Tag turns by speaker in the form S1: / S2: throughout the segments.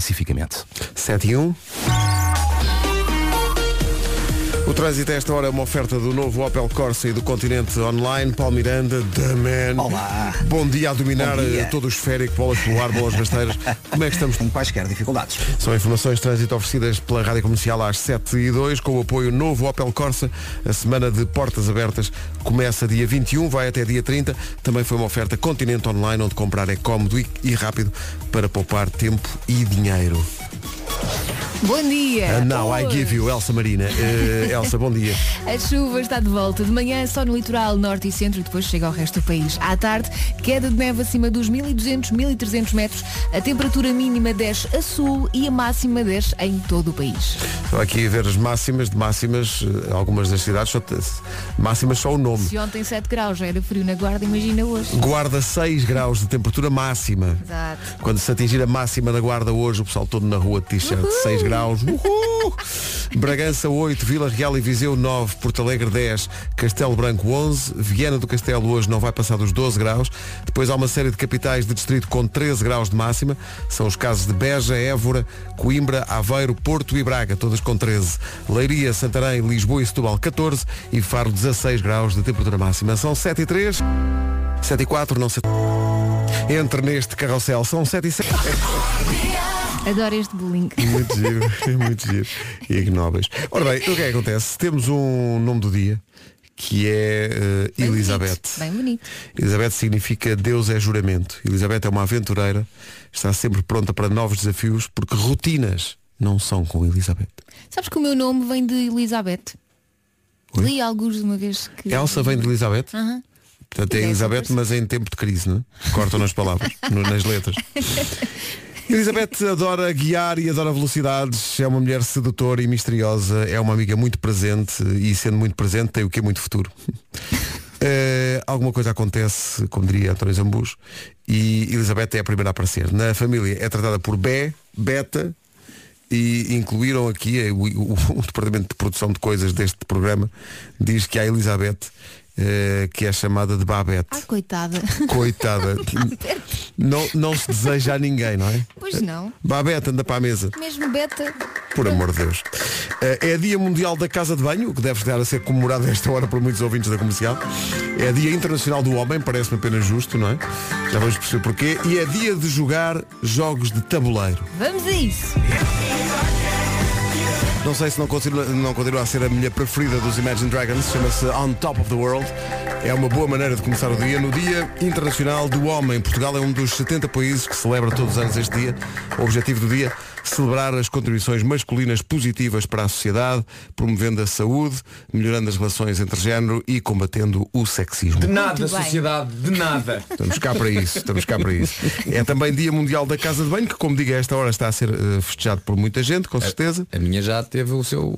S1: pacificamente.
S2: 7 e 1. O trânsito a esta hora é uma oferta do novo Opel Corsa e do Continente Online. Paulo Miranda, The Man.
S3: Olá.
S2: Bom dia a dominar
S3: Bom dia.
S2: eh, todo o esférico, bolas pelo ar, bolas rasteiras. Como é que estamos?
S3: Sem quaisquer dificuldades.
S2: São informações de trânsito oferecidas pela Rádio Comercial às 7 e 2 com o apoio novo Opel Corsa. A semana de portas abertas começa dia 21, vai até dia 30. Também foi uma oferta Continente Online, onde comprar é cómodo e- e rápido para poupar tempo e dinheiro.
S4: Bom dia!
S2: Ah, Não, I
S4: Hoje,
S2: give you, Elsa Marina. Eh, Elsa, bom dia.
S4: A chuva está de volta. De manhã só no litoral norte e centro, depois chega ao resto do país. À tarde, queda de neve acima dos 1.200, 1.300 metros. A temperatura mínima desce a sul e a máxima desce em todo o país.
S2: Estou aqui a ver as máximas, de máximas, eh, algumas das cidades, só, te- máximas só o nome.
S4: Se ontem 7 graus já era frio na guarda, imagina hoje.
S2: Guarda 6 graus de temperatura máxima.
S4: Exato.
S2: Quando se atingir a máxima da guarda hoje, o pessoal todo na rua de t-shirt, 6 graus. Uhul! Bragança 8, Vila Real e Viseu 9, Porto Alegre 10, Castelo Branco 11, Viana do Castelo hoje não vai passar dos 12 graus. Depois há uma série de capitais de distrito com 13 graus de máxima. São os casos de Beja, Évora, Coimbra, Aveiro, Porto e Braga, todas com 13. Leiria, Santarém, Lisboa e Setúbal 14 e Faro 16 graus de temperatura máxima. São 7 e 3. 7 e 4, não sei. Entre neste carrossel, são 7 e 7.
S4: Adoro este bullying.
S2: Muito giro, é muito giro. Ignóbeis. Ora bem, o que é que acontece? Temos um nome do dia que é eh,
S4: Bem
S2: Elizabeth.
S4: bonito, Bem bonito.
S2: Elizabeth significa Deus é juramento. Elizabeth é uma aventureira, está sempre pronta para novos desafios, porque rotinas não são com Elizabeth.
S4: Sabes que o meu nome vem de Elizabeth?
S2: Oi?
S4: Li alguns de uma vez que.
S2: Elsa vem de Elizabeth,
S4: Aham.
S2: portanto é
S4: Deve
S2: Elizabeth,
S4: ser.
S2: mas em tempo de crise, não é? Cortam nas palavras, no- nas letras. Elizabeth adora guiar e adora velocidades, é uma mulher sedutora e misteriosa, é uma amiga muito presente e sendo muito presente tem o que é muito futuro. Eh, alguma coisa acontece, como diria António Zambus, e Elizabeth é a primeira a aparecer. Na família é tratada por Bé, Beta, e incluíram aqui eh, o, o- o departamento de produção de coisas deste programa, diz que há Elizabeth, eh, que é chamada de Babette.
S4: Ah, coitada.
S2: Coitada. não, não se deseja a ninguém, não é?
S4: Pois não.
S2: Babete, anda para a mesa.
S4: Mesmo beta.
S2: Por amor de Deus. Eh, É dia mundial da casa de banho, o que deve estar a ser comemorado a esta hora por muitos ouvintes da comercial. É dia internacional do homem, parece-me apenas justo, não é? Já vamos perceber porquê. E é dia de jogar jogos de tabuleiro.
S4: Vamos a isso.
S2: Não sei se não continua, não continua a ser a minha preferida dos Imagine Dragons, chama-se On Top of the World. É uma boa maneira de começar o dia no Dia Internacional do Homem. Portugal é um dos 70 países que celebra todos os anos este dia. O objetivo do dia, celebrar as contribuições masculinas positivas para a sociedade, promovendo a saúde, melhorando as relações entre género e combatendo o sexismo.
S5: De nada,
S4: Muito bem.
S5: sociedade, de nada.
S2: Estamos cá para isso, estamos cá para isso. É também Dia Mundial da Casa de Banho, que como digo, a esta hora está a ser eh, festejado por muita gente, com certeza.
S5: A minha já teve o seu.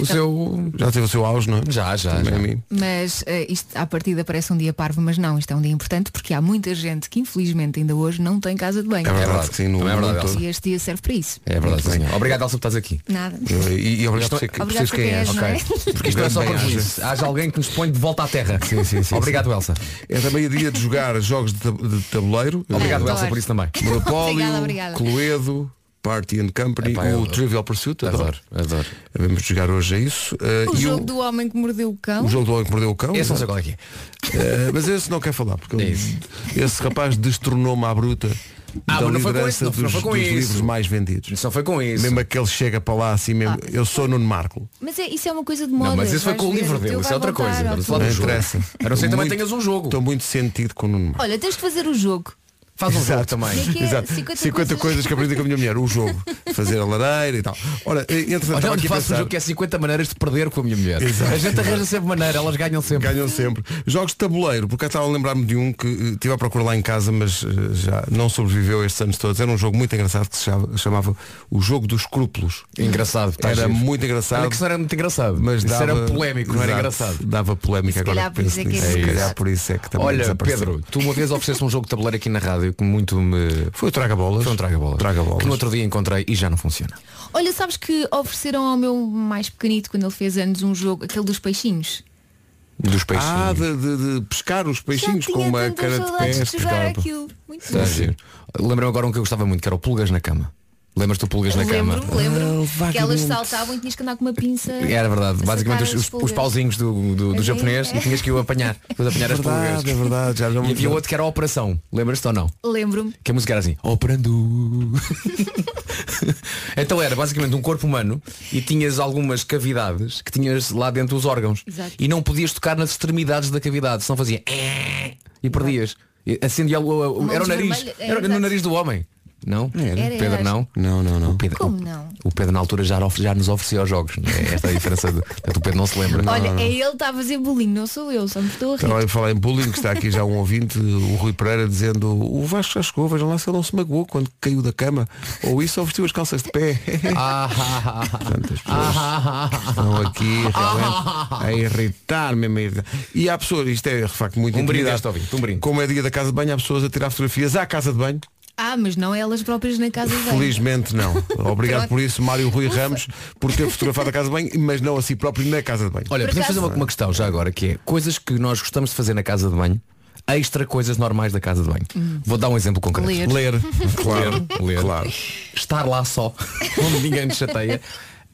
S5: O seu.
S2: Já teve o seu auge, não é?
S5: Já, já,
S2: Também
S5: já.
S2: a mim.
S4: Mas eh, isto à partida parece um dia parvo, mas não, isto é um dia importante porque há muita gente que infelizmente ainda hoje não tem casa de banho.
S2: É verdade,
S5: verdade.
S2: que sim, no
S5: Também é
S2: mundo
S5: verdade,
S2: todo.
S4: E este dia serve para isso.
S5: É verdade, senhor. Obrigado, Elsa, por estás aqui.
S4: Nada.
S2: E, e obrigado
S5: Isto
S2: por
S5: é-
S2: ser, por
S4: Obrigado
S2: seres
S4: por
S2: quem és.
S4: quem és, não é?
S5: Porque isto não é só
S2: Bem,
S5: prejuízo. Haja alguém que nos põe de volta à terra. Sim, sim, sim. Obrigado, Elsa.
S2: É também a dia de jogar jogos de tab- de tabuleiro.
S5: Obrigado,
S4: Adoro.
S5: Elsa, por isso também.
S2: Monopólio,
S4: Obrigada, obrigada.
S2: Cluedo, Party and Company,
S5: Epá,
S2: o
S5: eu-
S2: Trivial Pursuit, adoro.
S5: adoro.
S2: Vamos jogar hoje a isso. eh,
S4: O
S2: e
S4: jogo do homem que mordeu o cão.
S2: o jogo do homem que mordeu o cão.
S5: Esse não sei qual é que é.
S2: Eh, mas esse não quer falar, porque
S5: É
S2: ele-
S5: isso.
S2: esse rapaz destronou-me à bruta
S5: Ah,
S2: da
S5: mas não foi com
S2: liderança
S5: isso, não
S2: dos,
S5: foi- não foi com
S2: dos
S5: isso.
S2: livros mais vendidos.
S5: Só foi com isso.
S2: Mesmo aquele chega para lá assim mesmo. Eu sou Nuno Marco.
S4: Mas é, isso é uma coisa de moda.
S5: não, mas isso foi
S4: vais
S5: com o
S4: ver,
S5: livro
S4: o teu
S5: dele, isso
S4: vai
S5: é outra
S4: voltar
S5: coisa.
S4: ao
S5: Estamos a
S4: fim.
S5: falar do
S2: Não
S5: jogo.
S2: interessa.
S5: A não ser que também
S2: Muito-
S5: tenhas um jogo.
S2: Estou muito sentido com o Nuno Marco.
S4: Olha, tens de fazer o jogo.
S5: Faz um jogo
S2: Exato.
S5: também.
S4: Como é que é?
S2: Exato. 50,
S4: 50
S2: coisas...
S4: coisas-
S2: que aprendi com a minha mulher. O jogo. Fazer a lareira e tal. Ora, eh, entretanto,
S5: Olha,
S2: estava
S5: eu
S2: aqui a
S5: faço um
S2: pensar-
S5: jogo que é 50 maneiras de perder com a minha mulher.
S2: Exato.
S5: A gente arranja sempre maneira, elas ganham sempre.
S2: Ganham sempre. Jogos de tabuleiro, porque eu estava a lembrar-me de um que eh, estive a procurar lá em casa, mas eh, já não sobreviveu estes anos todos. Era um jogo muito engraçado que se chama- chamava O Jogo dos Escrúpulos.
S5: Engraçado, tá
S2: Era
S5: giro.
S2: muito
S5: Olha
S2: engraçado.
S5: que isso não era muito engraçado.
S2: Mas
S5: isso
S2: dava,
S5: era polémico, não era
S2: Exato.
S5: engraçado.
S2: Dava polémica
S4: Se
S2: agora
S4: calhar
S2: que
S4: por isso
S2: penso
S4: é que é
S2: nisso. Se
S4: engraçado.
S2: calhar por isso é que também
S5: Olha,
S2: desapareceu.
S5: Pedro, tu uma vez ofereceste um jogo de tabuleiro aqui na rádio que muito me.
S2: Foi o Traga-Bolas.
S5: Foi um traga-bolas.
S2: Traga-Bolas.
S5: Que no outro dia encontrei e já não funciona.
S4: Olha, sabes que ofereceram ao meu mais pequenito quando ele fez anos um jogo, aquele dos peixinhos.
S5: Dos peixes.
S2: Ah, de, de- de pescar os peixinhos
S4: Já
S2: com
S4: tinha
S2: uma
S4: tantas
S2: cara de
S4: saudades de
S2: pesca.
S4: jogar
S5: pá.
S4: aquilo. Muito
S5: Tá
S4: bom.
S5: giro. Lembro-me agora um que eu gostava muito, que era o Pulgas na Cama. Lembras-te do pulgas na cama?
S4: Lembro-me, lembro-me
S2: Ah,
S4: que elas
S2: vagamente.
S4: saltavam e tinhas que andar com uma pinça.
S5: Era verdade,
S4: a
S5: basicamente
S4: sacar as
S5: os, os- os
S4: pulgas.
S5: pauzinhos do, do, do
S4: É.
S5: japonês e tinhas que o apanhar, depois apanhar as
S2: verdade, é
S5: pulgas.
S2: verdade. Já não
S5: E havia outro que era a operação, lembras-te ou não?
S4: Lembro-me.
S5: Que a música era assim, operando. então era basicamente um corpo humano e tinhas algumas cavidades que tinhas lá dentro os órgãos.
S4: Exato.
S5: E não podias tocar nas extremidades da cavidade, senão fazia
S6: É
S5: e perdias. E Acendia o- o, o- era o
S4: Mãos
S5: nariz.
S4: vermelhas, é,
S5: Era no
S4: exato.
S5: nariz do homem. Não?
S4: Era,
S5: Pedro
S4: era.
S5: não?
S2: Não, não, não.
S5: O Pedro,
S4: Como
S5: o-
S4: não?
S5: O Pedro na altura já, of- já nos oferecia aos jogos. né? Esta é a diferença do, do Pedro não se lembra.
S4: Olha, é ele que está a fazer bullying, não sou eu, só me estou a rir.
S2: Estava a falar em bullying, que está aqui já um ouvinte, o Rui Pereira, dizendo o Vasco já chegou, vejam lá se ele não se magoou quando caiu da cama, ou isso ou vestiu as calças de pé.
S5: Ah, ah, ah, ah.
S2: Tantas pessoas
S5: Ah, ah, ah.
S2: estão aqui realmente é a irritar mesmo. a irritar. E há pessoas, isto é de facto muito
S5: Um brinde
S2: intimidade.
S5: a este ouvinte, um brinde.
S2: Como é dia da casa de banho, há pessoas a tirar fotografias à casa de banho.
S4: Ah, mas não elas próprias na casa dela.
S2: Felizmente não. Obrigado por isso, Mário Rui Ramos, por ter fotografado a casa de banho, mas não a si próprio na casa de banho. Ah,
S5: Olha,
S4: Por
S5: podemos
S4: acaso-
S5: fazer uma, uma questão já agora, que é coisas que nós gostamos de fazer na casa de banho, extra coisas normais da casa de banho. Vou dar um exemplo concreto.
S4: Ler.
S2: Hum. Ler, claro,
S5: Ler, ler.
S2: claro.
S5: Estar lá só, onde ninguém nos chateia.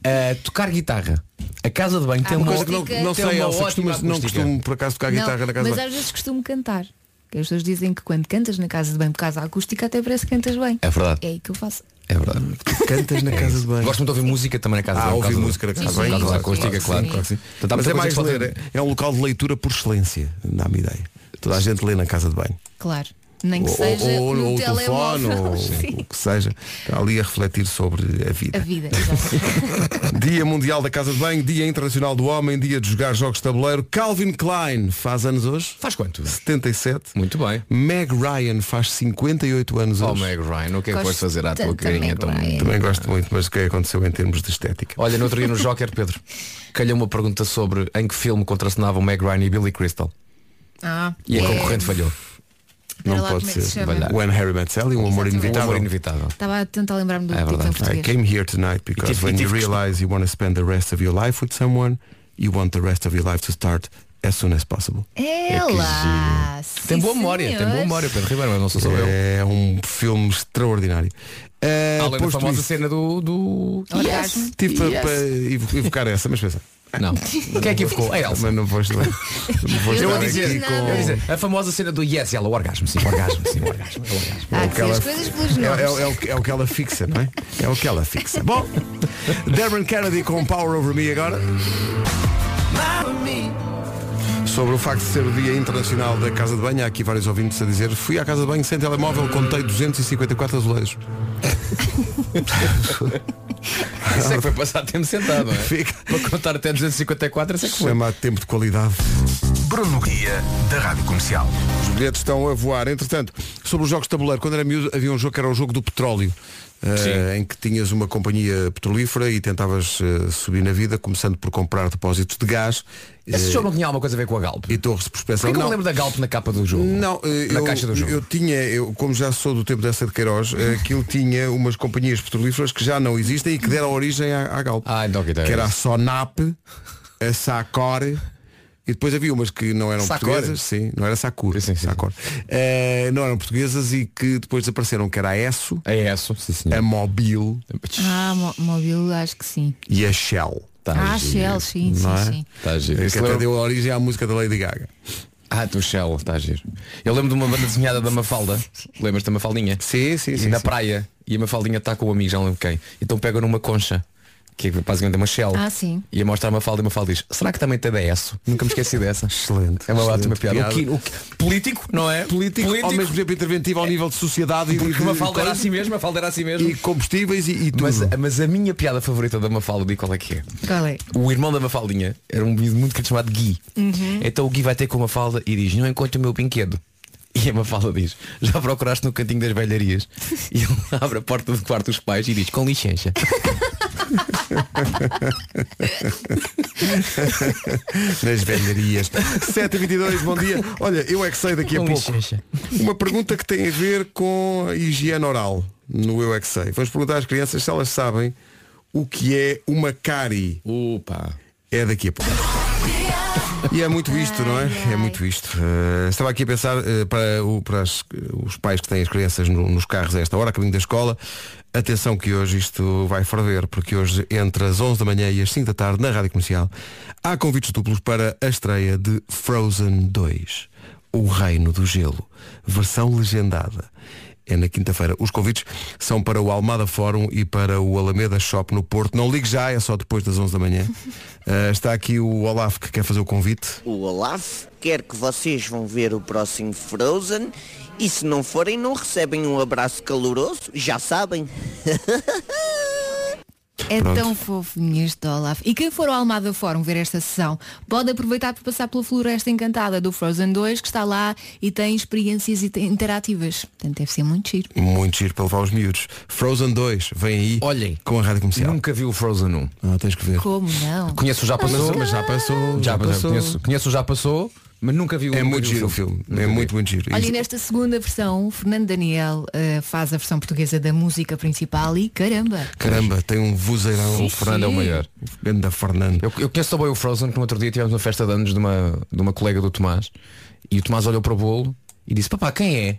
S5: Uh, tocar guitarra. A casa de banho tem
S4: uma
S5: uma
S2: Coisa que Ah, não, não
S5: Tem
S2: sei,
S5: uma
S2: Elsa,
S5: ótima
S2: costumas- não
S5: acústica.
S2: costumo por acaso tocar guitarra
S4: Não,
S2: na casa de
S4: mas
S2: banho.
S4: às vezes costumo cantar. Que as pessoas dizem que quando cantas na casa de banho por causa da acústica até parece que cantas bem.
S5: É verdade.
S4: É aí que eu faço.
S5: É verdade.
S2: Cantas na casa de banho.
S5: Gosto muito de ouvir música também na casa de
S2: Ah,
S5: banho. por
S2: ouvir
S5: causa
S2: música na
S5: da-
S2: casa de
S5: por
S2: banho.
S5: causa da
S2: Claro,
S5: acústica,
S4: sim,
S5: claro.
S4: sim.
S5: claro que sim. Então Portanto, há
S2: Mas
S5: muita
S2: é
S5: coisa
S2: mais
S5: que se pode
S2: ler, é um local de leitura por excelência, dá-me ideia. Toda a gente lê na casa de banho.
S4: Claro. Nem que seja no
S2: o telefone,
S4: telemóvel.
S2: ou
S4: Sim.
S2: o que seja. Está ali a refletir sobre a
S4: A
S2: vida.
S4: vida, exato.
S2: Dia Mundial da Casa de Banho, Dia Internacional do Homem, Dia de Jogar Jogos de Tabuleiro. Calvin Klein faz anos hoje,
S5: Faz quanto?
S2: 77.
S5: Muito bem.
S2: Meg Ryan faz 58 anos
S5: Oh
S2: hoje.
S5: Meg Ryan, o que é que
S4: Gosto
S5: vais fazer à tua
S4: tanto da
S5: carinha
S4: Meg
S5: tão
S4: Ryan.
S2: Também gosto muito, mas o que aconteceu em termos de estética?
S5: Olha, no outro dia no Joker, Pedro, calhou uma pergunta sobre em que filme contracenavam Meg Ryan e Billy Crystal.
S4: Ah,
S5: E a
S4: é-
S5: concorrente falhou.
S4: Espera
S2: Não
S4: lá
S2: pode
S4: como é que se
S2: ser.
S4: chama.
S5: Vai lá.
S2: When Harry Met Sally, um amor
S4: Exatamente.
S5: Um amor
S2: inevitável.
S5: inevitável.
S4: Estava a tentar lembrar-me do
S5: É
S4: título em
S5: verdade.
S2: I
S4: português.
S2: came here tonight
S5: E
S2: because
S5: tive-
S2: when
S5: e
S2: you
S5: tive que
S2: realize you want to spend the rest of your life with someone, you want the rest of your life to start as soon as possible.
S4: Ela! sim,
S5: Tem boa memória, tem boa
S4: senhor.
S5: memória, Pedro Ribeiro, mas não sou só eu.
S2: É um filme extraordinário. Eh,
S5: Além da
S2: posto
S5: famosa
S2: isto,
S5: cena do. do...
S4: Orgasmo.
S2: Tive para- para evo- evocar essa, mas pensa.
S5: Não. O que é que ficou? É Elsa.
S2: Mas não vou estar, não
S4: Eu
S2: vou
S5: Eu
S2: estar
S5: vou
S4: não
S2: aqui
S5: dizer,
S4: disse
S2: com.
S5: eu vou dizer, a famosa cena do yes, ela, o orgasmo, sim, o orgasmo, sim, o orgasmo. o orgasmo.
S4: Há que dizer
S2: ela-
S4: Ah, as coisas pelos
S2: É,
S4: nomes.
S2: é- é o que- é o que ela fixa, não é? É o que ela fixa. Bom, Darren Kennedy com Power Over Me agora. Sobre o facto de ser o Dia Internacional da Casa de Banho, há aqui vários ouvintes a dizer fui à Casa de Banho sem telemóvel, contei 254 azulejos.
S5: Isso é que foi passar tempo sentado, não é?
S2: Fica.
S5: Para contar até 254, isso é que foi.
S2: Chama tempo de qualidade.
S1: Bruno Guia da Rádio Comercial.
S2: Os bilhetes estão a voar. Entretanto, sobre os jogos de tabuleiro, quando era miúdo havia um jogo que era o jogo do petróleo. eh,
S5: Sim.
S2: em que tinhas uma companhia petrolífera e tentavas eh, subir na vida, começando por comprar depósitos de gás
S5: Esse
S2: eh,
S5: jogo não tinha alguma coisa a ver com a Galp.
S2: e torres de
S5: Por
S2: prospecção.
S5: que que eu
S2: Não.
S5: me lembro da Galp na capa do jogo?
S2: Não, eh,
S5: Na
S2: eu,
S5: caixa do jogo.
S2: eu tinha, eu, como já sou do tempo dessa de Queiroz, eh, aquilo tinha umas companhias petrolíferas que já não existem e que deram origem à, à Galp.
S5: Ah, então, ok, tá
S2: que era a
S5: isso.
S2: Sonap, a Sacor e depois havia umas que não eram
S5: Sacor?
S2: portuguesas, sim, não era Sacur,
S5: Sim, sim, sim.
S2: Sacor. Eh, não eram portuguesas e que depois desapareceram, que era a ESSO,
S5: É isso, sim senhor.
S2: a Mobil
S4: Ah, mo- móvel, acho que sim.
S2: e a Shell.
S5: Tá
S4: Ah, Shell, sim,
S2: não é?
S4: sim, sim.
S5: Tá giro.
S2: Que
S5: Isso
S2: até
S5: lembra-
S2: deu origem à música da Lady Gaga.
S5: Ah, do Shell, está giro. Eu lembro de uma banda desenhada da Mafalda. Lembras-te da Mafaldinha?
S2: Sim, sim,
S5: E
S2: sim.
S5: na
S2: sim.
S5: praia. E a Mafaldinha está com o amigo, já não lembro quem. Então pega numa concha, que é basicamente uma Shell.
S4: Ah, sim.
S5: E a mostra a Mafalda e a Mafalda diz, será que também tem DSO? Nunca me esqueci dessa.
S2: Excelente,
S5: É uma ótima
S2: excelente
S5: piada.
S2: piada.
S5: O que- o que- político, não é?
S2: Político, ao mesmo tempo interventivo ao nível de sociedade e de,
S5: Porque
S2: de
S5: uma falda era
S2: coisas.
S5: assim mesmo, a falda era assim mesmo.
S2: e combustíveis e, e tudo.
S5: Mas, mas a minha piada favorita da Mafalda, digo qual é que é?
S4: Qual é?
S5: O irmão da Mafaldinha era um miúdo muito querido chamado Gui.
S6: Uhum.
S5: Então o Gui vai ter com a Mafalda e diz, não encontro o meu brinquedo. E a Mafalda diz, já procuraste no cantinho das velharias? E ele abre a porta do quarto dos pais e diz, com licença.
S2: Nas velharias. 7h22, bom dia. Olha, eu é que sei daqui a
S5: Com
S2: pouco.
S5: licença.
S2: Uma pergunta que tem a ver com a higiene oral no Eu é que sei. Vamos perguntar às crianças se elas sabem o que é uma cárie.
S5: Opa.
S2: É daqui a pouco. E é muito isto, não é? É muito isto. Eh, estava aqui a pensar eh, para, o- para as- os pais que têm as crianças no- nos carros a esta hora, a caminho da escola. Atenção que hoje isto vai ferver, porque hoje entre as 11 da manhã e as 5 da tarde, na Rádio Comercial, há convites duplos para a estreia de Frozen 2, O Reino do Gelo, versão legendada. É na quinta-feira. Os convites são para o Almada Fórum e para o Alameda Shop no Porto. Não ligue já, é só depois das 11 da manhã. Eh, está aqui o Olaf que quer fazer o convite.
S3: O Olaf quer que vocês vão ver o próximo Frozen e se não forem não recebem um abraço caloroso, já sabem.
S4: É
S2: Pronto.
S4: tão fofinho este Olaf. E quem for ao Almada Fórum ver esta sessão, pode aproveitar para passar pela Floresta Encantada do Frozen 2, que está lá e tem experiências ite- interativas. Portanto, deve ser muito giro.
S2: Muito giro para levar os miúdos. Frozen 2, vem aí.
S5: Olhem.
S2: Com a rádio comercial.
S5: Nunca vi o Frozen 1.
S2: Ah, tens que ver.
S4: Como não?
S5: Conheço o Já Passou.
S2: mas já passou, já
S5: Já, passou.
S2: passou.
S5: Conheço, conheço o Já Passou, mas nunca vi o
S2: É
S5: nunca
S2: muito
S5: vi
S2: giro o filme. É muito, muito giro.
S4: Olha, e
S2: Isto-
S4: nesta segunda versão, o Fernando Daniel eh, faz a versão portuguesa da música principal e caramba!
S2: Caramba, tem um vozeirão.
S5: O Fernando é o maior.
S2: Grande da Fernando.
S5: Eu, eu conheço também o Frozen, que no outro dia tivemos uma festa de anos de uma, de uma colega do Tomás e o Tomás olhou para o bolo e disse, papá, quem é?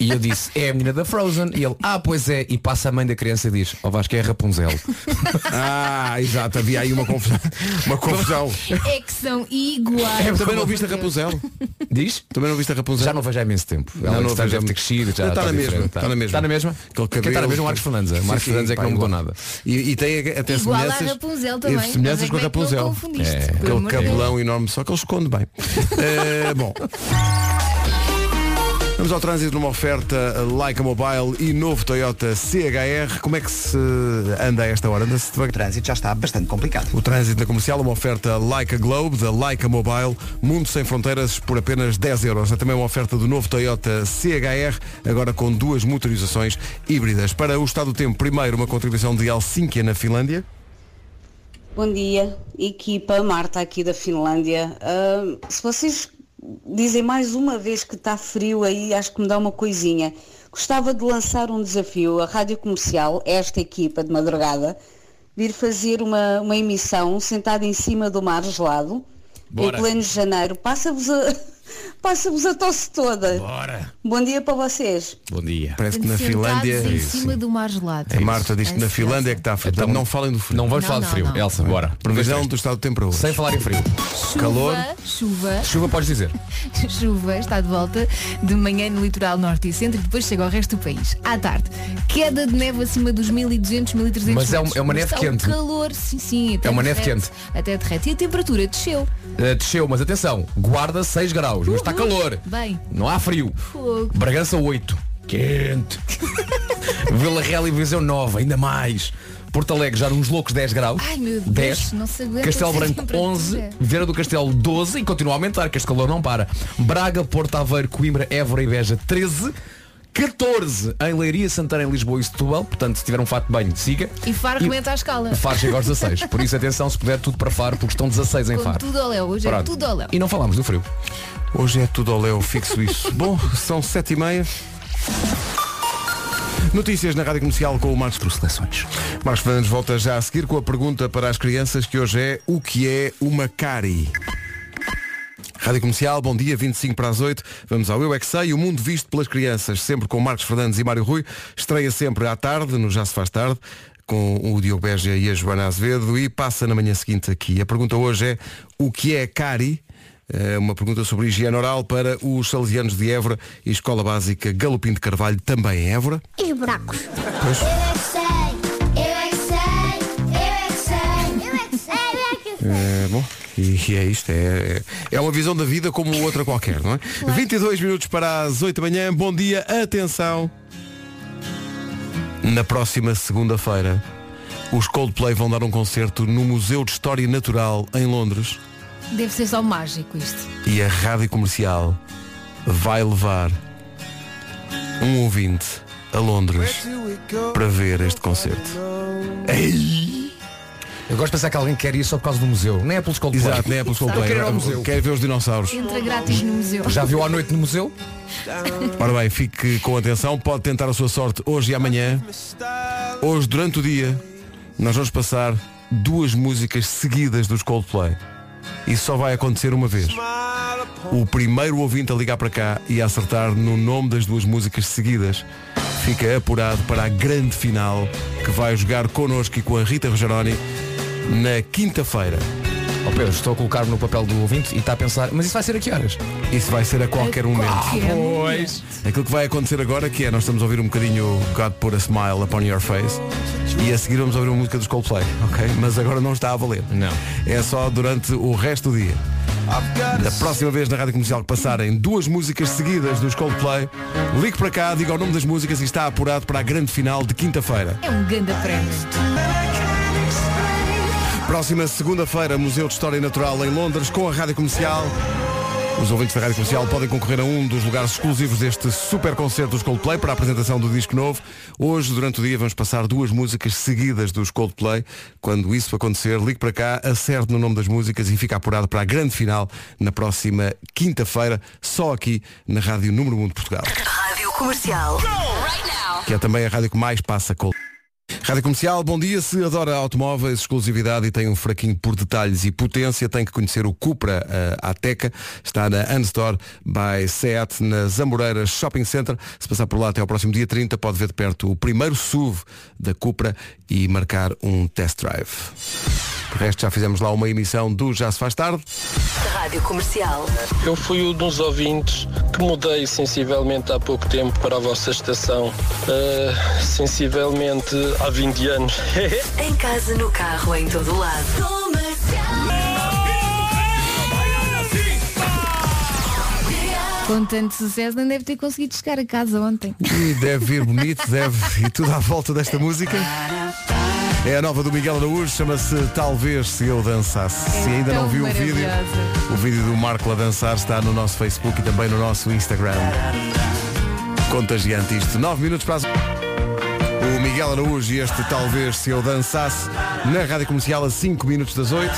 S5: E eu disse, é a menina da Frozen. E ele, ah, pois é. E passa a mãe da criança e diz, ó Vasco, é a Rapunzel.
S2: Ah, exato, havia aí uma confusão. Uma confusão.
S4: É que são iguais.
S2: É, Também não viste a Rapunzel?
S5: Diz?
S2: Também não viste a Rapunzel?
S5: é Já não vejo há imenso tempo.
S2: não
S5: Ela não
S2: vejo há
S5: deve
S2: muito-
S5: ter crescido. Já
S2: Está na mesma,
S5: diferente,
S2: está na mesma.
S5: Está na mesma?
S2: Aquele
S5: Quem está na
S2: cabelo-
S5: mesma é o Marcos Fernandes. O
S2: Sim,
S5: Marcos
S2: sim,
S5: Fernandes é que
S2: pá,
S5: não mudou
S2: igual.
S5: nada.
S2: E, e tem até
S4: Igual à
S2: semelhanças.
S4: Rapunzel
S2: e
S4: também. Mas é
S2: Semelhanças
S4: que
S2: com a
S4: não
S2: Rapunzel. É,
S4: confundiste, pelo
S2: Aquele
S4: amor de Deus.
S2: cabelão enorme, só que ele esconde bem. Eh, bom. Vamos ao trânsito numa oferta Leica Mobile e novo Toyota CHR. Como é que se anda a esta hora? Anda-se devagar.
S7: trânsito já está bastante complicado.
S2: O trânsito na comercial, uma oferta Leica Globe, da Leica Mobile, Mundo Sem Fronteiras, por apenas 10 euros. É também uma oferta do novo Toyota CHR, agora com duas motorizações híbridas. Para o estado do tempo, primeiro, uma contribuição de Helsínquia, na Finlândia.
S8: Bom dia, equipa Marta aqui da Finlândia. Ahm, se vocês dizem mais uma vez que está frio aí, acho que me dá uma coisinha. Gostava de lançar um desafio à Rádio Comercial, esta equipa de madrugada, vir fazer uma, uma emissão sentada em cima do mar gelado,
S5: Bora.
S8: em pleno janeiro. Passa-vos a, passa-vos a tosse toda.
S5: Bora.
S8: Bom dia para vocês.
S5: Bom dia.
S2: Parece que na
S4: Sentados
S2: Finlândia.
S5: É
S4: em cima do mar gelado.
S2: A Marta diz que na
S4: Ansiosa.
S2: Finlândia é que está frio.
S5: Então-
S2: não falem do frio.
S5: É Não vamos
S4: Não,
S5: falar de
S4: não,
S5: frio.
S4: não.
S5: Elsa, bora.
S2: Previsão do estado do tempo para hoje.
S5: Sem falar em frio.
S4: Chuva,
S2: Calor.
S4: chuva,
S5: Chuva podes dizer.
S4: chuva, está de volta de manhã no litoral norte e centro e depois chega ao resto do país. À tarde, queda de neve acima dos 1200, 1300
S5: Mas é um-
S4: metros.
S5: é uma
S4: Mas
S5: neve
S4: está
S5: quente.
S4: Um calor, sim, sim. até
S5: É uma neve
S4: derrete, Até derrete. E a temperatura desceu.
S5: Uh, desceu, mas atenção, guarda 6 graus, mas está
S4: Uhul.
S5: Tá calor.
S4: Bem.
S5: Não há frio.
S4: Fogo.
S5: Bragança 8. Quente. Vila Real e Viseu 9, ainda mais. Porto Alegre já nos loucos 10 graus.
S4: Ai, meu Deus, é
S5: 10.
S4: não se aguenta
S5: Castelo
S4: essa
S5: Branco
S4: temperatura.
S5: 11, Vera do Castelo 12 e continua a aumentar, que este calor não para. Braga, Porto Aveiro, Coimbra, Évora e Beja 13. 14 em Leiria, Santarém, Lisboa e Setúbal. Portanto, se tiver um fato de banho, siga.
S4: E Faro rebenta à escala.
S5: Faro chega aos 16. Por isso, atenção, se puder, tudo para Faro, porque estão 16 em
S4: Com
S5: Faro.
S4: tudo ao léu. Hoje é
S5: Pronto.
S4: tudo ao léu.
S5: E não falámos do frio.
S2: Hoje é tudo ao Léo, fixo isso. Bom, são sete e meia. Notícias na Rádio Comercial com o Marcos por Seleções. Marcos Fernandes volta já a seguir com a pergunta para as crianças que hoje é o que é uma cárie? Rádio Comercial, bom dia, 25 para as 8. Vamos ao Eu é que Sei, o mundo visto pelas crianças, sempre com Marcos Fernandes e Mário Rui. Estreia sempre à tarde, no Já se faz tarde, com o Diogo Beja e a Joana Azevedo e passa na manhã seguinte aqui. A pergunta hoje é o que é cárie? É Uma pergunta sobre higiene oral para os salesianos de Évora e Escola Básica Galopim de Carvalho, também em Évora.
S9: E os buracos?
S2: Pois.
S9: Eu é que sei, eu é que sei, eu é que sei, eu é que sei, eu é que sei.
S2: É, bom, e, e é isto, é, é uma visão da vida como outra qualquer, não é? 22 minutos para as 8 da manhã, bom dia, atenção! Na próxima segunda-feira, os Coldplay vão dar um concerto no Museu de História Natural em Londres
S4: Deve ser só mágico isto.
S2: e a Rádio Comercial vai levar um ouvinte a Londres para ver este concerto. Ei!
S5: Eu gosto de pensar que alguém quer ir só por causa do museu. Nem é pelos Coldplay.
S2: Exato, não é pelos Coldplay.
S5: quero ir ao museu.
S2: Quero ver os dinossauros.
S4: Entra grátis no museu.
S5: Já viu à noite no museu?
S2: Ora bem, fique com atenção, pode tentar a sua sorte hoje e amanhã. Hoje, durante o dia, nós vamos passar duas músicas seguidas dos Coldplay. Isso só vai acontecer uma vez. O primeiro ouvinte a ligar para cá e a acertar no nome das duas músicas seguidas fica apurado para a grande final que vai jogar connosco e com a Rita Rogeroni na quinta-feira.
S5: Ó Oh, Pedro, estou a colocar-me no papel do ouvinte e está a pensar, mas isso vai ser a que horas?
S2: Isso vai ser a qualquer momento.
S4: Qualquer
S5: pois.
S4: momento.
S2: Aquilo que vai acontecer agora que é nós estamos a ouvir um bocadinho God Put a Smile Upon Your Face e a seguir vamos ouvir uma música dos Coldplay, ok? Mas agora não está a valer.
S5: Não.
S2: É só durante o resto do dia. Da próxima vez na Rádio Comercial que passarem duas músicas seguidas dos Coldplay, ligue para cá, diga o nome das músicas e está apurado para a grande final de quinta-feira.
S4: É um grande prémio.
S2: Próxima segunda-feira, Museu de História Natural em Londres, com a Rádio Comercial. Os ouvintes da Rádio Comercial podem concorrer a um dos lugares exclusivos deste super concerto dos Coldplay para a apresentação do disco novo. Hoje, durante o dia, vamos passar duas músicas seguidas dos Coldplay. Quando isso acontecer, ligue para cá, acerte no nome das músicas e fica apurado para a grande final na próxima quinta-feira, só aqui na Rádio Número 1 de Portugal,
S7: Rádio Comercial. Right now.
S2: que é também a rádio que mais passa Coldplay. Rádio Comercial, bom dia. Se adora automóveis, exclusividade e tem um fraquinho por detalhes e potência, tem que conhecer o Cupra eh, Ateca. Está na Unstore by Seat, na Zamboreira Shopping Center. Se passar por lá até ao próximo dia 30, pode ver de perto o primeiro SUV da Cupra e marcar um test drive. De resto, já fizemos lá uma emissão do Já se faz tarde.
S7: Rádio Comercial.
S10: Eu fui um dos ouvintes que mudei sensivelmente há pouco tempo para a vossa estação. Ah, sensivelmente há 20 anos.
S7: Em casa, no carro, em todo lado.
S4: Com tanto sucesso, não deve ter conseguido chegar a casa ontem.
S2: E deve vir bonito, deve e tudo à volta desta música. É a nova do Miguel Araújo, chama-se Talvez Se Eu Dançasse. Se ainda não
S4: tão
S2: viu o vídeo,
S4: maravilhosa.
S2: o vídeo do Marco a dançar está no nosso Facebook e também no nosso Instagram. Contagiante isto. 9 minutos para as... O Miguel Araújo e este Talvez Se Eu Dançasse na Rádio Comercial a 5 minutos das 8.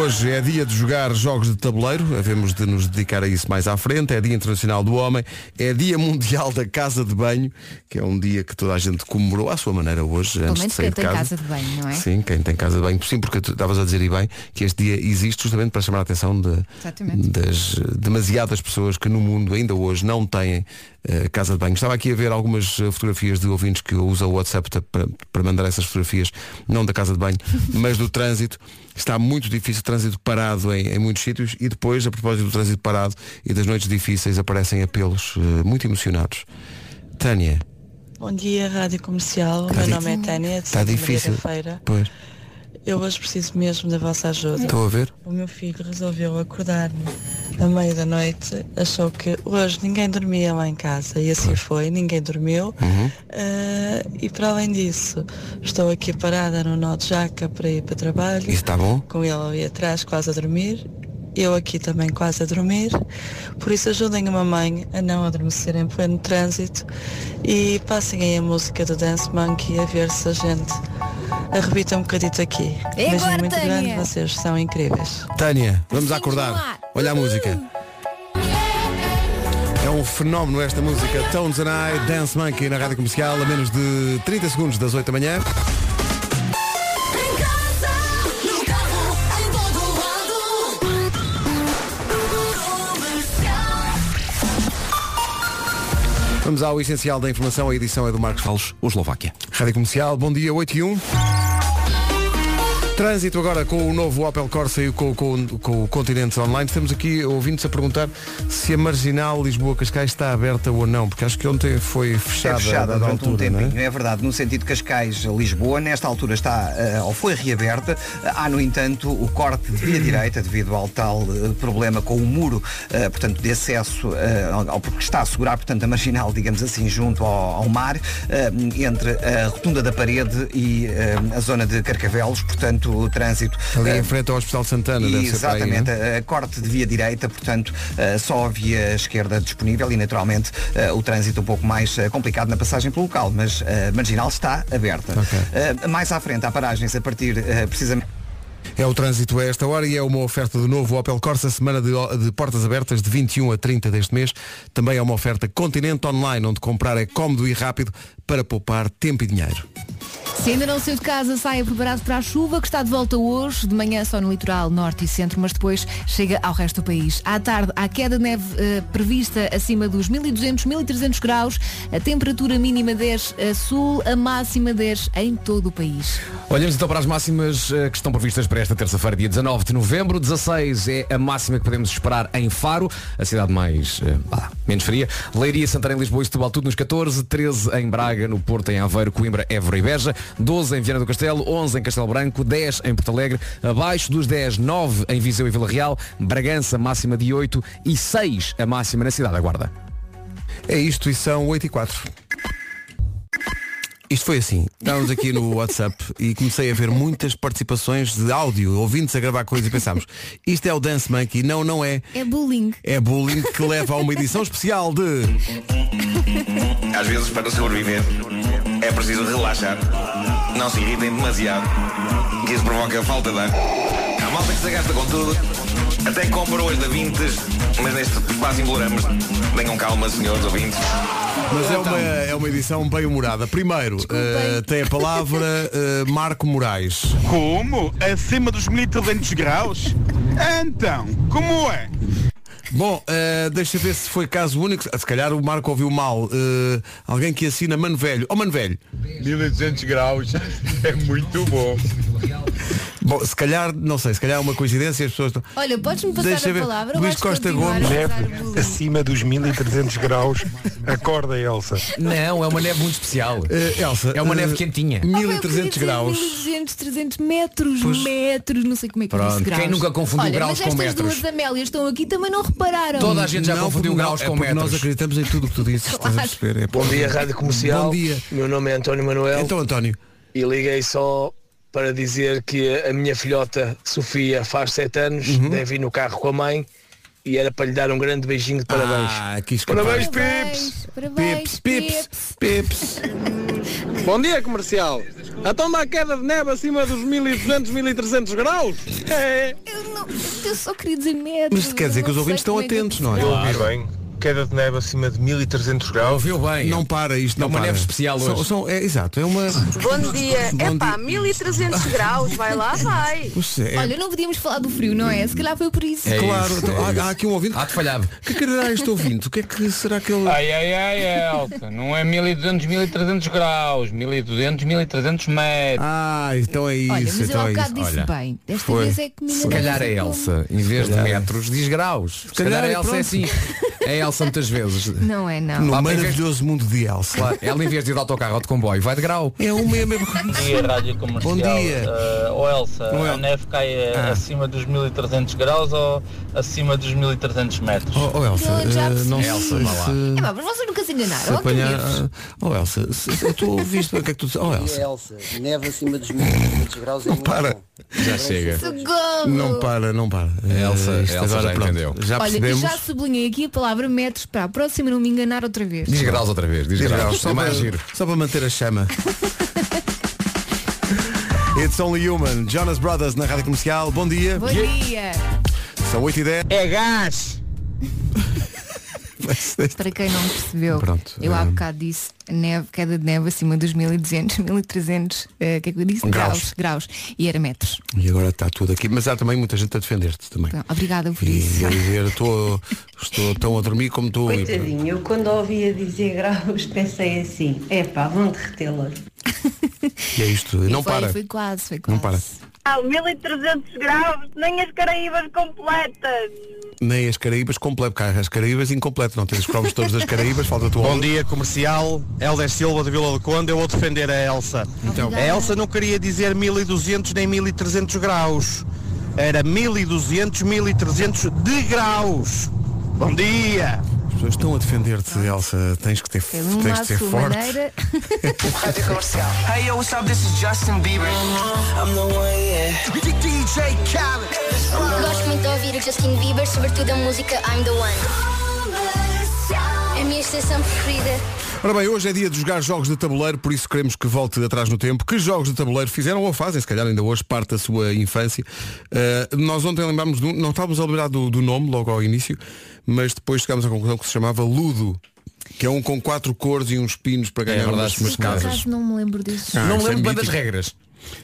S2: Hoje é dia de jogar jogos de tabuleiro, havemos de nos dedicar a isso mais à frente. É Dia Internacional do Homem, é Dia Mundial da Casa de Banho, que é um dia que toda a gente comemorou à sua maneira hoje,
S4: menos
S2: antes de sair
S4: quem
S2: de
S4: tem
S2: casa.
S4: casa de banho, não é?
S2: Sim, quem tem casa de banho. Sim, porque tu estavas a dizer e bem que este dia existe justamente para chamar a atenção de,
S4: Exatamente.
S2: das eh, demasiadas pessoas que no mundo ainda hoje não têm eh, casa de banho. Estava aqui a ver algumas eh, fotografias de ouvintes que usam o WhatsApp ta- para, para mandar essas fotografias, não da casa de banho, mas do trânsito. Está muito difícil, trânsito parado em, em muitos sítios e depois, a propósito do trânsito parado e das noites difíceis, aparecem apelos eh, muito emocionados. Tânia,
S11: Bom dia, Rádio Comercial. O
S2: Tá
S11: meu
S2: di-
S11: nome é Tânia, de
S2: está
S11: Santa
S2: difícil.
S11: Maria da Feira.
S2: Pois,
S11: Eu hoje preciso mesmo da vossa ajuda.
S2: estou a ver?
S11: O meu filho resolveu acordar-me a meio da noite, achou que hoje ninguém dormia lá em casa e assim foi, ninguém dormiu.
S2: Uhum.
S11: Ah, e para além disso, estou aqui parada no nó de jaca para ir para trabalho,
S6: tá
S2: Isso tá está bom?
S11: com ele ali atrás quase a dormir, eu aqui também quase a dormir. Por isso ajudem uma mãe a não adormecer em pleno trânsito e passem aí a música do Dance Monkey a ver se a gente arrebita um bocadito aqui.
S4: É
S11: Beijinho
S4: agora,
S11: muito grande,
S4: Tânia!
S11: vocês são incríveis.
S2: Tânia,
S4: Sim,
S2: vamos
S4: vamos
S2: acordar.
S4: lá.
S2: Olha a música. É um fenómeno esta música. Tones and I, Dance Monkey na rádio comercial, a menos de 30 segundos das 8 da manhã.
S7: Em casa, no carro, em todo lado. Comercial.
S2: Vamos ao essencial da informação. A edição é do Marcos Falos.
S5: O Eslováquia.
S2: Rádio Comercial, bom dia, 8 e 1. Trânsito agora com o novo Opel Corsa e com, com- com o Continentes Online. Estamos aqui ouvintes a perguntar se a marginal Lisboa-Cascais está aberta ou não, porque acho que ontem foi fechada.
S12: É fechada
S2: a dada
S12: durante um
S2: altura, não é?
S12: tempinho, é? verdade. No sentido de Cascais, Lisboa, nesta altura está eh, ou foi reaberta. Eh, Há, no entanto, o corte de via direita devido ao tal eh, problema com o muro, eh, portanto, de acesso, eh, ao- ao- porque está a segurar, portanto, a marginal, digamos assim, junto ao, ao mar, eh, entre a rotunda da parede e eh, a zona de Carcavelos, portanto, o trânsito
S2: Ali
S12: eh,
S2: em frente ao Hospital Santana, deve ser para aí, não é?
S12: Exatamente, a- a Eh, corte de via direita, portanto, eh, só a via esquerda disponível e naturalmente eh, o trânsito um pouco mais eh, complicado na passagem pelo local, mas eh, a marginal está aberta.
S2: Ok.
S12: Eh, Mais à frente há paragens a partir eh, precisamente.
S2: É o trânsito a esta hora e é uma oferta do novo Opel Corsa, semana de, de portas abertas de 21 a 30 deste mês. Também é uma oferta Continente Online, onde comprar é cómodo e rápido para poupar tempo e dinheiro.
S4: Se ainda não saiu de casa, saia preparado para a chuva, que está de volta hoje, de manhã só no litoral norte e centro, mas depois chega ao resto do país. À tarde, há queda de neve eh, prevista acima dos 1.200, 1.300 graus, a temperatura mínima 10 a sul, a máxima 10 em todo o país.
S5: Olhamos então para as máximas eh, que estão previstas para esta terça-feira, dia 19 de novembro. 16 é a máxima que podemos esperar em Faro, a cidade mais eh, bah, menos fria. Leiria, Santarém, Lisboa e Setúbal, tudo nos 14. 13 em Braga, no Porto, em Aveiro, Coimbra, Évora e Beja. 12 em Viana do Castelo, 11 em Castelo Branco, 10 em Porto Alegre. Abaixo dos 10, 9 em Viseu e Vila Real. Bragança, máxima de 8 e 6 a máxima na cidade da Guarda.
S2: É isto e são 8 e 4. Isto foi assim, estávamos aqui no WhatsApp e comecei a ver muitas participações de áudio, ouvintes a gravar coisas e pensámos, isto é o Dance Monkey, não, não é.
S4: É bullying.
S2: É bullying que leva a uma edição especial de.
S13: Às vezes, para sobreviver, é preciso relaxar. Não se irritem demasiado, que isso provoca falta de ar. Há malta que se gasta com tudo. Até compra hoje da Vintes, mas neste espaço imploramos. Tenham calma, senhores ouvintes.
S2: Mas é uma, é uma edição bem humorada. Primeiro, eh, tem a palavra eh, Marco Moraes.
S14: Como? Acima dos 1300 graus? Então, como é?
S2: Bom, eh, deixa ver se foi caso único. Ah, Se calhar o Marco ouviu mal. Eh, alguém que assina Mano Velho. Oh, Mano Velho.
S14: 1200 graus é muito bom.
S2: Bom, se calhar, não sei, se calhar é uma coincidência as pessoas estão.
S4: Olha, podes-me passar
S2: Deixa
S4: a
S2: ver.
S4: palavra? Eu
S2: Luís
S4: acho que
S2: Costa
S4: continuar a
S2: Gomes.
S4: usar
S2: Neve.
S4: bullying.
S15: Acima dos 1300 graus, acorda Elsa.
S5: Não, é uma neve muito especial.
S2: Elsa,
S5: é uma
S15: eh,
S5: neve quentinha.
S4: Quer dizer, 1200, 300 metros, metros, não sei como é que
S5: Pronto,
S4: disse graus.
S5: quem nunca confundiu
S4: Olha,
S5: graus
S4: mas
S5: com
S4: estas
S5: metros?
S4: duas Amélias estão aqui também não repararam.
S2: Não, porque não, é porque Nós acreditamos em tudo o que tu dizes. estás a perceber, é
S16: Bom
S2: porque-
S16: dia, Rádio Comercial.
S2: Bom dia.
S16: Meu nome é António Manuel.
S2: Então, António.
S16: E liguei só para dizer que a minha filhota Sofia faz 7 anos,
S2: Uhum.
S16: deve ir no carro com a mãe e era para lhe dar um grande beijinho de parabéns.
S2: Ah, que
S16: parabéns, Pips!
S4: Parabéns, parabéns, Pips.
S2: Pips.
S14: Bom dia, comercial. Então dá queda de neve acima dos 1200, 1300 graus? É.
S4: Eu só queria dizer metros. eu não sei como é que eu
S15: Eu ouvi
S4: percebi.
S15: bem. Queda de neve acima de 1300 graus.
S5: Ouviu bem.
S2: Não para isto, não
S15: É uma
S2: para.
S15: neve especial
S2: São-
S15: hoje.
S2: são- é, exato, é uma.
S7: Bom dia.
S2: Bom
S7: Epá, 1300 graus. Vai lá, vai.
S2: Puxa, é-
S4: Olha, não podíamos falar do frio, não é? Se calhar foi por isso.
S14: é
S2: claro, então, há- há, aqui um ouvinte. Ah, te falhava. Que quererá este ouvinte? O que é que será que ele.
S17: Ai, ai, ai, Elsa, não é 1200, 1300 graus, 1200, 1300 metros.
S2: Ah, então é isso,
S4: Olha, mas eu há bocado disse bem. Desta
S5: Foi.
S4: vez é que me
S5: Se calhar a
S4: enganei.
S5: Elsa, em vez de metros, diz graus. Se
S2: calhar
S5: calhar, a
S2: é
S5: Elsa é
S2: pronto.
S5: assim. É a Elsa muitas vezes.
S4: Não é, não.
S5: No
S4: Pá,
S2: maravilhoso mundo de Elsa.
S5: Ah, Claro, ela em vez de ir de autocarro ou de comboio, vai de grau.
S2: É uma e a mesma
S18: Bom dia, Rádio Comercial.
S5: Bom dia.
S18: Eh, ó Elsa,
S5: Ó
S2: é?
S18: a
S5: El-
S18: neve cai eh,
S5: Ah.
S18: acima dos 1300 graus ou acima dos 1300 metros?
S2: Oh, Elsa,
S4: Eu já
S2: eh, não
S4: percebi.
S2: sei se.
S4: É pá, mas vocês nunca se enganaram.
S2: Se
S4: ó, que
S2: apanhar.
S4: nervos.
S2: Oh Elsa, se, se- tu ouviste o que é que tu disseste? Oh Elsa.
S19: Neve acima dos 1500 graus é
S2: Não para. Já chega.
S4: Socorro.
S2: Não para, não para. Eh, Elsa,
S5: Elsa já entendeu.
S2: Já
S4: Olha,
S2: percebemos.
S4: e já sublinhei aqui a palavra metros para a próxima não me enganar outra vez.
S5: Diz graus outra vez, diz,
S2: Diz
S5: graus.
S2: graus,
S5: É
S2: só,
S5: mais
S2: para,
S5: giro.
S2: só para manter a chama. It's Only Human, Jonas Brothers na Rádio Comercial. Bom dia.
S4: Bom dia.
S2: São 8 e 10.
S14: É gás!
S4: Para quem não percebeu,
S2: Pronto, eh,
S4: eu há bocado disse neve, queda de neve acima dos 1200, 1300, eh, o que é que eu disse?
S2: Graus.
S4: Graus. E era metros.
S2: E agora está tudo aqui. Mas há também muita gente a defender-te também.
S4: Então, obrigada por
S2: E
S4: isso. é.
S2: a dizer, estou, estou tão a dormir como tu.
S20: Coitadinho, eu quando ouvia dizer graus pensei assim, epá, vão derretê-las.
S2: E é isto.
S20: E
S2: Não
S20: foi-
S2: para.
S20: foi quase, foi
S2: Não para.
S21: Ah, 1300 graus, nem as Caraíbas completas.
S2: Nem as Caraíbas completo, porque as Caraíbas incompleto, não tens os cromos todos das Caraíbas, falta tu
S22: Bom dia, comercial. Helder Silva de Vila do Conde. Eu vou defender a Elsa.
S2: Então.
S22: A Elsa não queria dizer 1200 nem 1300 graus. Era 1200, 1300 de graus. Bom dia.
S2: As pessoas estão a defender-te, Elsa, tens que ter tens de ser forte.
S7: Rádio Comercial. Hey, yo, what's up? This is Justin Bieber. Uh-huh. I'm the one, yeah. DJ Khaled.
S9: Gosto muito de ouvir o Justin Bieber, sobretudo a música I'm the One. É a minha estação preferida.
S2: Ora bem, hoje é dia de jogar jogos de tabuleiro, por isso queremos que volte atrás no tempo. Que jogos de tabuleiro fizeram ou fazem, se calhar ainda hoje, parte da sua infância. Uh, nós ontem lembrámos, de um- não estávamos a lembrar do, do nome logo ao início, mas depois chegámos à conclusão que se chamava Ludo. Que é um com quatro cores e uns pinos para ganhar
S5: verdade,
S2: umas umas
S5: sim, senhora.
S2: casas.
S4: Acaso não me lembro disso.
S2: Ah,
S5: não
S2: isso é
S5: lembro bem
S2: mítico.
S5: das regras.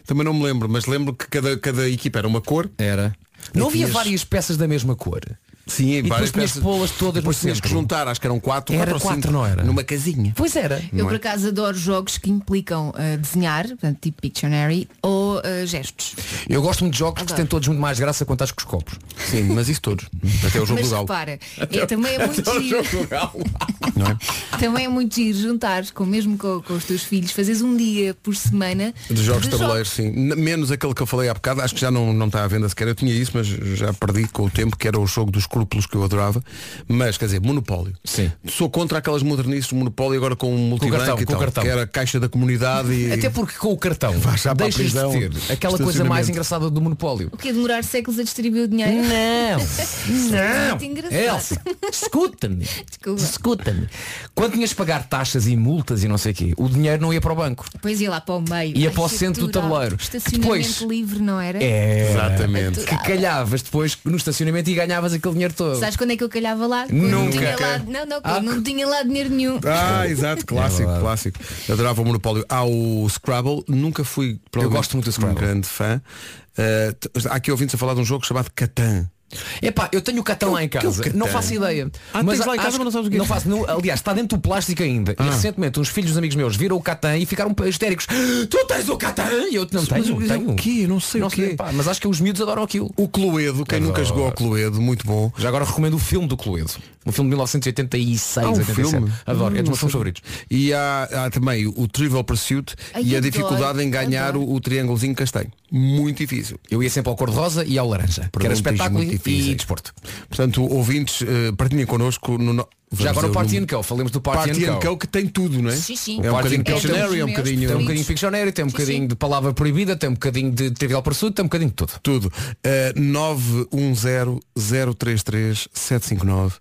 S2: Também não me lembro, mas lembro que cada, cada equipa era uma cor.
S5: Era. Não havia várias
S2: peças da mesma cor. Sim, em
S5: E depois
S2: várias
S5: tinhas
S2: peças.
S5: pô-las todas
S2: Depois
S5: no
S2: tinhas que
S5: centro.
S2: juntar, acho que eram quatro,
S5: Era
S2: quatro, ou cinco,
S5: quatro, não era?
S2: Numa casinha.
S5: Pois era.
S4: Eu
S2: Não
S4: por
S2: é?
S4: acaso adoro jogos que implicam eh, desenhar, portanto, tipo Pictionary, ou eh, gestos.
S5: Eu gosto muito de jogos que
S4: Adoro.
S5: têm todos muito mais graça quando estás com os copos. Sim, mas isso todos. Até o
S4: Mas repara, é, também é muito giro. Também é muito giro juntar com, mesmo com, com os teus filhos, fazes um dia por semana
S2: De jogos
S4: jogos.
S2: de tabuleiro, sim. N- Menos aquele que eu falei há bocado, acho que já não, não está à venda sequer. Eu tinha isso, mas já perdi com o tempo, que era o jogo dos escrúpulos que eu adorava. Mas, quer dizer, Monopólio. Sim. Sou contra aquelas modernistas do Monopólio agora com o multibanco
S5: cartão,
S2: e
S5: com o
S2: tal,
S5: cartão.
S2: que era a caixa da comunidade e...
S5: Até porque com o cartão
S2: Vai já para a
S5: deixas de
S2: prisão,
S5: ter aquela coisa mais
S2: estacionamento.
S5: engraçada do monopólio.
S4: O que demorar séculos a distribuir o dinheiro? é
S5: Não,
S4: Não!
S5: Elsa, escuta-me. Escuta-me. Quando tinhas de pagar taxas e multas e não sei o quê, o dinheiro não ia para o banco.
S4: Depois ia lá para o meio.
S5: Ia para o centro do
S4: Arquitetura,
S5: tabuleiro.
S4: Estacionamento
S5: Depois-
S4: livre, não era?
S5: É.
S4: Exatamente.
S5: Que calhavas depois no estacionamento e ganhavas aquele dinheiro todo.
S4: Sabes quando é que eu calhava lá? Quando Não
S5: Nunca.
S4: tinha lá, não, não,
S5: Ah.
S4: quando não tinha lá dinheiro nenhum.
S2: Ah, exato, clássico,
S5: É verdade.
S2: clássico. Adorava o Monopólio. Há o Scrabble, nunca fui Eu gosto muito do Scrabble. Um grande fã. Eh, t- há aqui ouvintes a falar de um jogo chamado Catan.
S5: Epá, eu tenho o Catan lá em
S2: que é o
S5: casa.
S2: Catan?
S5: Não faço ideia.
S2: Ah, tens lá em casa,
S5: acho-
S2: mas não sabes o que é.
S5: Não faço, não- aliás, está dentro do plástico ainda.
S2: Ah.
S5: E recentemente uns filhos dos amigos meus viram o Catan e ficaram histéricos. Tu tens o Catan? E eu não
S2: Mas
S5: tenho.
S2: o-
S5: tenho.
S2: o quê? Eu não sei o quê.
S5: pá, mas acho que os miúdos adoram aquilo.
S2: O Cluedo, quem nunca jogou ao Cluedo, muito bom.
S5: Já agora recomendo o filme do Cluedo. Um filme de 1986,
S2: Há um
S5: 87.
S2: filme?
S5: Adoro, é dos
S2: Não
S5: meus
S2: sei.
S5: filmes favoritos.
S2: E há, há também o Trivial Pursuit
S5: Ai,
S2: e a
S5: adoro,
S2: dificuldade em ganhar o, o triângulozinho castanho. Muito difícil.
S5: Eu ia sempre ao cor-de-rosa e ao laranja, que era
S2: Perguntas
S5: espetáculo
S2: muito difíceis.
S5: e desporto.
S2: Portanto, ouvintes, eh, partilhem connosco no. no-
S5: Já agora o
S2: Vamos
S5: Party
S2: dizer
S5: and Co. Falamos do Party,
S2: Party and Co, que tem tudo, não é?
S5: Sim, sim.
S2: É um bocadinho Pictionary,
S5: Pictionary,
S2: é um bocadinho-
S5: Tem um bocadinho de Pictionary, tem um bocadinho de palavra proibida, tem um bocadinho de trivial pursuit, tem um bocadinho de tudo.
S2: Tudo. Eh, 910-033-759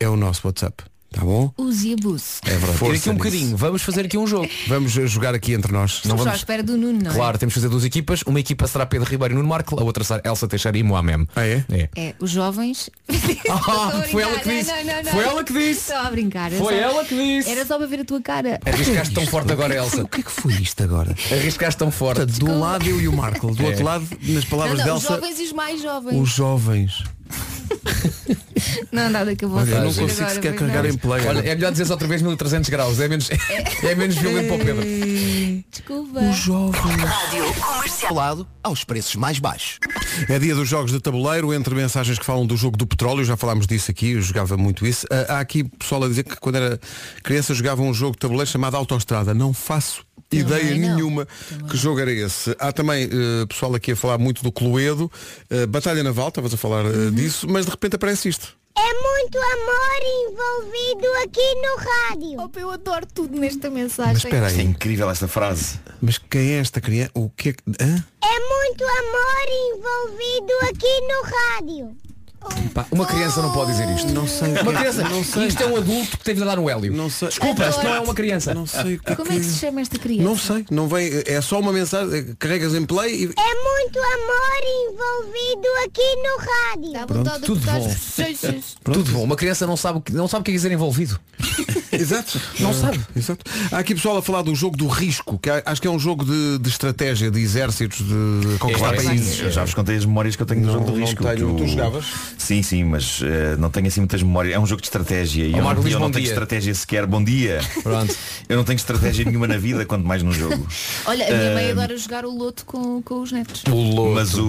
S2: é o nosso WhatsApp. Tá bom?
S4: Use e abuse.
S2: É verdade.
S5: Força
S2: Força
S5: aqui um
S2: nisso.
S5: bocadinho, vamos fazer aqui um jogo.
S2: Vamos jogar aqui entre nós.
S5: Não
S4: Estamos só à
S5: vamos...
S4: espera do Nuno, não é?
S5: Claro, temos de fazer duas equipas. Uma equipa será Pedro Ribeiro e Nuno Marco, a outra será Elsa Teixeira e Moamem.
S2: Ah, é?
S5: É.
S4: É, os jovens.
S5: Ah,
S4: Estou a
S5: foi ela que
S4: brincar. Não,
S5: disse.
S4: não, não.
S5: Foi ela que disse.
S4: Estou a brincar. eu
S5: Foi
S4: só-
S5: ela que disse. É
S4: Era só para ver a tua cara.
S5: Arriscaste tão forte agora, Elsa.
S2: O que é que foi isto agora?
S5: Arriscaste tão forte.
S2: Portanto, de um lado eu e o Marco, do outro
S5: É.
S2: lado, nas palavras
S4: não, não, os
S2: de Elsa,
S4: jovens e os mais jovens.
S2: os jovens.
S4: Não, nada que eu vou
S2: Olha, eu não
S4: fazer
S2: consigo
S4: agora,
S2: sequer
S4: pois
S2: carregar
S4: não.
S2: em play.
S5: Olha, é melhor dizeres outra vez 1300 graus. É menos, é menos violento para o Pedro.
S4: Desculpa.
S2: Os jovens.
S1: Ao lado, aos preços mais baixos.
S2: É dia dos jogos de tabuleiro, entre mensagens que falam do jogo do petróleo, já falámos disso aqui, eu jogava muito isso. Ah, Há aqui pessoal a dizer que quando era criança jogava um jogo de tabuleiro chamado Autostrada. Não faço ideia nenhuma que jogo era esse. Há também eh, pessoal aqui a falar muito do Cluedo, eh, Batalha Naval, estavas a falar eh,
S4: Uhum.
S2: disso, mas de repente aparece isto.
S23: É muito amor envolvido aqui no rádio.
S4: Opa, eu adoro tudo nesta
S2: Mas
S4: mensagem.
S2: espera aí.
S13: É incrível esta frase.
S2: Mas quem é esta criança? O que é que. Hã?
S23: É muito amor envolvido aqui no rádio.
S5: Pá, uma criança não pode dizer isto. Não sei. Uma criança, não sei. Isto é um adulto que teve de dar um hélio. Não sei. Desculpa, isto não é uma criança.
S2: Não sei o que é
S4: Como é que se chama esta criança?
S2: Não sei, não vem, é só uma mensagem, carregas em play e
S23: É muito amor envolvido aqui no rádio.
S4: Tá
S5: Pronto, tudo bom. Tudo bom. Uma criança não sabe, o que- não sabe o que é dizer envolvido.
S2: Exato.
S5: Não sabe.
S2: Exato. Há aqui pessoal a falar do jogo do risco, que há- acho que é um jogo de, de estratégia, de exércitos, de de conquistar países.
S13: É, Eu já vos contei as memórias que eu tenho do jogo do risco.
S2: tenho.
S13: que eu-
S2: Tu jogavas?
S13: Sim, sim, mas eh, não tenho assim muitas memórias. É um jogo de estratégia e
S5: Ó,
S13: eu,
S5: Marco,
S13: não,
S5: diz
S13: eu não
S5: bom
S13: tenho
S5: dia.
S13: estratégia sequer. Bom dia.
S5: Pronto.
S13: Eu não tenho estratégia nenhuma na vida, quanto mais num jogo.
S4: Olha, a minha mãe
S13: Ah,
S4: adora jogar o loto com, com os netos.
S13: Mas o,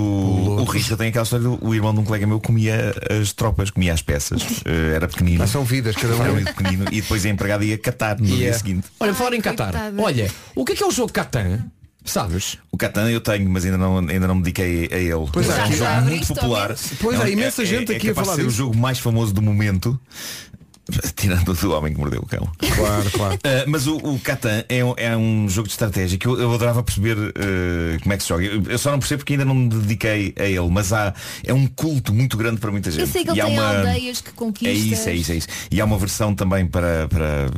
S13: o Richa tem aquela história do o irmão de um colega meu comia as tropas, comia as peças. Eh, era pequenino.
S2: são vidas, cada um.
S13: Era muito pequenino. E depois a empregada ia catar no dia
S5: Yeah.
S13: seguinte.
S5: Olha, falar em Qatar.
S13: coitada.
S5: Olha, o que é que é o jogo Catan? Sabes?
S13: O Catan eu tenho, mas ainda não, ainda não me dediquei a ele.
S2: Pois
S13: é
S2: há,
S13: um
S2: já
S13: jogo
S2: abriste
S13: muito
S2: ao
S13: popular.
S2: menos. Pois
S13: É um-
S2: há imensa
S13: é-
S2: gente
S13: é,
S2: aqui
S13: capaz de
S2: a falar
S13: ser
S2: disso.
S13: o jogo mais famoso do momento. Tirando do homem que mordeu o cão.
S2: Claro, claro.
S13: Ah, mas o, o Catan é, um- é um jogo de estratégia que eu, eu adorava perceber ah, como é que se joga. Eu, eu só não percebo porque ainda não me dediquei a ele, mas há, é um culto muito grande para
S5: é.
S13: muita gente.
S4: Eu sei que ele
S13: E há
S4: tem
S13: uma-
S4: aldeias que conquista.
S13: é isso, é isso, é isso. E há uma versão também para, para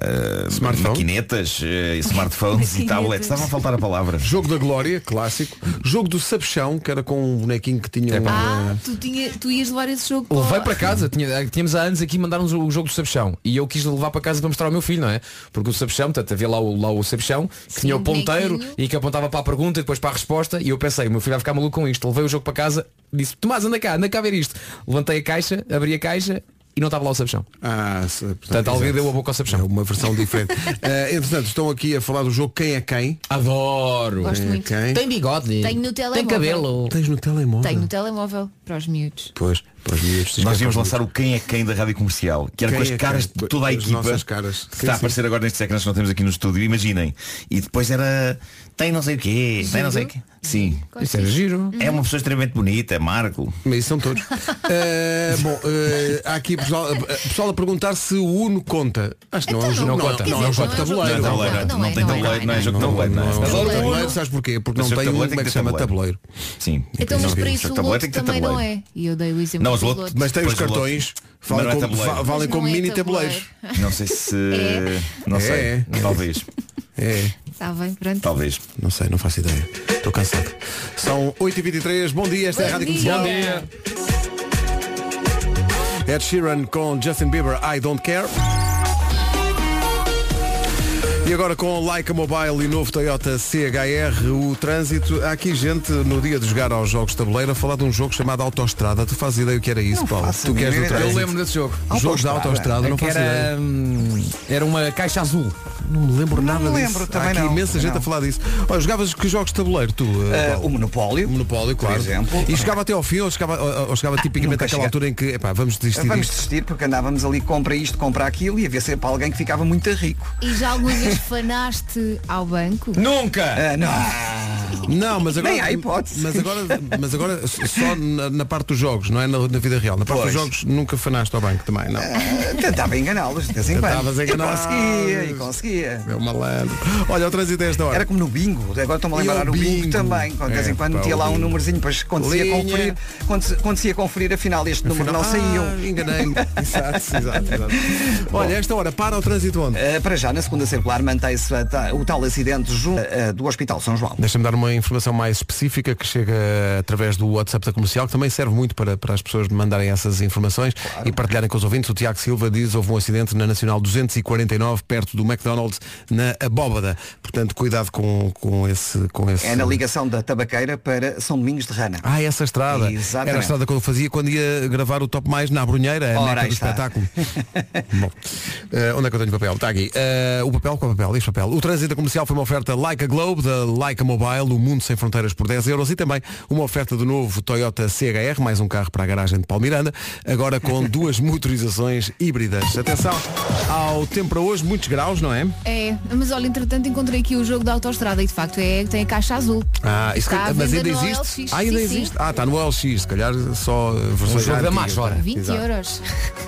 S13: ah, maquinetas, eh, smartphones e
S2: Maquinetas.
S13: tablets. Estava a faltar a palavra.
S2: Jogo da Glória, clássico. Jogo do Sabichão, que era
S13: É
S2: com um bonequinho que tinha um,
S4: Ah,
S2: eh,
S4: tu, tinha, tu ias levar esse jogo
S5: Levei
S4: o-
S5: para casa, tinha- tínhamos há anos aqui mandar um jogámos o jogo do Sabichão e eu quis levar para casa para mostrar ao meu filho, não é? Porque o Sabichão, portanto, havia lá o, lá o Sabichão, que tinha o ponteiro e que apontava para a pergunta e depois para a resposta e eu pensei, o meu filho vai ficar maluco com isto. Levei o jogo para casa, disse, Tomás, anda cá, anda cá ver isto. Levantei a caixa, abri a caixa e não estava lá o Sabichão.
S2: Ah, se- portanto,
S5: Portanto, alguém
S2: exato.
S5: deu a boca ao Sabichão.
S2: É uma versão diferente. Eh, entretanto, estão aqui a falar do jogo Quem é Quem.
S5: Adoro!
S4: Gosto
S2: Quem
S4: muito.
S2: É quem?
S4: Tem bigode. Tenho no telemóvel.
S2: Tens no telemóvel.
S4: Tenho no telemóvel para os miúdos.
S2: Pois, para os miúdos.
S13: Nós íamos lançar o Quem é Quem da Rádio Comercial, que era
S2: Quem
S13: com as
S2: é
S13: caras
S2: quem?
S13: de toda a
S2: As
S13: equipa
S2: nossas caras.
S13: que
S2: Sim,
S13: está a
S2: sim.
S13: aparecer agora nestes ecrãs que nós temos aqui no estúdio, imaginem. E depois era tem não sei o quê, tem não sei o quê. Sim.
S5: Isso era giro.
S13: É uma pessoa extremamente bonita, é Marco.
S2: Mas isso são todos. Eh, bom, eh, há aqui pessoal, eh, pessoal a perguntar se o Uno conta. Acho que não é um
S13: Então não
S2: jogo.
S13: conta.
S2: Não, é um jogo de
S13: Quer dizer, não é um jogo de tabuleiro.
S2: tabuleiro.
S13: Não, não é, Não tem não é, tabuleiro, não é, não é jogo de tabuleiro, não é.
S2: Mas
S13: Tabuleiro.
S2: o tabuleiro, sabes porquê? Porque
S13: Mas
S2: não
S13: o
S2: tem um
S13: tabuleiro
S2: que
S13: tem que
S2: se
S13: ter
S2: chama tabuleiro.
S13: tabuleiro. Sim.
S4: Então, mas por isso o lote
S13: tem que ter
S4: também não
S13: um tabuleiro.
S4: é. E eu dei o exemplo
S13: Não, mas
S4: do
S13: lote-
S4: lote.
S2: Mas tem os
S13: Pois, o lote.
S2: cartões,
S13: Mas
S2: valem
S13: não é
S2: como,
S13: tabuleiro.
S2: va- valem
S4: Mas
S2: como
S4: não é
S2: mini
S4: tabuleiro.
S2: tabuleiros.
S13: Não sei se.
S4: É.
S13: Não sei.
S2: É.
S13: Talvez.
S2: É.
S4: Está Tá bem, pronto.
S13: Talvez.
S2: Não sei, não faço ideia. Estou cansado. São 8h23, bom dia, esta é a
S4: Bom
S2: Rádio
S4: dia.
S2: Comercial. Ed Sheeran com Justin Bieber, I Don't Care. E agora com o Leica Mobile e novo Toyota CHR, o trânsito. Há aqui gente, no dia de jogar aos jogos de tabuleiro, a falar de um jogo chamado Autostrada. Tu fazes ideia o que era isso, Paulo?
S12: faço
S2: Tu
S12: a
S2: queres
S12: mínima
S2: do
S12: ideia.
S2: trânsito?
S12: Eu lembro
S5: desse jogo.
S2: Jogos da Autostrada,
S5: É
S2: não
S5: que
S2: faço
S5: era,
S2: ideia.
S5: hum, era uma caixa azul.
S2: Não me lembro nada
S12: me
S2: disso.
S12: lembro,
S2: Há
S12: também
S2: aqui
S12: não,
S2: imensa
S12: também
S2: gente
S12: não.
S2: a falar disso. Olha, jogavas que jogos de tabuleiro, tu?
S12: Eh,
S2: Paulo?
S12: o Monopólio.
S2: O Monopólio, claro.
S12: exemplo. Ah,
S2: E chegava até ao fim ou chegava, ou- ou chegava tipicamente
S12: nunca
S2: àquela
S12: chega.
S2: altura em que, epá, vamos desistir
S12: Vamos
S2: disto?
S12: desistir porque andávamos ali compra isto, compra aquilo e havia sempre é alguém que ficava muito rico.
S4: E já alguma vez fanaste ao banco?
S12: Ah, não.
S2: Não, mas agora.
S12: Nem há hipótese.
S2: Mas agora, mas agora só na, na parte dos jogos, não é na, na vida real. Na parte
S12: Pois.
S2: dos jogos nunca fanaste ao banco também, não.
S12: Ah, Tentava enganá-los de vez em quando.
S2: Tentavas
S12: E
S2: enganá-los.
S12: conseguia, e conseguia.
S2: Meu malandro. Olha, o trânsito é esta hora.
S12: Era como no bingo, agora estou-me a
S2: E
S12: lembrar o
S2: ao
S12: bingo,
S2: bingo.
S12: também. Quando de vez em
S2: É,
S12: quando
S2: pá,
S12: metia
S2: o
S12: lá um
S2: bingo.
S12: número depois quando se ia
S2: Linha.
S12: conferir, quando se, quando se ia conferir, afinal este número não saiu.
S2: Ah, Enganei-me. exato, exato, exato. Olha, esta hora para o trânsito onde?
S12: eh, para já, na segunda circular, mantém-se a ta- o tal acidente junto eh, do Hospital São João.
S2: Deixa-me dar uma informação mais específica que chega através do WhatsApp da comercial, que também serve muito para, para as pessoas mandarem essas informações e partilharem com os ouvintes. O Tiago Silva diz houve um acidente na Nacional 249, perto do McDonald's, na Abóbada. Portanto, cuidado com, com, esse, com esse.
S12: É na ligação da Tabaqueira para São Domingos de Rana.
S2: Ah, essa estrada.
S12: Exatamente.
S2: Era a estrada que eu fazia quando ia gravar o Top Mais na Brunheira, a
S12: Ora,
S2: meca
S12: aí
S2: do
S12: está.
S2: espetáculo. Bom, eh, onde é que eu tenho o papel? Está aqui. Eh, o papel com o papel, este papel. O trânsito comercial foi uma oferta Leica Globe, da Leica Mobile, o mundo sem fronteiras por 10 euros e também uma oferta do novo Toyota CHR, mais um carro para a garagem de Palmiranda, agora com duas motorizações híbridas. Atenção ao tempo para hoje, muitos graus, não é?
S4: É, mas olha, entretanto encontrei aqui o jogo da autoestrada e de facto é tem a caixa azul.
S2: Ah, isso que-
S4: Está à
S2: mas
S4: venda
S2: ainda
S4: Tá, no
S2: existe?
S4: LX,
S2: Ah, ainda
S4: sim, sim.
S2: existe. Ah, está no LX, se calhar só eh, versões
S5: jogo da
S2: antigas,
S5: Máscara.
S2: tá?
S4: 20
S2: Exato.
S4: euros.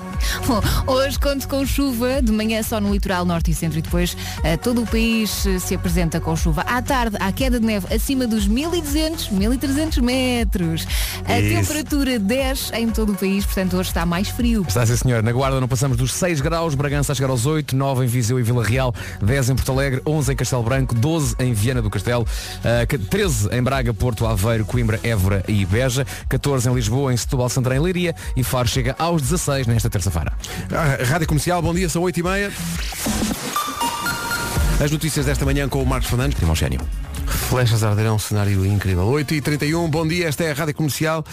S4: Bom, hoje conto com chuva, de manhã só no litoral norte e centro e depois eh, todo o país eh, se apresenta com chuva. À tarde há queda de neve acima dos 1200, 1300 metros. A
S5: Isso.
S4: temperatura 10 em todo o país, portanto hoje está mais frio.
S5: Está a ser senhor. Na Guarda não passamos dos 6 graus, Bragança a chegar aos 8, 9 em Viseu e Vila Real, 10 em Porto Alegre, 11 em Castelo Branco, 12 em Viana do Castelo, ah, que- 13 em Braga, Porto, Aveiro, Coimbra, Évora e Beja, 14 em Lisboa, em Setúbal, Santarém e Leiria e Faro chega aos 16 nesta terça-feira. um
S2: Ah, Rádio Comercial, bom dia, são 8 e meia. As notícias desta manhã com o Marcos Fernandes.
S5: Primogénio.
S2: Flechas a arder é um cenário incrível. 8 e 31 bom dia, esta é a Rádio Comercial.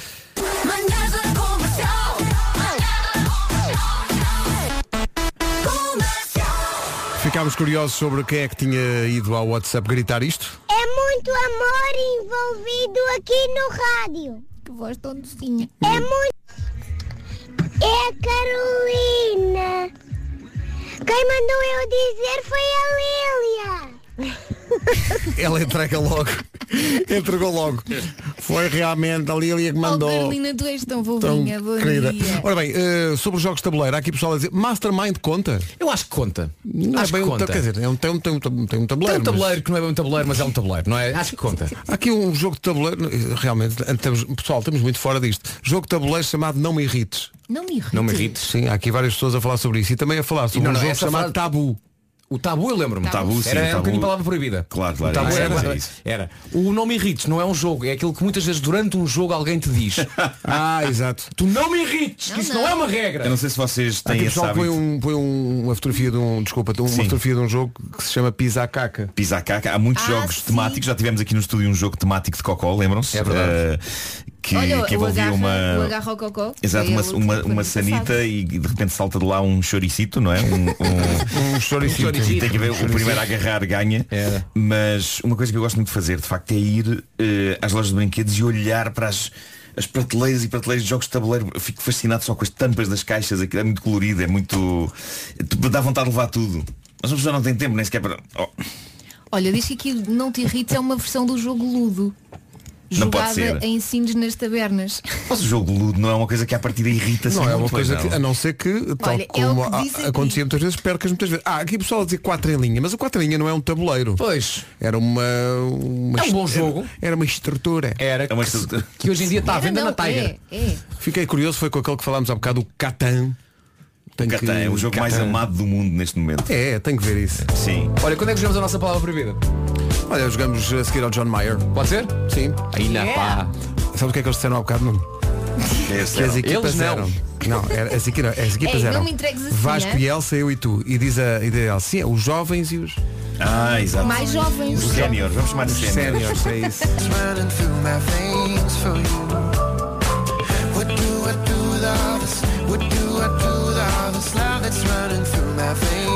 S2: Ficámos curiosos sobre quem é que tinha ido ao WhatsApp gritar isto.
S23: É muito amor envolvido aqui no rádio. Que voz tão docinha. É muito. É a Carolina. Quem mandou eu dizer foi a Lília.
S2: Ela entrega logo. Entregou logo. Foi realmente a Lília que
S4: Oh,
S2: mandou.
S4: Carolina, tu és tão
S2: Tão
S4: bobinha, bom
S2: querida.
S4: dia.
S2: Ora bem, eh, sobre os jogos de tabuleiro, há aqui pessoal a dizer Mastermind conta?
S5: Eu acho que conta.
S2: Não
S5: Acho
S2: é bem
S5: que
S2: um
S5: conta.
S2: ta- quer dizer, é um, tem, um, tem, um, tem um
S5: Tem
S2: tabuleiro.
S5: um
S2: mas-
S5: tabuleiro que não é bem um tabuleiro, mas é um tabuleiro, não é? Acho que conta.
S2: Há aqui um jogo de tabuleiro, realmente, estamos, pessoal, estamos muito fora disto. Jogo de tabuleiro chamado Não Me Irrites.
S4: Não me irrites.
S2: Sim, há aqui várias pessoas a falar sobre isso. E também a falar sobre
S5: E não,
S2: um
S5: não,
S2: jogo
S5: essa
S2: chamado
S5: frase-
S2: Tabu.
S5: O tabu eu lembro-me.
S13: O tabu, sim,
S5: era
S13: o
S5: um
S13: tabu.
S5: bocadinho palavra proibida.
S13: Claro,
S5: O
S13: claro.
S5: tabu
S13: é isso,
S5: Tá era,
S13: é isso.
S5: era. O não me irrites não é um jogo, é aquilo que muitas vezes durante um jogo alguém te diz.
S2: ah, exato.
S5: Tu não me irrites, que isso não. é uma regra.
S13: Eu não sei se vocês
S2: Há aqui
S13: têm esse
S2: pessoal que põe,
S13: hábito.
S2: um, põe um- uma fotografia de um, desculpa, de um- uma
S13: Sim.
S2: fotografia de um jogo que se chama Pisa a Caca.
S13: Pisa a caca. Há
S4: Ah,
S13: muitos jogos temáticos. Já tivemos aqui no estúdio um jogo temático de Cocó, lembram-se?
S5: É verdade.
S13: Eh, que,
S4: Olha, o
S13: que envolvia
S4: agarra,
S13: uma.
S4: o agarra ao cocó.
S13: Exato,
S4: Foi
S13: uma, um-
S4: ele o
S13: uma,
S4: que foi
S13: uma
S4: passado.
S13: sanita e de repente salta de lá um choricito, não é? Um, um...
S2: choricito.
S13: E tem que ver, o primeiro a agarrar ganha. Mas uma coisa que eu gosto muito de fazer, de facto, é ir eh, às lojas de brinquedos e olhar para as, as prateleiras e prateleiras de jogos de tabuleiro. Eu Fico fascinado só com as tampas das caixas, aquilo é muito colorido, é muito. tu- Dá vontade de levar tudo. Mas uma pessoa não tem tempo nem sequer para. Oh,
S4: Olha, diz que aqui o Não Te Irrites é uma versão do jogo Ludo.
S13: Não pode
S4: Jogada
S13: ser.
S4: em Sines nas tabernas.
S13: Mas o jogo ludo não é uma coisa que à partida irrita-se
S2: Não, é uma
S13: muito,
S2: coisa
S13: pois
S2: que,
S13: não?
S2: a não ser que, tal
S4: Olha, é
S2: como
S4: o que
S2: a-
S4: diz aqui.
S2: acontecia muitas vezes, percas muitas vezes. Ah, aqui o pessoal a dizer 4 em linha, mas o 4 em linha não é um tabuleiro.
S5: Pois.
S2: Era uma. uma
S5: É um bom
S2: est-
S5: jogo.
S2: Era uma estrutura.
S5: Era
S13: É uma estrutura.
S5: que hoje em dia
S2: tá
S5: está à
S4: Era
S5: venda
S4: não,
S5: na Tiger.
S4: É, é.
S2: Fiquei curioso, foi com aquele que falámos há bocado, o Catan. Tem
S13: Catan, é o jogo mais
S2: Catan.
S13: amado do mundo neste momento.
S2: É, tem que ver isso.
S13: Sim.
S5: Olha, quando é que jogamos a nossa palavra proibida?
S2: Olha, jogamos a seguir ao John Mayer.
S5: Pode ser?
S2: Sim.
S5: Ainda
S2: Yeah. Sabe o que é que eles disseram há bocado, Nuno?
S5: é
S2: Que as equipas
S5: Eles não.
S2: eram. Não, era- as, equi- não, as equipas
S4: Ei, É, não
S2: eram.
S4: me entregues assim,
S2: Vasco
S4: é?
S2: e Elsa, eu e tu. E diz a, e diz a Elsa, sim, é os jovens e os.
S13: Ah, exato.
S4: Mais jovens.
S13: Os séniores, vamos chamar de
S2: Os
S13: séniores.
S2: séniores, é isso.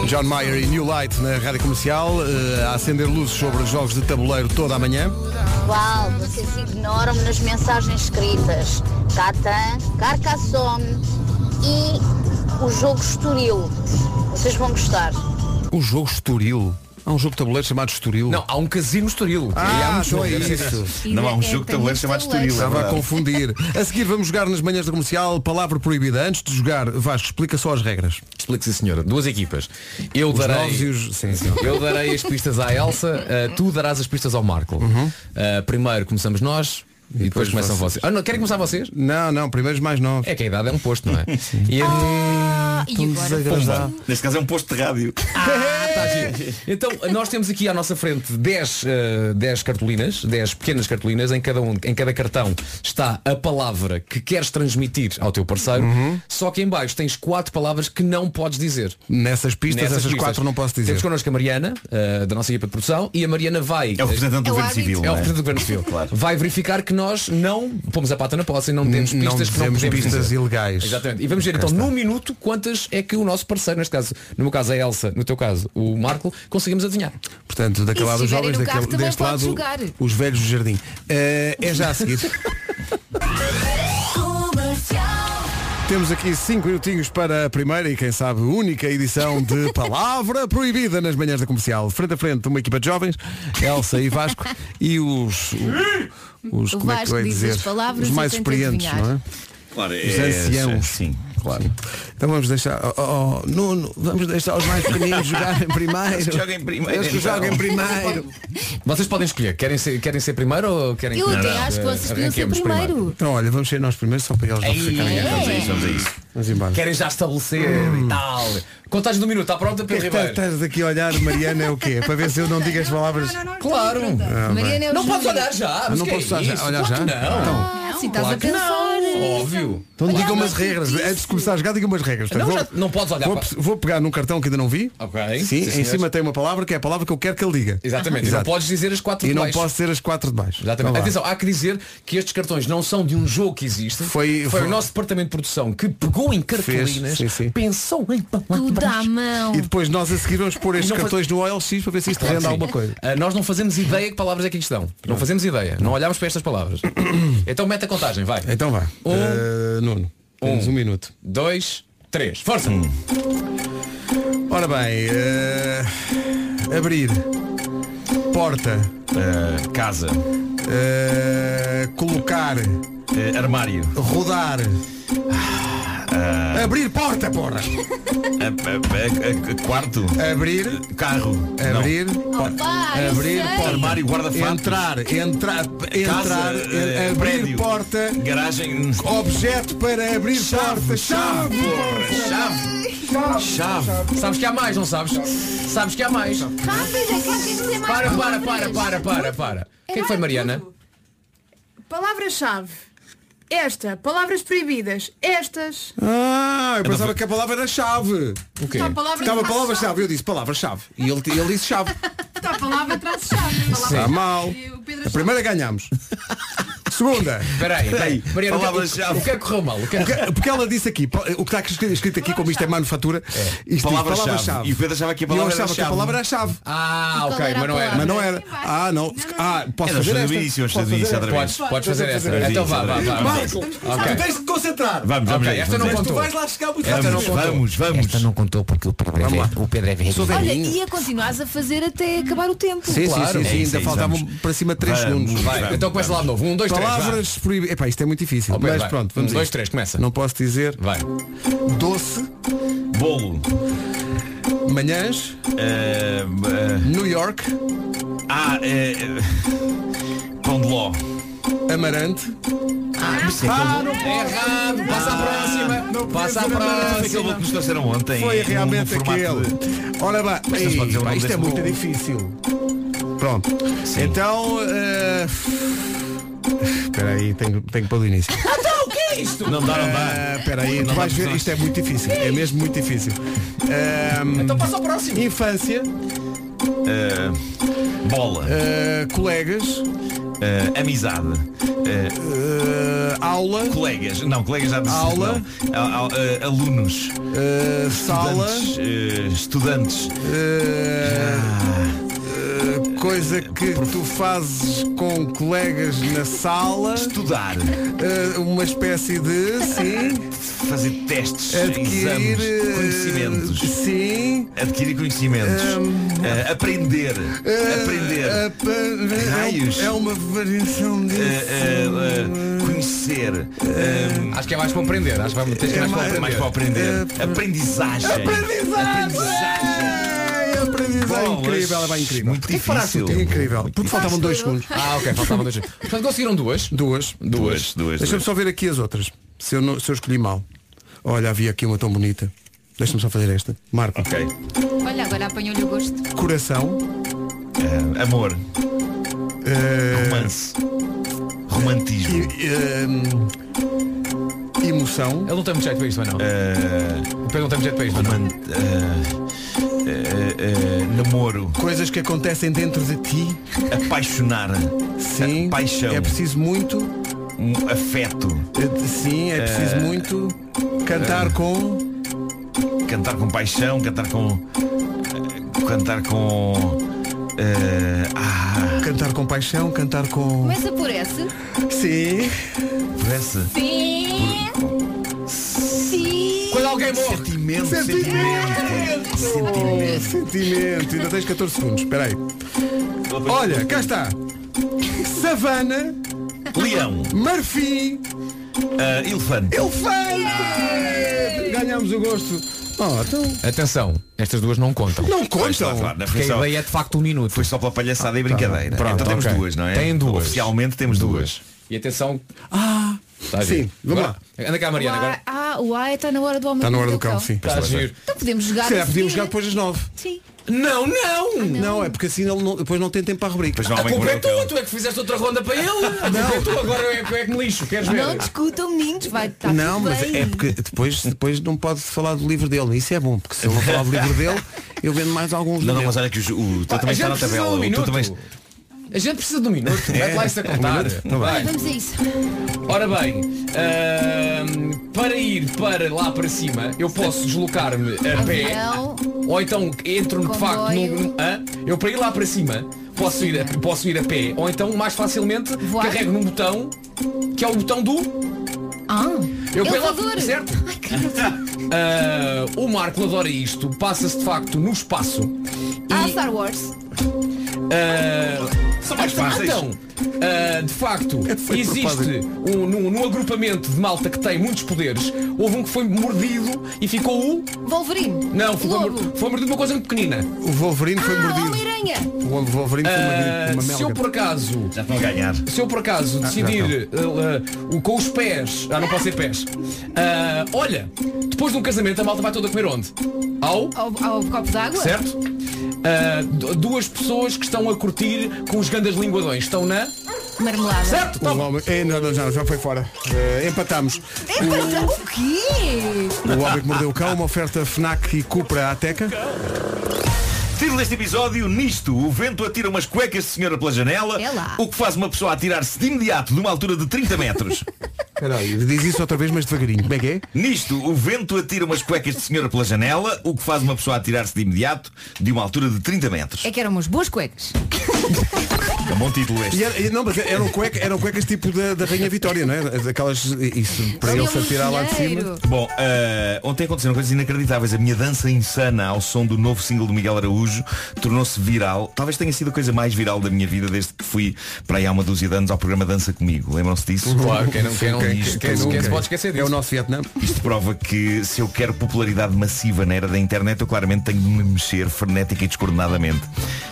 S2: John Mayer e New Light na rádio comercial, eh, a acender luzes sobre os jogos de tabuleiro toda a manhã.
S3: Uau, vocês ignoram-me nas mensagens escritas. Catan, Carcassonne e o jogo Estoril. Vocês vão gostar.
S2: Um jogo Estoril. Há um jogo de tabuleiro chamado Estoril.
S5: Não, há um casino Estoril.
S2: Ah,
S5: E há um muitos
S2: não é
S5: jogos.
S2: isso.
S13: Não há um jogo de tabuleiro chamado Estoril. é
S2: Estava a
S13: verdade.
S2: confundir. A seguir vamos jogar nas manhãs da comercial Palavra Proibida. Antes de jogar, Vasco, explica só as regras.
S5: Explique-se, senhora. Duas equipas. Eu
S2: Os
S5: darei.
S2: novos e os- sim, sim.
S5: Eu darei as pistas à Elsa, eh, tu darás as pistas ao Marco. Eh, primeiro começamos nós e, depois,
S2: Uhum. depois
S5: começam
S2: vocês.
S5: vocês. Ah, não, querem começar vocês?
S2: Não, não, primeiro os mais novos. Ah,
S5: É que a idade é um posto, não é? E a-
S4: e
S13: Pumba. Neste caso é um posto de rádio.
S5: Tá giro. Então, nós temos aqui à nossa frente 10, eh, 10 cartolinas, 10 pequenas cartolinas, em cada, um, em cada cartão está a palavra que queres transmitir ao teu parceiro,
S2: Uhum.
S5: só que em baixo tens quatro palavras que não podes dizer.
S2: Nessas pistas, essas quatro não posso dizer.
S5: Temos connosco a Mariana, eh, da nossa equipa de produção, e a Mariana vai.
S13: É o representante do É o governo
S5: governo
S13: árbitro. civil,
S5: É o
S13: não é?
S5: representante do governo civil.
S13: Claro.
S5: Vai verificar que nós não pomos a pata na poça e não temos
S2: N- não
S5: pistas que não
S2: dizemos
S5: podemos
S2: pistas
S5: dizer.
S2: ilegais.
S5: Exatamente. E vamos ver
S2: Cá
S5: então
S2: está.
S5: num minuto quantas é que o nosso parceiro, neste caso, no meu caso a Elsa, no teu caso o Marco, conseguimos adivinhar.
S2: Portanto, daquele
S4: E se
S2: lado os
S4: estiverem
S2: jovens,
S4: no
S2: daquele,
S4: carro, também
S2: deste
S4: pode
S2: lado
S4: jogar.
S2: os velhos do jardim. Eh, é já a seguir. Temos aqui cinco minutinhos para a primeira e quem sabe única edição de Palavra Proibida nas manhãs da comercial. Frente a frente, uma equipa de jovens, Elsa e Vasco e os. Os,
S4: O
S2: como é que
S4: Vasco
S2: eu ia
S4: diz
S2: dizer?
S4: as palavras
S2: os
S4: e
S2: mais
S4: tenta
S2: experientes,
S4: adivinhar.
S2: não é?
S13: Claro, é-
S2: Os anciãos.
S13: Sim, claro.
S2: Então vamos deixar. Oh, oh, oh, Nuno, vamos deixar os mais pequeninos jogarem primeiro.
S13: Eles que joguem primeiro,
S2: Eles que
S13: então.
S2: joguem primeiro.
S5: Vocês podem escolher, querem ser, querem ser primeiro ou querem
S4: Eu
S5: Não,
S4: até
S5: não. Eh,
S4: acho que vocês podiam ser
S5: Arranquemos
S4: primeiro.
S2: Então olha, vamos ser nós primeiro só para eles não
S5: Ei,
S2: ficarem.
S5: é. Vamos a
S13: isso, vamos a isso.
S2: Vamos embora. Hum.
S5: Querem já estabelecer e tal. Contagem do minuto, está pronta,
S2: O que é
S5: Pedro
S2: que
S5: Ribeiro?
S2: estás daqui a olhar, Mariana, é o quê? Para ver se eu não digo as palavras.
S5: Claro!
S2: Ah, bem.
S4: é
S5: não podes olhar já!
S2: Ah,
S5: mas
S2: não
S5: que
S2: posso
S5: é
S2: olhar já-
S5: isso?
S2: olhar
S5: Claro
S2: já?
S5: que Não.
S2: Então.
S4: Ah, sim, estás
S5: Claro
S4: a
S5: que
S4: pensar.
S5: Óbvio.
S2: Então digam
S4: Olha,
S2: umas
S4: mas
S2: regras.
S4: isso.
S2: Antes de começar a jogar, digam umas regras.
S5: Não,
S2: Portanto,
S5: já não podes olhar
S2: Vou,
S5: para-
S2: vou pegar num cartão que ainda não vi.
S5: Ok.
S2: Sim,
S5: Sim,
S2: em
S5: senhores.
S2: cima tem uma palavra que é a palavra que eu quero que ele diga.
S5: Exatamente. E não
S2: Exato.
S5: podes dizer as quatro
S2: E
S5: de
S2: não
S5: baixo.
S2: posso ser as quatro de baixo.
S5: Exatamente.
S2: Então vá.
S5: Atenção, há que dizer que estes cartões não são de um jogo que existe.
S2: Foi- foi-
S5: o nosso departamento de produção que pegou em cartolinas,
S2: Fez, sim, sim.
S5: pensou em
S4: Tudo à mão.
S2: E depois nós a seguir vamos pôr estes
S5: Não faz-
S2: cartões no OLX para ver se isto
S5: Claro que
S2: rende
S5: sim.
S2: alguma coisa.
S5: Ah, nós não fazemos ideia que palavras é que aqui estão. Não fazemos ideia. Não olhámos para estas palavras. então mete a contagem, vai.
S2: Então vá.
S5: Um.
S2: Eh, Nuno, temos um minuto. Hum.
S5: Dois, três. Força!
S2: Ora bem, eh, abrir, porta,
S13: Eh, casa.
S2: eh, colocar,
S13: Eh, armário.
S2: rodar,
S13: Ah,
S2: Abrir porta,
S13: a-
S2: porra!
S13: a- a- a- quarto.
S2: Abrir.
S13: Carro.
S2: Abrir.
S13: Porta.
S2: eh, Abrir porta.
S13: Armário, guarda-fato.
S2: Entrar, entrar, entrar,
S13: Casa,
S2: en-
S13: eh,
S2: abrir
S13: prédio.
S2: porta.
S13: Garagem.
S2: Objeto para abrir porta. Chave,
S13: porra,
S2: Chave.
S5: Chave. Sabes que há mais, não sabes? Sabes que há mais.
S6: Rápido, é que há que dizer mais
S5: Para, para,
S6: palavras.
S5: para, para, para, para. O que é que foi, Mariana?
S6: Palavra-chave. Esta, palavras proibidas. Estas.
S2: Ah, eu pensava que a palavra era chave. O
S6: quê? Não, a palavra
S2: Estava a
S6: traz
S2: palavra-chave, eu disse palavra-chave. E ele, ele disse chave.
S6: Está Então, a palavra traz chave.
S2: Está Tá mal. A primeira ganhámos. Segunda.
S5: Espera aí, espera aí. Mariana, o que, o, o que é que correu mal? O que é que-
S2: Porque ela disse aqui, pa- o que está escrito- escrito aqui, como isto é manufatura, isto diz
S13: Palavra-chave.
S2: palavra-chave.
S13: E o Pedro achava que a
S2: E eu
S13: palavra era
S2: achava que a
S13: chave.
S2: palavra era chave.
S5: Ah,
S13: E qual ok, era a mas não era. palavra?
S2: Mas não era. Ah, não. Ah, posso
S13: Era
S2: fazer
S13: do
S2: esta?
S13: início,
S2: Posso
S13: era do
S2: fazer
S13: início, outra
S2: esta?
S13: vez. Podes- podes fazer esta. Então vá, vá, vá.
S2: Marco,
S13: Ok.
S2: tu tens de te concentrar.
S13: Vamos, vamos,
S2: Ok,
S13: vamos,
S2: Esta não
S13: vamos.
S2: contou. Tu vais lá chegar muito
S13: Vamos,
S2: rápido. Esta não contou.
S13: vamos, vamos. Esta não contou porque o Pedro é velho. O Pedro é
S24: Olha, e a continuares a fazer até acabar o tempo.
S2: Sim, sim,
S13: É
S2: sim, sim,
S13: isso,
S2: ainda
S13: é isso,
S2: faltavam
S13: vamos.
S2: para
S12: um,
S2: cima 3
S13: Vamos,
S2: segundos.
S13: vai,
S5: então começa lá de novo. Um, dois, três,
S2: Palavras proibidas. Epá, isto é muito difícil.
S5: Oh, Pedro,
S2: mas
S5: vai.
S2: pronto, vamos
S5: Um,
S2: a
S5: dois,
S2: isto.
S5: três, começa.
S2: Não posso dizer.
S5: Vai.
S2: Doce.
S13: Bolo. Eh,
S2: Manhãs. New York.
S13: Ah, é. Pão de ló.
S2: Amarante.
S13: Ah, isso é
S2: Ah,
S13: que eu-
S2: não posso.
S5: Errado. Passa à próxima.
S2: Não podia
S5: Passa à
S2: ser amarante.
S13: Foi aquele
S5: próxima.
S13: bolo que nos trouxeram ontem.
S2: Foi
S13: num- num
S2: realmente
S13: um formato
S2: aquele.
S13: de-
S2: Ora bem,
S13: Mas não se pode dizer o
S2: pá,
S13: nome
S2: isto é
S13: desse
S2: muito
S13: bolo.
S2: difícil. Pronto. Então. eh, Espera aí, tenho, tenho que pôr do início.
S5: Então, o que é isto?
S13: Não dá, não dá.
S2: Ah, Espera aí,
S13: Não
S2: tu
S13: dá
S2: vais
S13: para
S2: ver,
S13: usar.
S2: isto é muito difícil. É mesmo muito difícil. Ehm,
S5: Então passa ao próximo.
S2: Infância,
S13: Eh, bola.
S2: eh, colegas,
S13: Eh, amizade. Eh,
S2: Ah, aula.
S13: Colegas. Não, colegas já disse.
S2: Aula.
S13: não. Al- al- eh, alunos.
S2: eh, sala,
S13: Estudantes. eh, estudantes.
S2: eh, eh, coisa que tu fazes com colegas na sala.
S13: Estudar.
S2: Eh, uma espécie de. Sim.
S13: Fazer testes,
S2: Adquirir,
S13: exames,
S2: eh,
S13: conhecimentos.
S2: Sim.
S13: Adquirir conhecimentos.
S2: Hum.
S13: Eh, aprender. aprender.
S2: Eh, apa- é-
S13: Raios.
S2: É uma variação
S13: Eh,
S2: disso.
S13: eh, eh, conhecer. eh,
S5: Acho que é mais para aprender. Acho que vai
S13: é
S5: ter mais para
S13: mais,
S5: aprender.
S13: mais para aprender.
S2: É,
S13: Aprendizagem.
S2: Aprendizagem!
S6: É
S2: Aprendizagem
S13: Bolas.
S2: incrível, ela vai incrível.
S13: Muito
S2: Por que paraste
S13: difícil.
S2: o tempo? Incrível. Porque faltavam dois segundos.
S5: Ah, ok, faltavam dois. Portanto, conseguiram duas.
S2: Duas.
S13: Duas, duas.
S2: Deixa-me só ver aqui as outras. Se eu, não- se eu escolhi mal. Olha, havia aqui uma tão bonita. Deixa-me só fazer esta. Marco.
S13: Ok.
S4: Olha, agora apanhou-lhe o gosto.
S2: Coração.
S13: Eh, amor.
S2: eh,
S13: Romance. Romantismo.
S2: e- ehm, emoção.
S5: Ele não tem muito jeito para isto, vai não. O Pedro não tem muito jeito para isto, vai não.
S13: Eh, eh, eh, namoro.
S2: Coisas que acontecem dentro de ti.
S13: Apaixonar.
S2: Sim.
S13: Paixão.
S2: É preciso muito.
S13: Um afeto.
S2: eh, Sim, é preciso
S13: Eh,
S2: muito. Cantar com.
S13: Cantar com paixão, cantar com. eh, Cantar com. eh, ah,
S2: Cantar com paixão, cantar com.
S4: Começa por S.
S2: Sim.
S13: parece.
S4: Sim. Sim.
S5: Quando alguém morre.
S6: Um
S13: Sentimento.
S6: É.
S2: Sentimento. Sentimento. Sentimento. Ainda tens 14 segundos. Espera aí. Olha, cá está. Savana,
S13: Leão.
S2: marfim,
S13: eh, elefante.
S2: elefante. Ganhámos o gosto. Oh, então...
S5: Atenção, estas duas não contam.
S2: Não
S13: Pois,
S2: contam.
S13: claro, claro, não,
S5: Porque
S13: foi
S5: a
S13: só,
S5: ideia é de facto um minuto. Ah, tá.
S13: foi só pela palhaçada e brincadeira.
S5: Pronto,
S13: então temos
S5: ok.
S13: duas, não é?
S5: Tem duas.
S13: Oficialmente temos duas.
S5: E atenção.
S2: Ah,
S5: Está a giro.
S2: Sim, vamos
S5: Agora- Anda cá, Mariana, agora.
S4: Ah, o A está na hora do homem.
S2: Está na hora
S4: do
S2: do cão, sim.
S5: Está a giro.
S4: Então podemos jogar.
S2: Se
S4: a
S2: calhar podíamos jogar
S4: seguir.
S2: depois das 9.
S4: Sim.
S5: Não, não!
S2: Não, é porque assim ele não- depois não tem tempo para a rubrica.
S13: Pois não,
S5: A
S13: homem que
S5: culpa é
S13: mordeu o
S5: tua,
S13: cão.
S5: tu é que fizeste outra ronda para ele. A culpa é tua, agora eu é, que- eu é que me lixo, queres ver?
S4: Não discutam, meninos. Vai estar
S2: Não,
S4: Tá tudo
S2: mas
S4: bem.
S2: é porque depois, depois não pode falar do livro dele. Isso é bom, porque se eu não falar do livro dele, eu vendo mais alguns
S13: Não,
S2: do
S13: não,
S2: meu. Ah,
S13: mas olha que o, o, tu também
S5: a
S13: está
S5: gente
S13: na
S5: precisa
S13: tabela.
S5: de
S13: o-
S5: um
S13: Tu
S5: minuto.
S13: também,
S5: A gente precisa de um minuto. Mete lá isso a contar.
S9: Então
S2: Tá bem.
S4: Vamos a isso.
S5: Ora bem, ahm, para ir para lá para cima, eu posso deslocar-me
S6: É.
S5: a pé.
S4: Avião.
S5: Ou então entro de
S6: um
S4: Comboio.
S5: facto num. num- hã? Eu para ir lá para cima posso ir, a, posso ir a pé. Ou então mais facilmente
S4: Voar.
S5: carrego num botão que é o botão do.
S4: Ah,
S5: Eu
S4: ele
S5: pela-
S4: adora.
S5: certo?
S4: Ai, caramba.
S5: Ah, o Marco adora isto. Passa-se de facto no espaço.
S4: Ah, Star Wars.
S5: Ah,
S8: São mais fáceis. Então, ah, de facto,
S2: É,
S8: existe um, num, num agrupamento de malta que tem muitos poderes, houve um que foi mordido e ficou o.
S6: Wolverine.
S8: Não, ficou mor- foi mordido uma coisa muito pequenina. Ah,
S2: O Wolverine
S6: Ah, Homem-Aranha.
S2: O Wolverine foi mordido por uma
S8: se eu
S2: melga.
S8: por acaso já
S2: estão a ganhar.
S8: se eu por acaso
S2: Ah, já
S8: decidir ah, ah, o- com os pés ah não pode ser pés Ah, olha depois de um casamento a malta vai toda comer onde ao
S6: Ao, ao copo d'água.
S8: certo Ah, du- duas pessoas que estão a curtir com os gandas linguadões estão na
S6: Marmelada.
S8: Certo,
S2: O homem... eh, não, não, já, já foi fora. Eh, empatamos.
S6: É para o quê?
S2: O Homem que Mordeu o Cão, uma oferta FNAC e Cupra Ateca.
S13: Título deste episódio, nisto, o vento atira umas cuecas de senhora pela janela,
S6: É lá.
S13: o que faz uma pessoa atirar-se de imediato de uma altura de 30 metros.
S2: Peraí, diz isso outra vez, mas devagarinho. Como é que é?
S13: Nisto, o vento atira umas cuecas de senhora pela janela, o que faz uma pessoa atirar-se de imediato de uma altura de 30 metros.
S6: É que eram umas boas cuecas.
S13: É um bom título este.
S2: E era- e não, mas eram, cueca, eram cuecas tipo da, da Rainha Vitória, não é? Aquelas. Isso, para ele se atirar lá de cima.
S13: Bom, eh, ontem aconteceram coisas inacreditáveis. A minha dança insana ao som do novo single do Miguel Araújo tornou-se viral. Talvez tenha sido a coisa mais viral da minha vida desde que fui para aí há uma dúzia de anos ao programa Dança Comigo. Lembram-se disso?
S8: Claro, quem não- quem não- quem-
S13: Isto-
S8: quem não- quem se pode esquecer disso. É o
S2: nosso Vietnã.
S13: Isto prova que se eu quero popularidade massiva na era da internet, eu claramente tenho de me mexer frenética e descoordenadamente.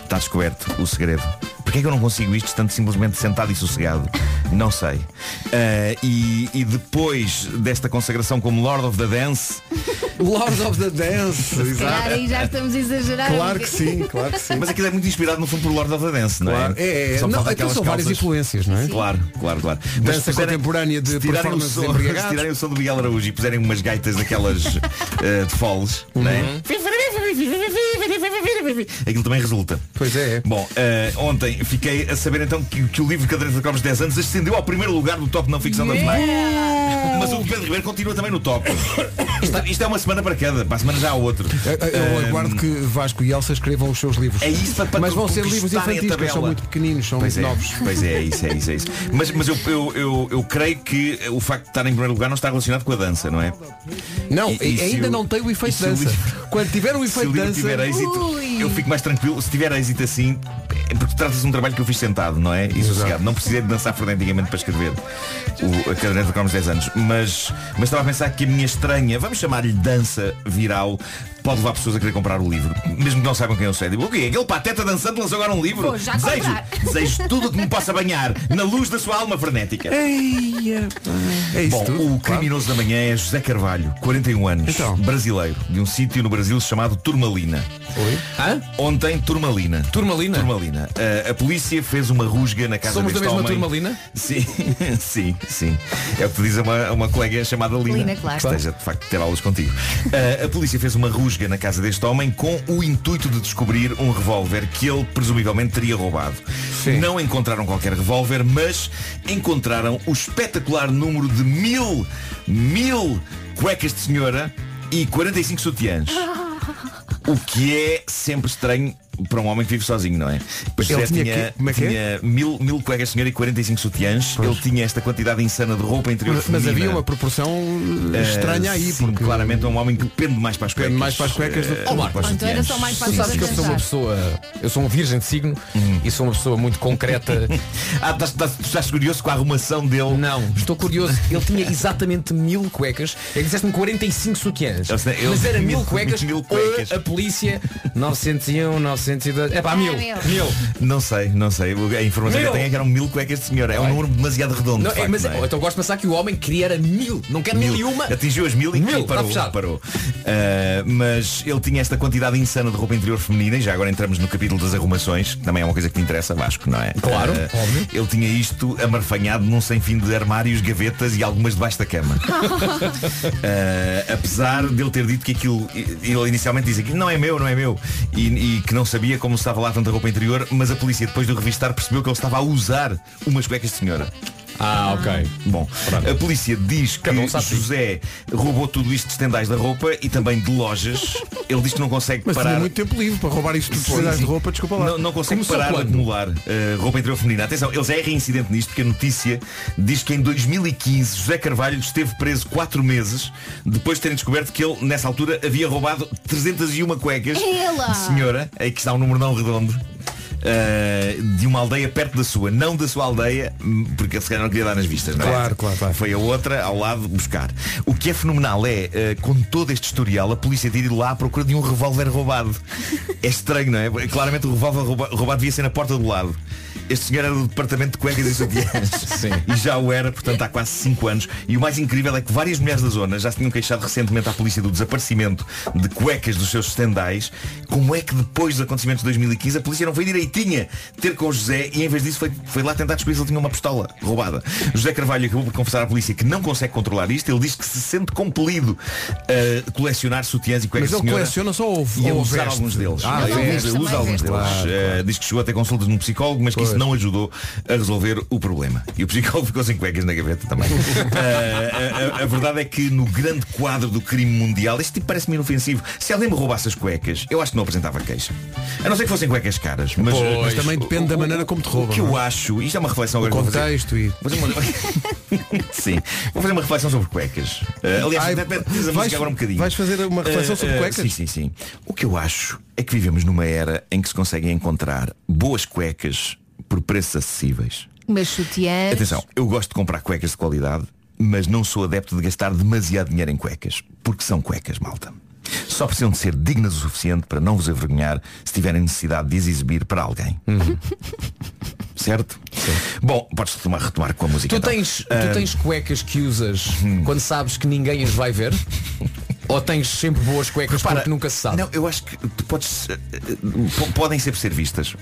S13: Está descoberto o segredo. Porquê é que eu não consigo isto estando simplesmente sentado e sossegado? Não sei. Eh, e, e depois desta consagração como Lord of the Dance.
S2: Lord of the Dance,
S6: Calhar aí já estamos a exagerar. um bocadinho.
S13: Mas aquilo é muito inspirado no fundo por Lord of the Dance, não
S2: Claro,
S13: é?
S2: é, é.
S13: Só
S2: Não,
S13: falta
S2: então
S13: aquelas
S2: são várias
S13: calças.
S2: influências, não é? Sim.
S13: Claro, claro, claro.
S2: Dança
S13: se puserem-
S2: contemporânea de
S13: se tirarem o
S2: performances
S13: som,
S2: embriagados.
S13: Se tirarem o som do Miguel Araújo e puserem umas gaitas daquelas eh, de foles, não é?
S2: Uhum.
S13: Aquilo também resulta.
S2: Pois é.
S13: Bom, eh, ontem fiquei a saber então que, que o livro Caderneta de Cromos 10 anos ascendeu ao primeiro lugar do top não ficção da FNAC. Mas o de Pedro Ribeiro continua também no top. Isto, isto é uma semana para cada, para a semana já há outro.
S2: É, Eu
S13: Eh,
S2: aguardo que Vasco e Elsa escrevam os seus livros.
S13: É isso, para- para
S2: Mas vão ser
S13: conquistarem
S2: livros
S13: a
S2: infantis, porque são
S13: tabela.
S2: muito pequeninos, são
S13: Pois
S2: muito
S13: é,
S2: novos.
S13: pois é, é isso, é isso, é isso. Mas, mas eu, eu, eu, eu creio que o facto de estar em primeiro lugar não está relacionado com a dança, não é?
S2: Não,
S13: E- e se
S2: ainda
S13: o-
S2: não tem o efeito
S13: e se o
S2: dança.
S13: livro-
S2: Quando tiver o
S13: Se o
S2: efeito
S13: livro
S2: dança.
S13: tiver êxito, eu fico mais tranquilo. Se tiver êxito assim, é porque trata-se de um trabalho que eu fiz sentado, não é? E sossegado. Não precisei de dançar freneticamente para escrever o, a caderneta de cromos 10 anos. Mas, mas estava a pensar que a minha estranha, vamos chamar-lhe dança viral, pode levar pessoas a querer comprar o livro. Mesmo que não saibam quem eu sei. Digo, o quê? Aquele pateta dançando lançou agora um livro?
S6: Vou já
S13: desejo,
S6: comprar.
S13: desejo tudo o que me possa banhar na luz da sua alma frenética.
S2: É,
S6: Eia.
S8: É
S13: Bom, o criminoso da manhã é José Carvalho, 41 anos,
S8: Então.
S13: brasileiro, de um sítio no Brasil chamado Turmalina. Oi? Ontem, Turmalina. Turmalina? Turmalina. Ah, a polícia fez uma rusga na casa
S8: Somos da
S13: deste
S8: mesma
S13: homem.
S8: Turmalina?
S13: Sim, sim, sim. É o que te diz a uma, a uma colega chamada Lina.
S6: Lina, claro.
S13: Que esteja, de facto, a ter aulas contigo. Ah, a polícia fez uma rusga na casa deste homem com o intuito de descobrir um revólver que ele presumivelmente teria roubado. Não encontraram qualquer revólver, mas encontraram o espetacular número de mil, mil cuecas de senhora e 45 sutiãs. O que é sempre estranho para um homem que vive sozinho, não é? Pois
S2: Ele
S13: José
S2: tinha que- como é que é?
S13: tinha mil, mil cuecas de senhora e 45 sutiãs. Ele tinha esta quantidade insana de roupa interior
S2: Mas
S13: feminina.
S2: havia uma proporção eh,
S13: Eh,
S2: estranha aí.
S13: sim, claramente é um homem que pende mais para as cuecas. É. Pende mais para as
S2: cuecas do que- Oh, Marco,
S6: então era só mais
S8: Tu
S6: fácil
S8: sabes que eu sou uma
S6: arranjar.
S8: pessoa eu sou um virgem de signo e sou uma pessoa muito concreta
S13: ah, estás, curioso com a arrumação dele
S8: não estou curioso ele tinha exatamente mil cuecas é que disseste-me 45 sutiãs
S13: Eu sei, eu-
S8: mas era mil cuecas,
S13: Mil
S8: mil
S13: cuecas.
S8: a polícia 901 902 é pá mil
S13: Ah,
S8: mil
S13: Não sei, não sei. A informação
S8: Mil.
S13: que eu tenho é que eram mil cuecas de senhora. É um número demasiado redondo.
S8: Não,
S13: de
S8: é,
S13: facto,
S8: mas
S13: não é?
S8: então gosto de pensar que o homem queria era mil não quer mil, e uma
S13: Atingiu as mil e
S8: Mil,
S13: e parou.
S8: tá fechado.
S13: parou. Ah, mas ele tinha esta quantidade insana de roupa interior feminina, e já agora entramos no capítulo das arrumações, que também é uma coisa que te interessa, Vasco, não é?
S8: Claro,
S13: Ah,
S8: óbvio.
S13: Ele tinha isto amarfanhado num sem fim de armários, gavetas e algumas debaixo da cama. Ah, apesar de ele ter dito que aquilo, ele inicialmente disse que não é meu, não é meu, e, e que não sabia como estava lá tanta roupa interior, mas a polícia depois de o revistar percebeu que ele estava a usar umas cuecas de senhora.
S8: Ah, ok.
S13: Bom, a polícia diz que
S2: um
S13: José roubou tudo isto de estendais da roupa e também de lojas. Ele diz que não consegue
S2: Mas
S13: parar.
S2: tinha muito tempo livre para roubar isto de
S13: Sim,
S2: precisar
S13: sim.
S2: de roupa, desculpa lá.
S13: Não, não consegue
S2: Começou
S13: parar
S2: quando?
S13: de acumular eh, roupa interior feminina. Atenção, eles é reincidente nisto porque a notícia diz que em 2015 José Carvalho esteve preso 4 meses depois de terem descoberto que ele, nessa altura, havia roubado 301 cuecas.
S6: Ela!
S13: de Senhora, aí que está um número não redondo. eh, eh, de uma aldeia perto da sua, não da sua aldeia, hum, porque se calhar não queria dar nas vistas, não é?
S2: Claro,
S13: Foi a outra ao lado buscar. O que é fenomenal é, eh, com todo este historial, a polícia ter ido lá à procura de um revólver roubado. É estranho, não é? Claramente o revólver rouba- roubado devia ser na porta do lado. Este senhor era do departamento de cuecas e sutiãs E já o era, portanto, há quase 5 anos E o mais incrível é que várias mulheres da zona Já se tinham queixado recentemente à polícia do desaparecimento De cuecas dos seus estendais Como é que depois dos acontecimentos de 2015 A polícia não foi direitinha ter com o José E em vez disso foi, foi lá tentar descobrir se ele tinha uma pistola roubada José Carvalho acabou por confessar à polícia Que não consegue controlar isto Ele diz que se sente compelido A colecionar sutiãs e cuecas
S2: Mas
S13: de
S2: ele
S13: senhora
S2: coleciona só ou,
S13: e a
S2: ou
S13: usar
S2: veste?
S13: alguns deles.
S2: Ah,
S13: Ele
S2: veste,
S13: usa-
S2: também
S13: usa alguns
S2: veste.
S13: deles.
S2: Claro.
S13: Eh, diz que chegou a ter consultas num psicólogo, mas que isso não ajudou a resolver o problema. E o psicólogo ficou sem cuecas na gaveta também. Eh, a, a- a verdade é que no grande quadro do crime mundial, este tipo parece-me inofensivo. Se alguém me roubasse as cuecas, eu acho que não apresentava queixa. A não ser que fossem cuecas caras. Mas, eh,
S2: Pois, mas também depende da maneira como te roubam,
S13: O que eu
S2: não
S13: acho, isto é uma reflexão
S2: O
S13: agora que vou fazer.
S2: contexto e.
S13: Vou fazer uma- Sim, vou fazer uma reflexão sobre cuecas. Eh, aliás,
S2: Ai,
S13: até diz a
S2: vais-
S13: música agora um bocadinho.
S2: vais fazer uma reflexão
S13: Eh,
S2: sobre
S13: eh,
S2: cuecas?
S13: Sim, sim, sim. O que eu acho é que vivemos numa era em que se conseguem encontrar boas cuecas por preços acessíveis.
S4: Mas sutiãs.
S2: Então,
S13: Atenção, eu gosto de comprar cuecas de qualidade, mas não sou adepto de gastar demasiado dinheiro em cuecas, porque são cuecas, malta. Só precisam de ser dignas o suficiente para não vos envergonhar se tiverem necessidade de as exibir para alguém.
S8: Uhum.
S13: Certo? Bom, podes retomar, retomar com a música.
S8: Tu
S13: então. Hum.
S8: tens,
S13: Ah,
S8: tu tens cuecas que usas quando sabes que ninguém as vai ver? Ou tens sempre boas cuecas porque nunca se sabe?
S13: Não, eu acho que tu podes. eh, eh, po- podem sempre ser vistas.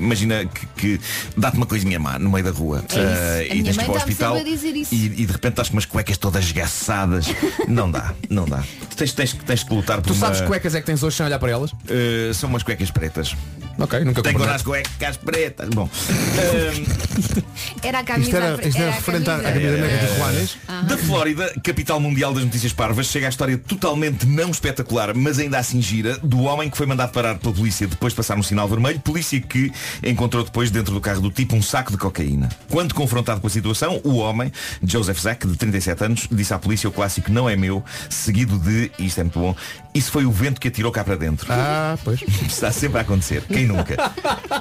S13: Imagina que, que dá-te uma coisinha má no meio da rua
S4: Uhum. É isso.
S13: eh,
S4: A
S13: e
S4: minha
S13: tens
S4: mãe
S13: que ir para o
S4: dá-me
S13: hospital
S4: sempre a dizer isso.
S13: E, e de repente estás com umas cuecas todas esgaçadas. não dá, não dá. Tu tens, tens, tens que lutar por
S8: Tu sabes que
S13: uma...
S8: cuecas é que tens hoje sem olhar para elas?
S13: Eh, são umas cuecas pretas.
S8: Ok, nunca
S13: Tenho
S8: comprei.
S13: umas cuecas pretas. Bom. eh,
S6: Era a camisa. à fre- a camisa. Aham.
S13: É. Da Flórida, capital mundial das notícias parvas, chega a história totalmente não espetacular, mas ainda assim gira, do homem que foi mandado parar pela polícia depois de passar um sinal vermelho, polícia que encontrou depois dentro do carro do tipo um saco de cocaína. Quando confrontado com a situação, o homem, Joseph Zack, de 37 anos, disse à polícia o clássico não é meu, seguido de, e isto é muito bom, isso foi o vento que atirou cá para dentro.
S2: Ah, pois.
S13: Está sempre a acontecer, quem nunca?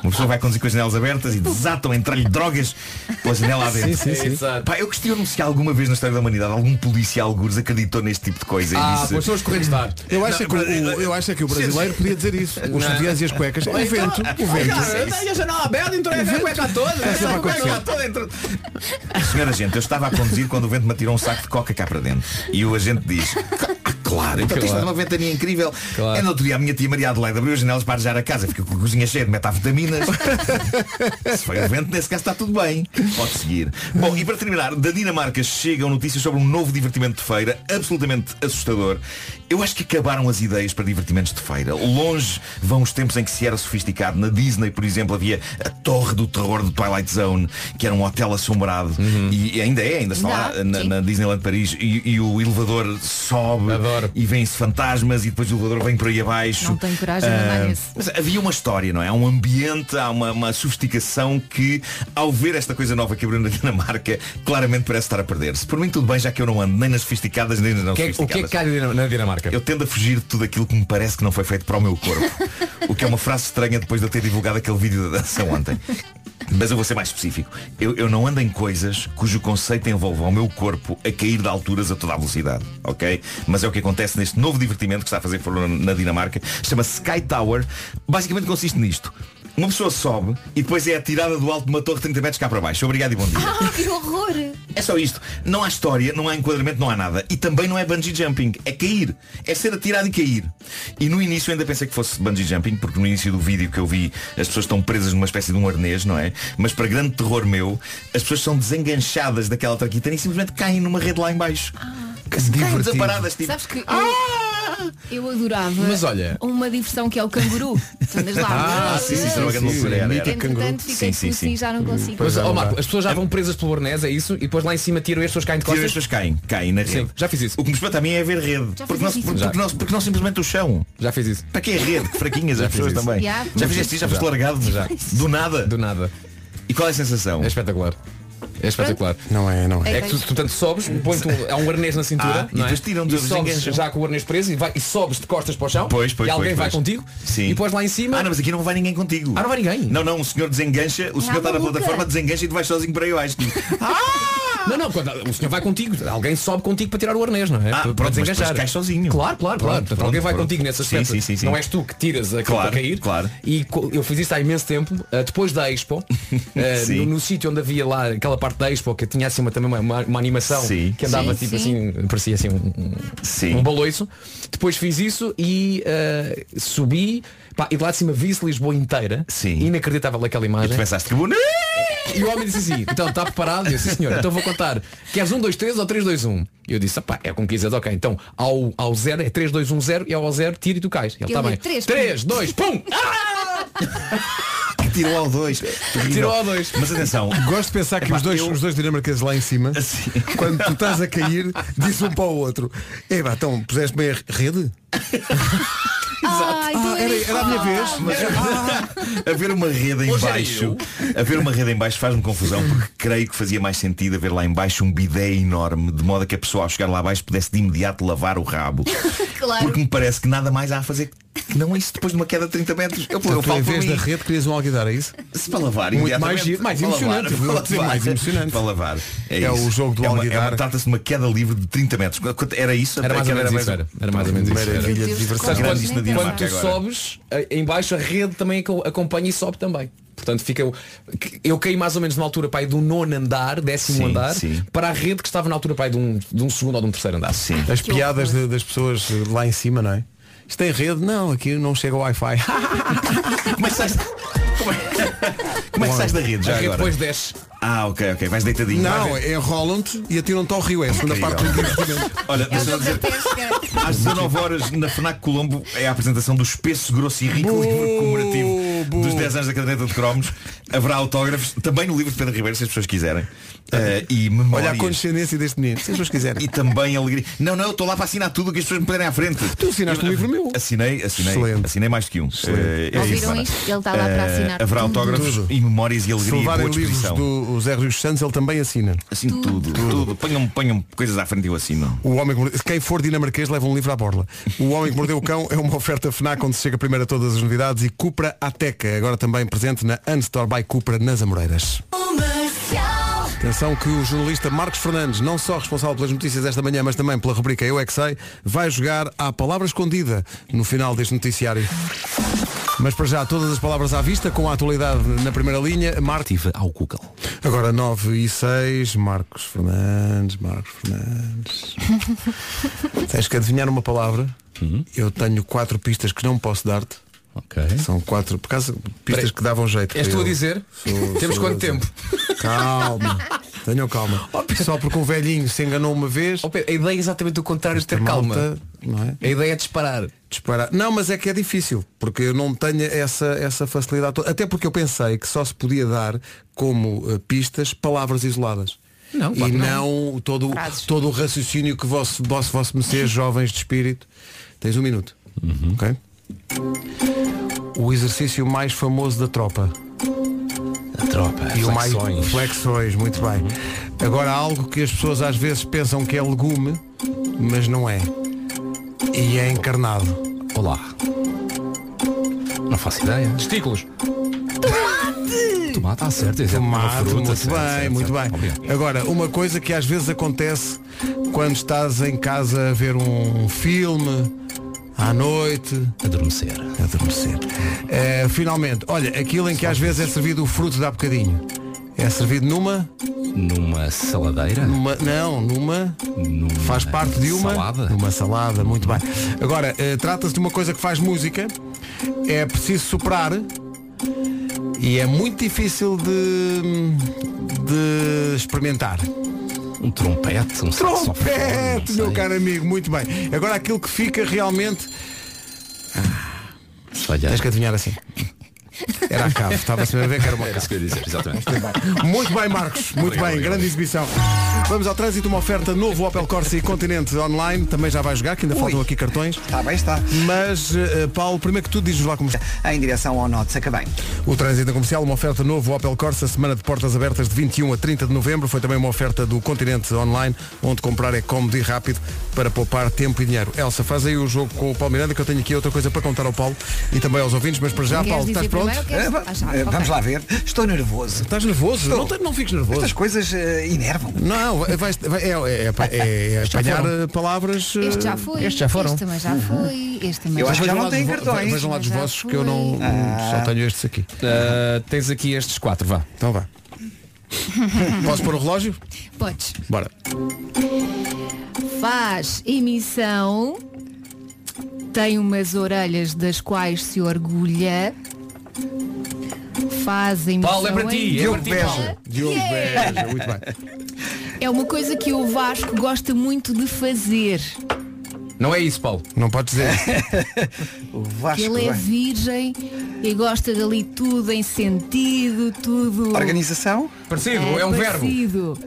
S13: Uma pessoa vai conduzir com as janelas abertas e desatam, entrar-lhe drogas pela janela adentro.
S8: Sim, sim, sim. Exato.
S13: Pá, eu questiono-me se alguma vez na história da humanidade algum polícia algures acreditou neste tipo de coisa e
S8: Ah,
S13: disse. eh,
S8: pois são os correntes de ar.
S2: Eu acho, é que o, eu acho é que o brasileiro podia dizer isso. Os
S8: Não.
S2: sutiãs e as cuecas. O
S8: Então,
S2: vento, o vento.
S8: cara, eu
S6: então,
S8: tenho a janela aberta, entrou a
S2: O
S8: ver
S2: vento.
S8: cueca toda.
S2: É sempre a acontecer.
S8: cueca toda entrou-
S13: Senhora gente, eu estava a conduzir quando o vento me atirou um saco de coca cá para dentro. E o agente diz, "Ah, claro, então isto é uma ventania incrível. É no outro dia a minha tia Maria Adelaide abriu as janelas para arejar a casa, fica com a cozinha cheia de metavitaminas. Se foi um o vento, nesse caso está tudo bem. Pode seguir. Bom, e para terminar, da Dinamarca chegam notícias sobre um novo divertimento de feira, absolutamente assustador. Eu acho que acabaram as ideias para divertimentos de feira. Longe vão os tempos em que se era sofisticado. Na Disney, por exemplo, havia a Torre do Terror do Twilight Zone, que era um hotel assombrado. E ainda é, ainda está lá
S5: Dá,
S13: na,
S5: sim.
S13: na Disneyland Paris. E, e o elevador sobe e vêm-se fantasmas e depois o elevador vem por aí abaixo.
S4: Não tenho coragem de andar
S13: Ah,
S4: nesse.
S13: mas havia uma história, não é? Há um ambiente, há uma, uma sofisticação que, ao ver esta coisa nova que abriu na Dinamarca, claramente parece estar a perder-se. Por mim, tudo bem, já que eu não ando nem nas sofisticadas, nem nas não
S8: O que é- o que é que
S13: sofisticadas.
S8: cai na Dinamarca?
S13: Eu tendo a fugir de tudo aquilo que me parece que não foi feito para o meu corpo. o que é uma frase estranha depois de eu ter divulgado aquele vídeo da dança ontem. Mas eu vou ser mais específico. Eu, eu não ando em coisas cujo conceito envolva o meu corpo a cair de alturas a toda a velocidade, ok? Mas é o que acontece neste novo divertimento que está a fazer furor na Dinamarca. Chama-se Sky Tower. Basicamente consiste nisto. Uma pessoa sobe e depois é atirada do alto de uma torre 30 metros cá para baixo. Obrigado e bom dia.
S6: Ah, que horror!
S13: É só isto. Não há história, não há enquadramento, não há nada. E também não é bungee jumping. É cair. É ser atirado e cair. E no início eu ainda pensei que fosse bungee jumping, porque no início do vídeo que eu vi as pessoas estão presas numa espécie de um arnês, não é? Mas para grande terror meu, as pessoas são desenganchadas daquela traquitana e simplesmente caem numa rede lá em baixo. Que se caem desamparadas, tipo. "Ah!"
S4: Sabes que eu, eu adorava
S13: Mas olha-
S4: uma diversão que é o canguru. Tu andas lá.
S13: Ah, sim, sim, será que é uma loucura, era, era.
S4: Entretanto, fica
S13: Sim, sim,
S4: tu assim
S13: sim. é,
S4: já não consigo.
S8: Mas, ó, Marco, as pessoas já vão presas pelo arnés, é isso? E depois lá em cima tiram e as pessoas caem de
S13: Tiram e
S8: costas?
S13: as pessoas caem, caem na rede.
S8: já fiz isso.
S13: O que me espanta a mim é haver rede.
S8: Já
S13: Porque
S8: fiz
S13: não,
S8: isso.
S13: porque,
S8: Já.
S13: porque não- porque não simplesmente o chão.
S8: Já fiz isso.
S13: Para que é rede? Que fraquinhas as
S8: Já fiz
S13: pessoas
S8: isso.
S13: também.
S8: Já.
S13: Já fizeste isso? Já foste largado?
S8: Já.
S13: Do nada?
S8: Do nada.
S13: E qual é a sensação? É
S8: espetacular.
S5: É espetacular.
S2: Não é, não
S5: É que tu, tu tanto sobes, põe tu, há um arnês na cintura
S2: Ah, e
S5: não é?
S2: depois tiram-te
S5: E
S2: os
S5: sobes
S2: enganchos.
S5: já com o arnês preso e, vai- e sobes de costas para o chão
S13: Pois, pois,
S5: e alguém
S13: pois,
S5: vai
S13: pois.
S5: contigo
S13: Sim.
S5: e pões lá em cima.
S13: Ah, não, mas aqui não vai ninguém contigo.
S5: Ah, não vai ninguém.
S13: Não, não, o senhor desengancha, o senhor está na
S5: maluca.
S13: plataforma, desengancha e tu vais sozinho para aí baixo.
S5: Não, não, quando- o senhor vai contigo, alguém sobe contigo para tirar o arnês, não é?
S13: Ah,
S5: Para- para
S13: pronto, mas
S5: desenganchar.
S13: depois cais sozinho.
S5: Claro, claro, claro.
S13: Pronto,
S5: Portanto,
S13: pronto,
S5: alguém vai
S13: pronto.
S5: contigo nesse
S13: Sim,
S5: aspecto.
S13: sim, sim, sim.
S5: Não és tu que tiras a claro,
S13: Claro,
S5: para cair. Claro. E co- eu fiz isto há imenso tempo, ah, depois da Expo, ah,
S13: Sim.
S5: no, no sítio onde havia lá aquela parte da Expo que tinha assim uma, também uma, uma- uma animação
S13: Sim.
S5: que andava
S13: Sim,
S5: tipo
S13: sim.
S5: assim, parecia assim um, um- um baloiço. Depois fiz isso e ah, subi pá, e de lá de cima vi-se Lisboa inteira. Sim. Inacreditável aquela imagem.
S13: E tu pensaste que bonito!
S5: E o homem disse assim, então está preparado? E Eu disse, "Sim, senhor, então vou contar. Queres 1, 2, 3 ou 3, 2, 1? E eu disse, pá, é como quiseres, ok. Então ao, ao zero é 3, 2, 1, 0 e ao zero tira e tu cais. E Ele
S4: Ele
S5: está bem.
S4: deu três,
S5: 3, 2, pum!
S13: Tirou ao 2.
S2: Tirou
S13: ao 2. Mas atenção.
S2: Gosto de pensar que
S13: Epá,
S2: os, dois,
S13: eu-
S2: os dois dinamarqueses lá em cima, quando tu estás a cair, diz um para o outro, Eba, então puseste bem a rede?
S4: Ai,
S2: Ah,
S4: dois.
S2: era- era a minha vez.
S13: Mas haver uma rede em
S4: Hoje era
S13: baixo, haver uma rede em baixo faz-me confusão porque creio que fazia mais sentido haver lá em baixo um bidé enorme, de modo a que a pessoa ao chegar lá abaixo pudesse de imediato lavar o rabo.
S4: Claro.
S13: Porque me parece que nada mais há a fazer que não é isso depois de uma queda de 30 metros. Eu, eu
S2: Então, tu,
S13: falo
S2: em
S13: por
S2: vez
S13: mim.
S2: da rede, querias um alguidar, é isso?
S13: Se para lavar,
S2: Muito
S13: imediatamente.
S2: mais, giro, mais
S13: Para
S2: emocionante.
S13: lavar,
S2: vou
S13: para
S2: dizer,
S13: lavar.
S2: mais emocionante.
S13: Para lavar. É,
S2: É o
S13: isso.
S2: jogo do
S13: é uma, é uma,
S2: alguidar.
S13: Trata-se de uma queda livre de 30 metros. Qu- quanto- Era isso?
S5: Era mais ou menos isso,
S13: um-
S5: era. Era mais ou menos isso, era.
S13: Maravilha de diversão.
S5: Sabes
S13: Grande
S5: quando,
S13: isto na
S5: quando
S13: Dinamarca
S5: tu
S13: agora.
S5: sobes, a- em baixo a rede também aco- acompanha e sobe também. Portanto, fica o- que- eu caí mais ou menos na altura pai do nono andar, décimo
S2: Sim,
S5: andar,
S2: sim.
S5: para a rede que estava na altura pai de um, de um segundo ou de um terceiro andar. Sim.
S2: As piadas de- das pessoas lá em cima, não é? Isto tem rede? Não, aqui não chega o Wi-Fi.
S13: Como é que sais, como é que sais da rede já
S2: A rede
S13: agora?
S2: depois
S5: desce.
S13: Ah, ok, ok. Vais deitadinho.
S2: Não, é-
S13: Vais-
S2: enrolam-te e atiram-te ao rio. É a segunda parte do divertimento.
S13: Olha, deixa-me dizer, às 19 horas na FNAC Colombo é a apresentação do espesso, grosso e rico livro comemorativo dos 10 anos da caderneta de cromos. Haverá autógrafos, também no livro de Pedro Ribeiro, se as pessoas quiserem. Eh, e memórias.
S2: Olha a condescendência deste menino, se as pessoas quiserem.
S13: E também alegria. Não, não, eu estou lá para assinar tudo o que as pessoas me puderem à frente.
S2: Tu assinaste um livro meu.
S13: Assinei, assinei. Assinei mais do que um. Eh, esta
S4: Ouviram
S13: semana.
S4: isto? Ele está lá para
S13: Eh,
S4: assinar
S13: Haverá
S4: tudo.
S13: autógrafos
S2: Tudo.
S13: e memórias e
S2: Se
S13: alegria e
S2: levarem
S13: boa
S2: livros
S13: disposição.
S2: do Zé Rios Santos, ele também assina.
S13: Assim tudo, tudo. Ponham-me ponham coisas à frente e eu assino.
S2: O homem que mordeu... Quem for dinamarquês leva um livro à borla. O Homem que Mordeu o Cão é uma oferta FNAC onde se chega primeiro a todas as novidades e Cupra Ateca, agora também presente na Unstore by Cupra nas Amoreiras. Atenção que o jornalista Marcos Fernandes, não só responsável pelas notícias desta manhã, mas também pela rubrica Eu É Que Sei, vai jogar à palavra escondida no final deste noticiário. Mas para já, todas as palavras à vista, com a atualidade na primeira linha, Marcos.
S6: ao Google.
S2: Agora 9 e 6, Marcos Fernandes, Marcos Fernandes. Tens que adivinhar uma palavra.
S5: Uhum.
S2: Eu tenho quatro pistas que não posso dar-te. São quatro, por acaso, pistas
S5: Peraí.
S2: que davam jeito.
S5: És tu a
S2: Eu
S5: dizer? Temos
S2: eu a
S5: quanto Oh,
S2: dizer. Calma. Tenham calma. Só porque um velhinho se enganou uma vez.
S5: a ideia é exatamente o contrário de ter calma. A ideia é disparar.
S2: Disparar. Não, mas é que é difícil, porque eu não tenho essa, essa facilidade toda. Até porque eu pensei que só se podia dar como eh, pistas palavras isoladas.
S5: Não,
S2: e
S5: claro que
S2: não, todo, todo o raciocínio que vosso, vosso, vosso mecer, jovens de espírito. Tens um minuto. ok? O exercício mais famoso da tropa. A tropa. E o mais
S6: flexões.
S2: flexões, muito bem. Agora algo que as pessoas às vezes pensam que é legume, mas não é. E é encarnado.
S6: Olá. Não faço ideia. Testículos.
S4: Tomate!
S6: Tomate, ah, certo. isso é uma
S2: Tomate,
S6: fruta,
S2: muito
S6: certo,
S2: bem,
S6: certo,
S2: muito
S6: certo.
S2: bem.
S6: Obrigado.
S2: Agora, uma coisa que às vezes acontece quando estás em casa a ver um filme à noite.
S6: Adormecer.
S2: Adormecer. Eh, finalmente, olha, aquilo em que às vezes é servido o fruto dá bocadinho. É servido numa.
S6: Numa saladeira?
S2: numa não, numa. Faz parte de uma.
S6: salada?
S2: Numa salada, muito bem. Agora, eh, trata-se de uma coisa que faz música. É preciso soprar. E é muito difícil de, de experimentar.
S6: Um trompete, um saxofone,
S2: Trompete,
S6: não
S2: meu
S6: sei.
S2: caro amigo, muito bem. Agora aquilo que fica realmente.
S6: Olha. Tens
S2: que adivinhar assim. Era a cave, estava-se a ver que era uma
S6: Era isso que eu ia dizer, exatamente.
S2: Muito bem, Marcos, muito bem, grande exibição. Vamos ao trânsito, uma oferta novo Opel Corsa e Continente Online. Também já vai jogar, que ainda faltam aqui cartões.
S12: Está Tá bem, está.
S2: Mas, eh, Paulo, primeiro que tudo, diz-nos lá como está.
S12: Em direção ao Norte, acabei.
S2: O trânsito comercial, uma oferta novo Opel Corsa, semana de portas abertas de 21 a 30 de novembro. Foi também uma oferta do Continente Online, onde comprar é cómodo e rápido para poupar tempo e dinheiro. Elsa, faz aí o jogo com o Paulo Miranda, que eu tenho aqui outra coisa para contar ao Paulo e também aos ouvintes, mas para já,
S4: Queres
S2: Paulo, estás
S4: dizer
S2: pronto?
S4: primeiro ou queres- Ah, já,
S12: Eh, Vamos
S4: ok.
S12: lá ver. Estou nervoso.
S2: Estás nervoso? Não, te- não fiques nervoso.
S12: Estas coisas eh, enervam.
S2: Não, vais- vai- é, é- é- é- é
S12: Já
S2: apanhar
S12: foram.
S2: eh, palavras. eh,
S4: Este já foi.
S2: Este Uhum. já foram.
S4: Este também já foi. Este também já foi.
S2: Vejam lá dos
S4: Já
S2: vossos que
S4: foi.
S2: eu não.
S8: Ah.
S2: Hum, Só tenho estes aqui.
S5: Eh,
S8: tens aqui estes quatro, vá.
S2: Então vá. Posso pôr o relógio?
S4: Podes.
S2: Bora.
S4: Faz emissão. Tem umas orelhas das quais se orgulha. Faz emissão.
S8: Paulo, é para
S4: em
S8: ti, é para ti,
S4: dupla.
S8: Paulo.
S2: Diogo
S4: Yeah.
S2: Beja, muito bem.
S4: É uma coisa que o Vasco gosta muito de fazer.
S8: Não é isso, Paulo.
S2: Não podes dizer.
S12: o Vasco.
S4: Ele é
S12: bem.
S4: virgem e gosta dali tudo em sentido, tudo.
S12: Organização? Eh,
S8: Parecido, é um verbo.
S4: parecido.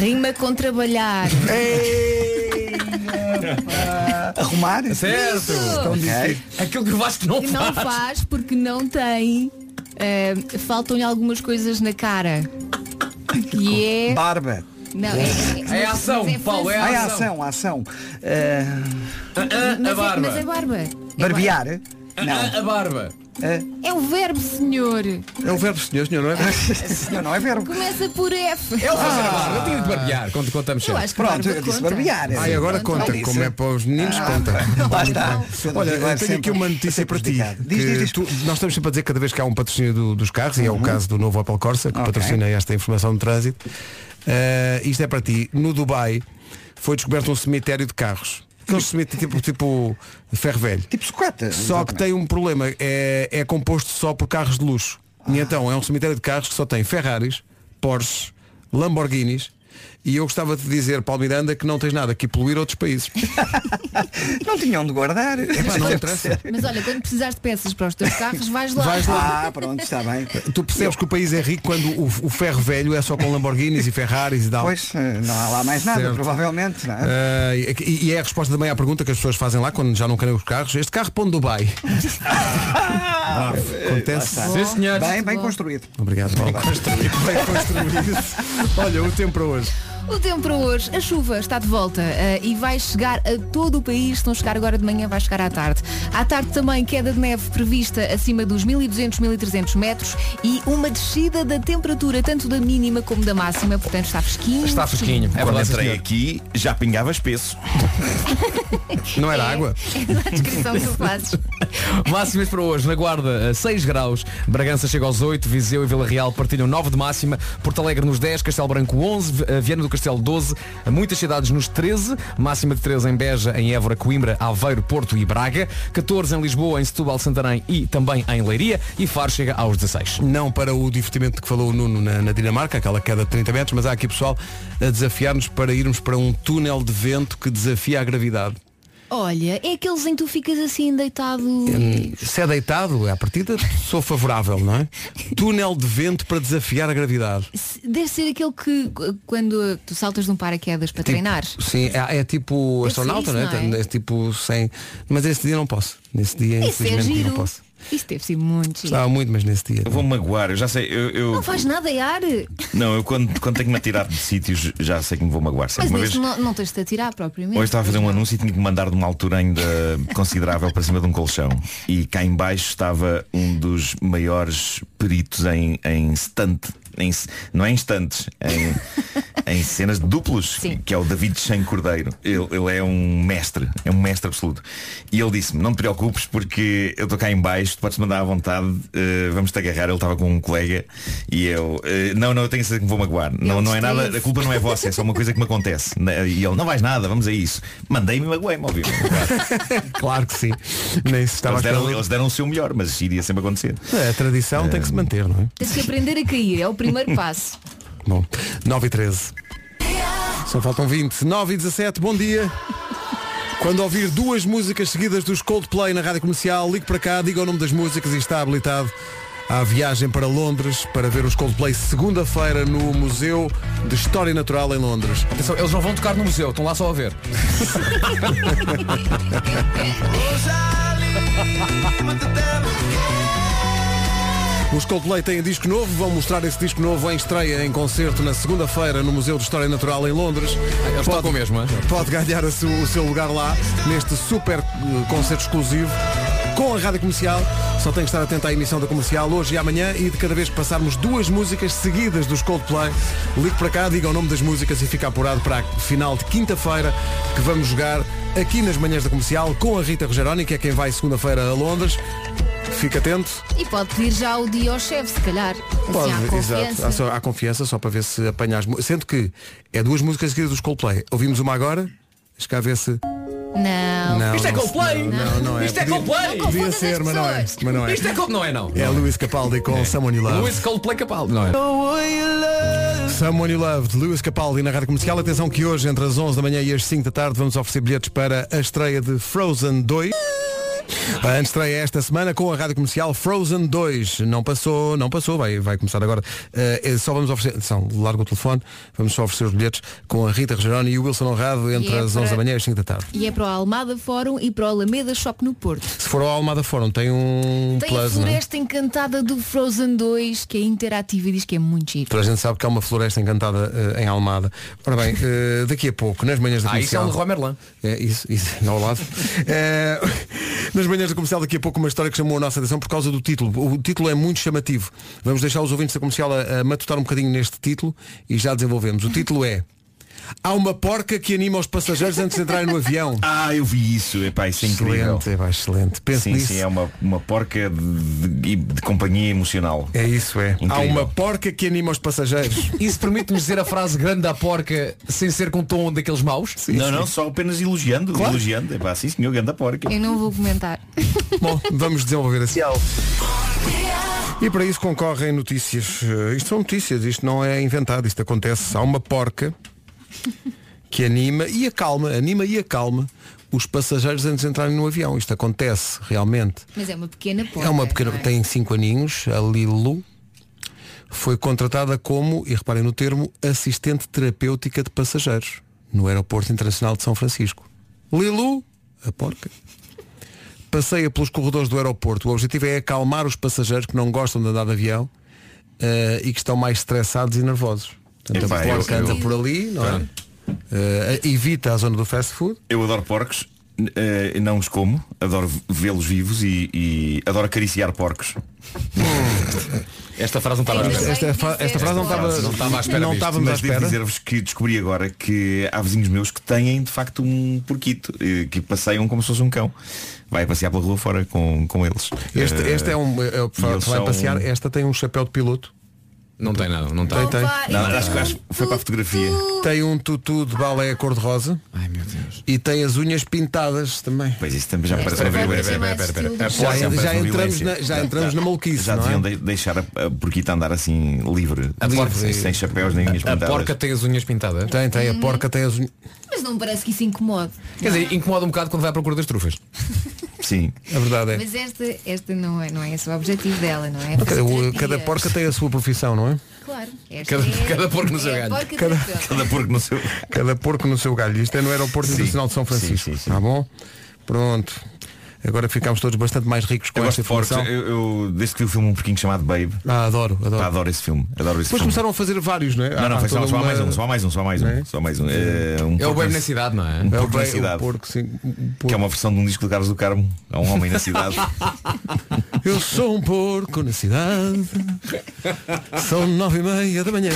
S4: Rima com trabalhar.
S8: É.
S12: Ah, Arrumar? Então
S8: Certo.
S4: Isso.
S12: Ok.
S8: Aquilo que o Vasco não faz.
S4: Não faz porque não tem. eh, Faltam-lhe algumas coisas na cara. E é.
S12: Barba.
S4: Não, é,
S12: É ação,
S4: mas
S12: Paulo, é
S4: fazer-
S12: a ação, a ação. Eh,
S4: Mas, é, mas é barba.
S12: Barbear? Eh,
S8: A barba.
S4: É o verbo, senhor.
S2: É um verbo, senhor, senhor, não é?
S12: senhor, não é verbo.
S4: Começa por F. Ah.
S8: É o
S5: Ah.
S8: fazer a barba. Eu tinha de barbear. Conta, contamos
S4: Eu
S8: sempre.
S4: acho que Pronto, barba eu disse conta. barbear, é
S2: Ah, e agora
S4: Pronto.
S2: conta,
S4: Não
S2: como é
S4: disse.
S2: para os meninos,
S5: Ah.
S2: conta.
S12: Então, tá. Lá está.
S2: Então, tá. Olha, eu tenho aqui uma notícia para ti. que tu- nós estamos sempre a dizer que cada vez que há um patrocínio do- dos carros, e é
S12: Uhum.
S2: o caso do novo Opel Corsa, que patrocina esta informação de trânsito, eh, isto é para ti. No Dubai foi descoberto um cemitério de carros. Aqueles cemitérios tipo, tipo ferro velho.
S12: Tipo sucata.
S2: Só que tem um problema, é, é composto só por carros de luxo.
S12: Ah.
S2: E então é um cemitério de carros que só tem Ferraris, Porsches, Lamborghinis. E eu gostava de dizer, Paulo Miranda, que não tens nada que poluir outros países.
S12: não tinham de guardar.
S2: Epá, não interessa.
S4: Mas olha, quando precisares de peças para os teus carros, vais lá.
S2: Vais lá.
S12: Ah, pronto, está bem.
S2: Tu percebes que o país é rico quando o, o ferro velho é só com Lamborghinis e Ferraris e tal.
S12: Pois, eh, não há lá mais nada,
S2: Certo.
S12: provavelmente. Não é?
S2: Ah, e, e é a resposta também à pergunta que as pessoas fazem lá quando já não querem os carros. Este carro para onde Dubai. Ah, acontece.
S12: Lá está. Bem, bem construído.
S2: Obrigado, Paulo. Bem construído. Olha, o tempo para hoje.
S4: O tempo para hoje, a chuva está de volta eh, e vai chegar a todo o país. Se não chegar agora de manhã, vai chegar à tarde. À tarde também queda de neve prevista acima dos 1.200, 1.300 metros e uma descida da temperatura, tanto da mínima como da máxima. Portanto, está fresquinho.
S13: Quando entrei aqui, já pingava espesso.
S2: Não era água?
S4: É a descrição que tu fazes.
S8: Máximas para hoje, na Guarda, a 6 graus, Bragança chega aos 8, Viseu e Vila Real partilham 9 de máxima, Porto Alegre nos 10, Castelo Branco 11, Vi- eh, Viana do Castelo 12, muitas cidades nos 13, máxima de 13 em Beja, em Évora, Coimbra, Aveiro, Porto e Braga, 14 em Lisboa, em Setúbal, Santarém e também em Leiria, e Faro chega aos 16.
S2: Não para o divertimento que falou o Nuno na, na Dinamarca, aquela queda de 30 metros, mas há aqui pessoal a desafiar-nos para irmos para um túnel de vento que desafia a gravidade.
S4: Olha, é aqueles em que tu ficas assim deitado.
S2: Hum, Se é deitado, à partida, sou favorável, não é? Túnel de vento para desafiar a gravidade.
S4: Deve ser aquele que qu- quando tu saltas de um paraquedas
S13: Tipo,
S4: para treinar.
S2: Sim, é, é tipo
S4: Deve ser
S2: astronauta,
S4: isso,
S2: não é?
S4: não é?
S2: É tipo sem. Mas esse dia não posso. Nesse dia,
S4: Isso é
S2: infelizmente,
S4: giro.
S2: não posso.
S4: Isso deve ser muito giro.
S2: Estava muito, mas nesse dia.
S13: Eu vou me magoar, eu já sei, eu, eu-
S4: Não faz nada, Yar.
S13: Não, eu quando, quando tenho que me atirar de sítios, já sei que me vou magoar sempre.
S4: Mas assim,
S13: Uma
S4: nisso
S13: vez,
S4: não, não tens de atirar propriamente.
S13: hoje estava a fazer um anúncio e tinha que me mandar de uma altura ainda considerável para cima de um colchão. E cá em baixo estava um dos maiores peritos em, em stunt. Em, não é em estantes, em, em cenas de duplos, que é o David Chan Cordeiro. Ele, ele é um mestre, é um mestre absoluto. E ele disse-me, não te preocupes porque eu estou cá em baixo, tu podes mandar à vontade, eh, vamos-te agarrar. Ele estava com um colega e eu, eh, não, não, eu tenho certeza que me vou magoar. Não, não é nada, a culpa não é vossa, é só uma coisa que me acontece. Na- E ele, não vais nada, vamos a isso. Mandei-me e magoei-me, óbvio.
S2: Claro que sim. Nem se
S13: Eles
S2: estava à espera
S13: deram,
S2: de-
S13: eles deram o seu melhor, mas iria sempre acontecer.
S2: É, A tradição tem que se manter, não é?
S4: Tens que aprender a cair, é o primeiro passo.
S2: Bom, 9 e 13. Só faltam 20. 9 e 17, bom dia. Quando ouvir duas músicas seguidas dos Coldplay na rádio comercial, ligue para cá, diga o nome das músicas e está habilitado à viagem para Londres para ver os Coldplay segunda-feira no Museu de História Natural em Londres.
S8: Atenção, eles não vão tocar no museu, estão lá só a ver.
S2: Os Coldplay têm disco novo, vão mostrar esse disco novo em estreia em concerto na segunda-feira no Museu de História Natural em Londres.
S8: Eles tocam mesmo, é?
S2: pode ganhar a su- o seu lugar lá neste super eh, concerto exclusivo com a Rádio Comercial. Só tem que estar atento à emissão da comercial hoje e amanhã e de cada vez que passarmos duas músicas seguidas dos Coldplay, ligue para cá, diga o nome das músicas e fica apurado para a final de quinta-feira que vamos jogar aqui nas manhãs da comercial com a Rita Rogeroni, que é quem vai segunda-feira a Londres. Fica atento.
S4: E pode pedir já o dia ao chefe, se calhar. assim,
S2: Pode,
S4: há
S2: exato. Há,
S4: confiança.
S2: só- há confiança só para ver se apanha as mu- Sendo que é duas músicas seguidas dos Coldplay. Ouvimos uma agora, deixa cá ver se.
S4: Não.
S2: Não, não, Não, não, não é.
S8: é Isto é
S2: Podia-
S8: Coldplay. Não
S2: Podia
S8: confundas as
S2: ser, mas não é.
S8: pessoas.
S2: Mas não é.
S8: Isto é Cold- não é, não.
S2: É Luís Capaldi com Someone You Love.
S8: Luís Coldplay Capaldi, não é?
S2: Someone You Love, de Lewis Capaldi na Rádio Comercial. Atenção que hoje, entre as 11 da manhã e as 5 da tarde, vamos oferecer bilhetes para a estreia de Frozen 2. A estreia é esta semana com a Rádio Comercial Frozen 2. Não passou, não passou, vai, vai começar agora. Eh, eh, só vamos oferecer, atenção, larga o telefone, vamos só oferecer os bilhetes com a Rita Rogeroni e o Wilson Honrado entre
S4: E é
S2: as 11 da
S4: para-
S2: manhã e as 5 da tarde.
S4: E é para o Almada Fórum e para o Alameda Shop no Porto.
S2: Se for ao Almada Fórum, tem um
S4: Tem a
S2: plus, não é?
S4: floresta encantada do Frozen 2, que é interativa e diz que é muito giro.
S2: Toda a gente sabe que há uma floresta encantada eh, em Almada. Ora bem, eh, daqui a pouco, nas manhãs da
S8: Ah, isso é
S2: comercial.
S8: o Leroy Merlin.
S2: É, isso, isso, ao lado. Eh, nas manhãs da comercial, daqui a pouco, uma história que chamou a nossa atenção por causa do título. O título é muito chamativo. Vamos deixar os ouvintes da comercial a, a matutar um bocadinho neste título e já desenvolvemos. O título é. Há uma porca que anima os passageiros antes de entrarem no avião.
S13: Ah, eu vi isso, epá, isso é incrível.
S2: Excelente, epá, excelente. Penso
S13: sim,
S2: nisso.
S13: sim, é uma, uma porca de, de- de companhia emocional.
S2: É isso, é.
S13: Incrível.
S2: Há uma porca que anima os passageiros.
S8: Isso permite-nos dizer a frase grande da porca sem ser com tom daqueles maus?
S13: não,
S2: é-
S13: não, só apenas elogiando, elogiando. Epá, sim senhor, ganda porca.
S4: Eu não vou comentar.
S2: Bom, vamos desenvolver assim. E para isso concorrem notícias. Eh, Isto são notícias, isto não é inventado, isto acontece. Há uma porca que anima e acalma, anima e acalma os passageiros antes de entrarem no avião. Isto acontece realmente.
S4: Mas é uma pequena porta.
S2: É uma pequena. Tem cinco aninhos, a Lilu foi contratada como, e reparem no termo, assistente terapêutica de passageiros no Aeroporto Internacional de São Francisco. Lilu, a porca, passeia pelos corredores do aeroporto. O objetivo é acalmar os passageiros que não gostam de andar de avião eh, e que estão mais estressados e nervosos. Portanto,
S13: Epá,
S2: a
S13: eu-
S2: porca anda
S13: eu-
S2: por ali, não é?
S13: Pronto.
S2: Eh, evita a zona do fast food.
S13: Eu adoro porcos, n- eh, não os como, adoro vê-los vivos e, e adoro acariciar porcos.
S8: Esta frase não estava à espera.
S2: Esta, fra- esta frase não estava
S8: Não estava à espera
S2: Não
S8: disto.
S2: estávamos à
S13: Mas devo
S2: espera.
S13: dizer-vos que descobri agora que há vizinhos meus que têm de facto um porquito, eh, que passeiam como se fosse um cão. Vai passear pela rua fora com, com eles.
S2: Este,
S13: Eh,
S2: este é um. É, o
S13: e
S2: pessoal
S13: eles
S2: que vai
S13: são-
S2: passear. Esta tem um chapéu de piloto.
S8: Não tem nada, não
S2: Tem, tem.
S13: Não, acho que acho que foi para a fotografia.
S2: Tem um tutu de balé cor-de-rosa. Ai meu Deus. E tem as unhas pintadas também.
S13: Pois isso também já
S2: Esta é
S13: parece uma
S2: vai
S13: vergonha.
S2: ter mais
S13: Pera, pera, pera.
S2: estilo. Já-
S13: Parece uma
S2: já entramos
S13: violência.
S2: na- já entramos na maluquice,
S13: Já
S2: não é?
S13: deviam de- deixar a, a porquita andar assim livre.
S8: A porca-
S13: sem, sem chapéus nem unhas
S8: A
S13: pintadas.
S8: porca tem as unhas pintadas.
S2: Tem, tem, a porca tem as unhas.
S4: Mas não me parece que isso incomode.
S8: Quer dizer, incomoda um bocado quando vai à procura das trufas.
S13: Sim.
S2: A É verdade
S4: Mas esta, esta não, é, não é esse o objetivo dela, não é?
S13: Tá,
S2: Cada, o-
S4: Fisioterapia.
S2: cada porca tem a sua profissão, não é?
S4: Claro. Esta
S2: Cada-
S4: é-
S2: cada porco no
S4: é
S2: seu
S4: a
S2: galho.
S4: porca
S2: Cada-
S4: terapeuta.
S13: Cada porco no seu
S2: Cada porco no seu galho. Isto é no aeroporto internacional de São Francisco. Tá bom? Pronto. Agora ficámos todos bastante mais ricos com
S13: Eu gosto
S2: esta
S13: de porcos.
S2: informação.
S13: Eu, eu- desde que vi o filme um porquinho chamado Babe.
S2: Ah, adoro, adoro.
S13: Pá, adoro esse filme. Adoro esse
S2: Depois
S13: filme.
S2: começaram a fazer vários, não é?
S13: Não, não,
S2: Há
S13: foi
S2: toda
S13: só, só há
S2: uma-
S13: mais um, só há mais um, só há mais um,
S2: Não é?
S13: só há mais um. É, um
S8: É o
S13: porco
S8: Babe na cidade, não é?
S13: Um
S8: É o
S13: porco na
S8: Babe- o
S13: cidade.
S2: Que
S13: é uma versão de um disco de Carlos do Carmo. Há um homem na cidade.
S2: Eu sou um porco na cidade. São nove e meia da manhã.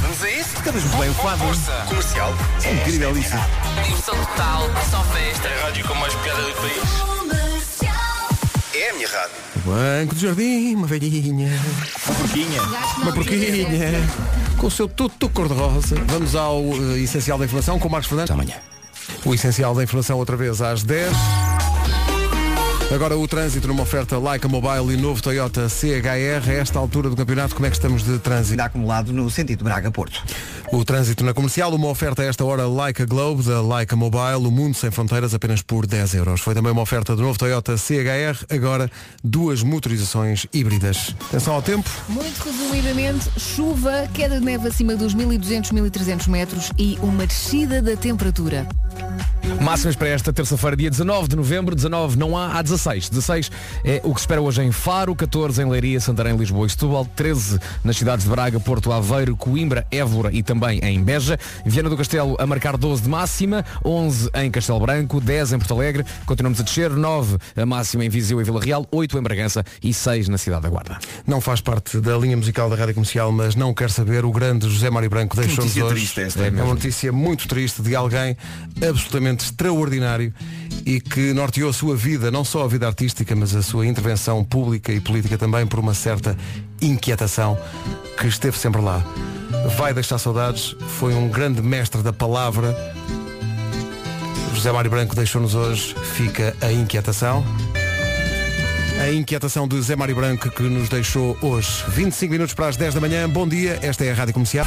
S7: Vamos a isso? Ficamos bem ocupados. Comercial. É
S2: incrível isso.
S7: Diversão total, só festa. É A rádio com mais pegada do país. É a minha rádio.
S2: Banco do jardim, uma velhinha.
S13: Uma porquinha.
S2: Uma porquinha. Com o seu tutu cor-de-rosa. Vamos ao eh, essencial da informação com o Marcos Fernandes. Amanhã. O essencial da informação outra vez às 10. Agora o trânsito numa oferta Leica Mobile e novo Toyota CHR. A esta altura do campeonato, como é que estamos de trânsito?
S25: acumulado no sentido Braga-Porto.
S2: O trânsito na comercial, uma oferta a esta hora Leica Globe, da Leica Mobile, o mundo sem fronteiras apenas por 10 euros. Foi também uma oferta do novo Toyota CHR, agora duas motorizações híbridas. Atenção ao tempo.
S4: Muito resumidamente, chuva, queda de neve acima dos 1200, 1300 metros e uma descida da temperatura.
S5: Máximas para esta terça-feira, dia 19 de novembro, 19 não há, há 16. 16 é o que se espera hoje em Faro, 14 em Leiria, Santarém, Lisboa e Setúbal, 13 nas cidades de Braga, Porto Aveiro, Coimbra, Évora e também em Beja, Viana do Castelo a marcar 12 de máxima, 11 em Castelo Branco, 10 em Porto Alegre, continuamos a descer, 9 a máxima em Viseu e Vila Real, 8 em Bragança e 6 na cidade da Guarda.
S2: Não faz parte da linha musical da Rádio Comercial, mas não quer saber, o grande José Mário Branco
S13: Que
S2: deixou-nos
S13: notícia
S2: hoje.
S13: triste esta,
S2: é
S13: é
S2: uma
S13: mesmo.
S2: notícia muito triste de alguém absolutamente extraordinário e que norteou a sua vida, não só a vida artística, mas a sua intervenção pública e política também por uma certa inquietação que esteve sempre lá. Vai deixar saudades, foi um grande mestre da palavra. José Mário Branco deixou-nos hoje, fica a inquietação. A inquietação de Zé Mário Branco que nos deixou hoje. 25 minutos para as 10 da manhã. Bom dia, esta é a Rádio Comercial.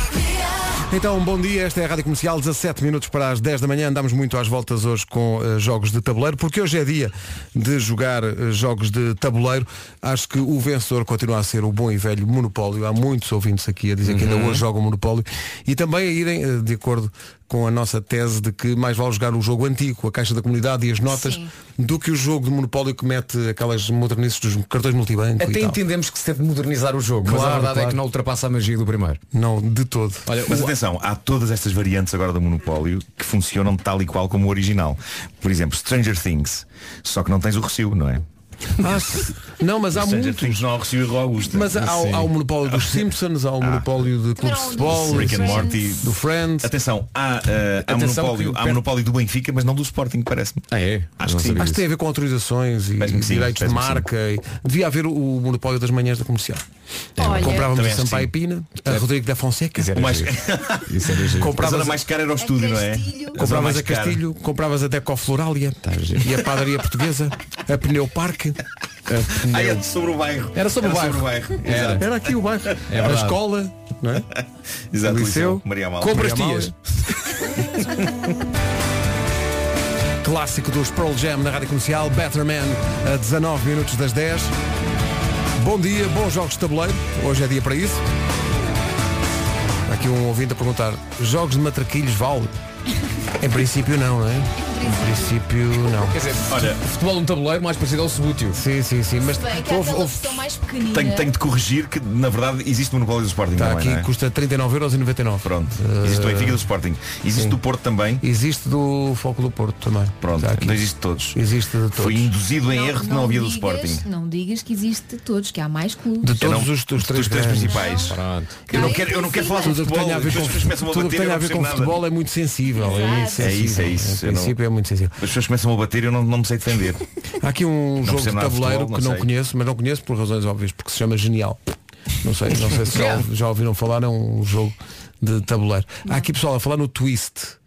S2: Então, bom dia, esta é a Rádio Comercial, 17 minutos para as 10 da manhã. Andamos muito às voltas hoje com eh, jogos de tabuleiro, porque hoje é dia de jogar eh, jogos de tabuleiro. Acho que o vencedor continua a ser o bom e velho Monopólio. Há muitos ouvintes aqui a dizer que ainda
S16: Uhum.
S2: hoje jogam Monopólio. E também a irem eh, de acordo com a nossa tese de que mais vale jogar o jogo antigo, a caixa da comunidade e as notas, do que o jogo de Monopólio que mete aquelas modernices dos cartões multibanco e
S5: Até
S2: tal.
S5: entendemos que se deve modernizar o jogo, mas a
S2: Claro,
S5: verdade é
S2: claro.
S5: que não ultrapassa a magia do primeiro.
S2: Não, de todo.
S13: Mas atenção, há todas estas variantes agora do monopólio que funcionam tal e qual como o original. Por exemplo, Stranger Things. Só que não tens o recibo, não é?
S2: Ah, não, mas há
S13: Stranger
S2: muitos.
S13: Things não há o recibo igual ao Augusto.
S2: Mas há, há o monopólio dos Simpsons, há o monopólio de clube de futebol,
S13: Ah. Rick and Morty.
S2: do Friends.
S13: Atenção, há, eh, há
S2: Atenção
S13: monopólio,
S2: que-
S13: há monopólio do Benfica, mas não do Sporting, parece-me.
S5: Ah, é?
S13: Acho que sim.
S2: Acho que tem a ver com autorizações e
S13: Parece-me que sim,
S2: direitos de
S13: parece-me que
S2: marca. e- Devia haver o monopólio das manhãs da comercial.
S13: Olha.
S2: Comprávamos
S13: Também acho
S2: o
S13: que
S2: Sampaio
S13: sim.
S2: Pina, a Rodrigo da Fonseca.
S13: O mais... Compras
S2: Compravas
S13: a
S2: a-
S13: zona mais cara era o estúdio, não é? zona
S2: Compravas
S13: mais
S2: a
S13: cara.
S2: Castilho, compravas a Deco Floralia e a padaria portuguesa, a Pneu Parque. A
S13: Ah, é sobre o bairro.
S2: Era sobre o bairro.
S13: Exato. É
S2: Era, era aqui o bairro. a
S13: verdade.
S2: escola, não é?
S13: Exato,
S2: O
S13: Liceu. Maria Amália.
S2: Compras
S13: Maria
S2: tias. Clássico dos Pearl Jam na rádio comercial, Better Man, a 19 minutos das 10. Bom dia, bons jogos de tabuleiro. Hoje é dia para isso. Há Aqui um ouvinte a perguntar: jogos de matraquilhos vale? Em princípio, não, não é? Em princípio, não.
S5: Quer dizer, futebol no tabuleiro mais parecido ao subútil.
S2: Sim, sim, sim. Mas
S6: Bem, que há aquela versão mais pequenina.
S13: Tenho, tenho de corrigir que, na verdade, existe o monopólio do Sporting
S2: Está
S13: também,
S2: Tá aqui,
S13: não é?
S2: custa 39,99€. Pronto.
S13: Existe do Benfica e do Sporting. Existe
S2: Eh, sim.
S13: do Porto também.
S2: Existe do Foco do Porto também.
S13: Pronto, não existe de todos.
S2: Existe de todos.
S13: Foi induzido em
S4: Não-
S13: erro que não havia do
S4: digas-
S13: Sporting.
S6: Não digas que existe de todos, que há mais clubes.
S2: De todos
S13: Eram
S2: os, os três,
S13: dos três
S2: grandes.
S13: principais. Eu não quero, eu não quero falar de
S2: tudo o que
S13: futebol.
S2: tenha a ver
S13: as
S2: com,
S13: pessoas começam a
S2: tudo o
S13: bater,
S2: que
S13: eu
S2: tenha a
S13: não
S2: ver
S13: percebo
S2: com
S13: nada.
S2: futebol é muito sensível. É isso,
S13: É isso, é isso.
S2: Em
S13: Eu não-
S2: princípio é muito sensível.
S13: As pessoas começam a bater e eu não, não me sei defender.
S2: Há aqui um
S13: Não
S2: jogo de
S13: percebo nada de
S2: tabuleiro
S13: futebol, não
S2: que não
S13: sei.
S2: conheço, mas não conheço por razões óbvias, porque se chama Genial. Não sei, não sei se já, já ouviram falar, é um jogo de tabuleiro. Há aqui pessoal a falar no Twist.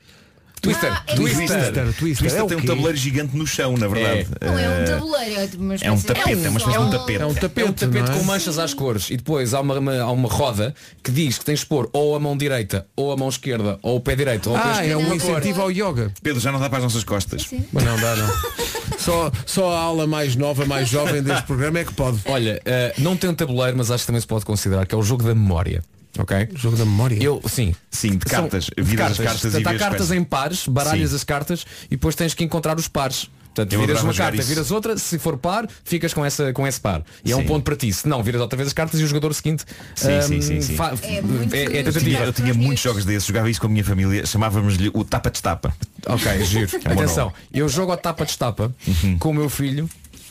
S2: um
S13: Twister,
S6: Ah, é
S13: Twister,
S6: verdade.
S2: Twister, Twister, é o
S13: tem um
S2: quê?
S13: tabuleiro gigante no chão, na verdade.
S6: Não é um
S13: Eh,
S6: tabuleiro, é uma espécie
S13: é um
S6: de-
S13: tapete, é uma espécie de um tapete.
S5: É um tapete,
S13: não é?
S5: com manchas às cores e depois há uma, uma- há uma roda que diz que tens de pôr ou a mão direita, ou a mão esquerda, ou o pé
S13: Então,
S5: direito, ou o pé
S2: Ah,
S5: esquerdo.
S2: é um incentivo ao yoga.
S13: Pedro, já não dá para as nossas costas.
S2: Mas não dá, não. Só, só a aula mais nova, mais jovem deste programa é que pode.
S5: Olha, eh, não tem um tabuleiro, mas acho que também se pode considerar que é o jogo da memória. Ok?
S2: Jogo da memória?
S5: Eu, sim.
S13: Sim, de cartas. Viras as cartas e
S5: Portanto,
S13: vês
S5: há cartas
S13: peças.
S5: em pares, baralhas
S13: Sim.
S5: as cartas e depois tens que encontrar os pares. Portanto,
S13: Eu
S5: viras
S13: adorava
S5: uma
S13: jogar
S5: carta,
S13: isso.
S5: viras outra, se for par, ficas com, essa, com esse par. E é um
S13: Sim.
S5: ponto para ti. Se não, viras outra vez as cartas e o jogador seguinte
S13: Sim,
S5: ahm,
S13: sim, sim, sim.
S5: fa- é- é
S13: eu, tinha,
S5: tentativa.
S13: eu tinha muitos jogos desses, jogava isso com a minha família, chamávamos-lhe o tapa-destapa.
S5: Ok, giro.
S13: É um Uhum. bom
S5: Atenção,
S13: nome.
S5: eu jogo a tapa de tapa com o meu filho,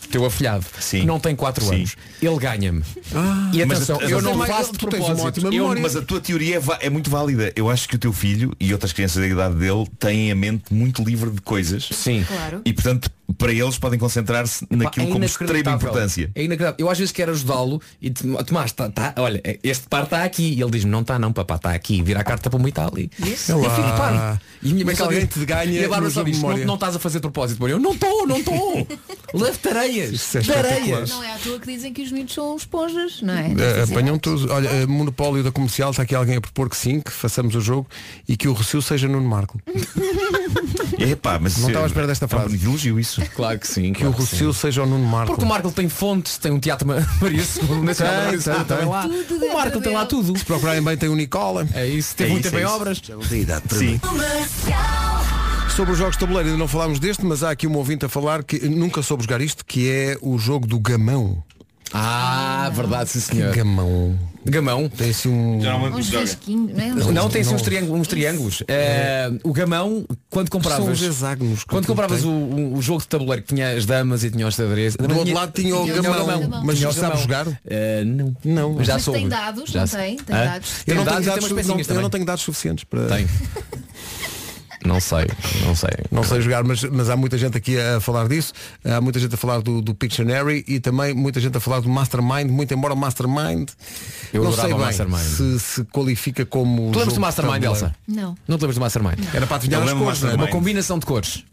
S5: teu afilhado, que não tem 4
S13: Sim.
S5: anos. Ele ganha-me.
S2: Ah.
S5: e atenção, eu não faço de propósito. Eu-
S13: mas a tua teoria é, va- é muito válida. Eu acho que o teu filho e outras crianças da idade dele têm a mente muito livre de coisas.
S5: Sim. Claro.
S13: E portanto, para eles podem concentrar-se naquilo
S5: Pá, é
S13: como extrema
S5: inacreditável.
S13: importância.
S5: É inacreditável. Eu às vezes quero ajudá-lo e te- Tomás, tá, tá, olha, este par está aqui. E ele diz-me, não está não, papá, está aqui. Vira a carta para o Itali. E eu fico,
S2: Olá.
S5: pá. E a minha
S2: Como é
S5: mãe
S2: que
S5: só
S2: alguém
S5: diz-
S2: te ganha
S5: E a Bárbara
S2: no
S5: só
S2: jogo de
S5: diz, não,
S2: memória?
S5: não estás a fazer de propósito. Eu não estou, não estou. Levantarei
S26: areias.
S2: Isso é
S6: De areias.
S2: espetacular.
S6: Não é à toa que dizem que os miúdos são esponjas, não é?
S2: Eh, apanham todos. Olha, eh, monopólio da comercial, está aqui alguém a propor que sim, que façamos o jogo e que o recio seja Nuno Marco.
S13: Epá, mas
S2: não
S13: eh,
S2: estava à espera desta frase.
S26: elogio isso. Claro que sim.
S2: Que o Rocio seja o Nuno Marco.
S5: Porque o Marco tem fontes, tem um teatro Ma- Maria II, Nacional
S2: Tem,
S5: Maria
S2: tem,
S5: II também
S2: tem.
S5: lá. O Marco tem lá tudo.
S2: Se procurarem bem, tem o Nicola.
S5: É isso, teve
S2: É
S5: muito
S2: isso,
S5: bem
S2: é isso.
S5: obras.
S2: Sim. Sobre os jogos de tabuleiro ainda não falámos deste, mas há aqui um ouvinte a falar que nunca soube jogar isto, que é o jogo do gamão.
S5: Ah, verdade, sim senhor.
S2: Gamão.
S5: Gamão.
S2: Tem assim um.
S4: Uns risquinhos, não é?
S5: Não,
S4: Uns-
S5: tem assim uns
S4: não.
S5: triângulos. Uns triângulos. Eh, o gamão, quando compravas.
S2: São os hexágonos que
S5: Quando
S2: aquilo
S5: compravas o,
S2: tem.
S5: o- o jogo de tabuleiro que tinha as damas e tinha os xadrez.
S2: Do outro lado tinha o gamão. Mas
S5: Tinha o
S2: sabe
S5: gamão.
S2: jogar?
S5: Eh, não.
S2: Não.
S5: Mas já
S6: Mas tem
S5: soube.
S6: dados,
S5: Já
S6: não
S5: soube.
S6: tem? Tem
S5: Hã?
S6: dados?
S2: Eu não, tenho
S5: Tem dados e tem
S2: dados,
S5: umas
S2: su- não- eu
S5: pecinhas
S2: não
S5: também.
S2: tenho dados suficientes para.
S5: Tenho. Não sei, não sei.
S2: Não sei jogar, mas, mas há muita gente aqui a falar disso. Há muita gente a falar do, do Pictionary e também muita gente a falar do Mastermind, muito embora o Mastermind
S5: Eu
S2: não
S5: adorava
S2: sei
S5: o
S2: bem
S5: Mastermind.
S2: se se qualifica como.
S5: Tu lembras
S2: jogo
S5: do Mastermind,
S2: de tabuleiro.
S5: Elsa?
S4: Não.
S5: Não te lembras do Mastermind?
S2: Era para adivinhar as cores, não é?
S5: Uma combinação de cores.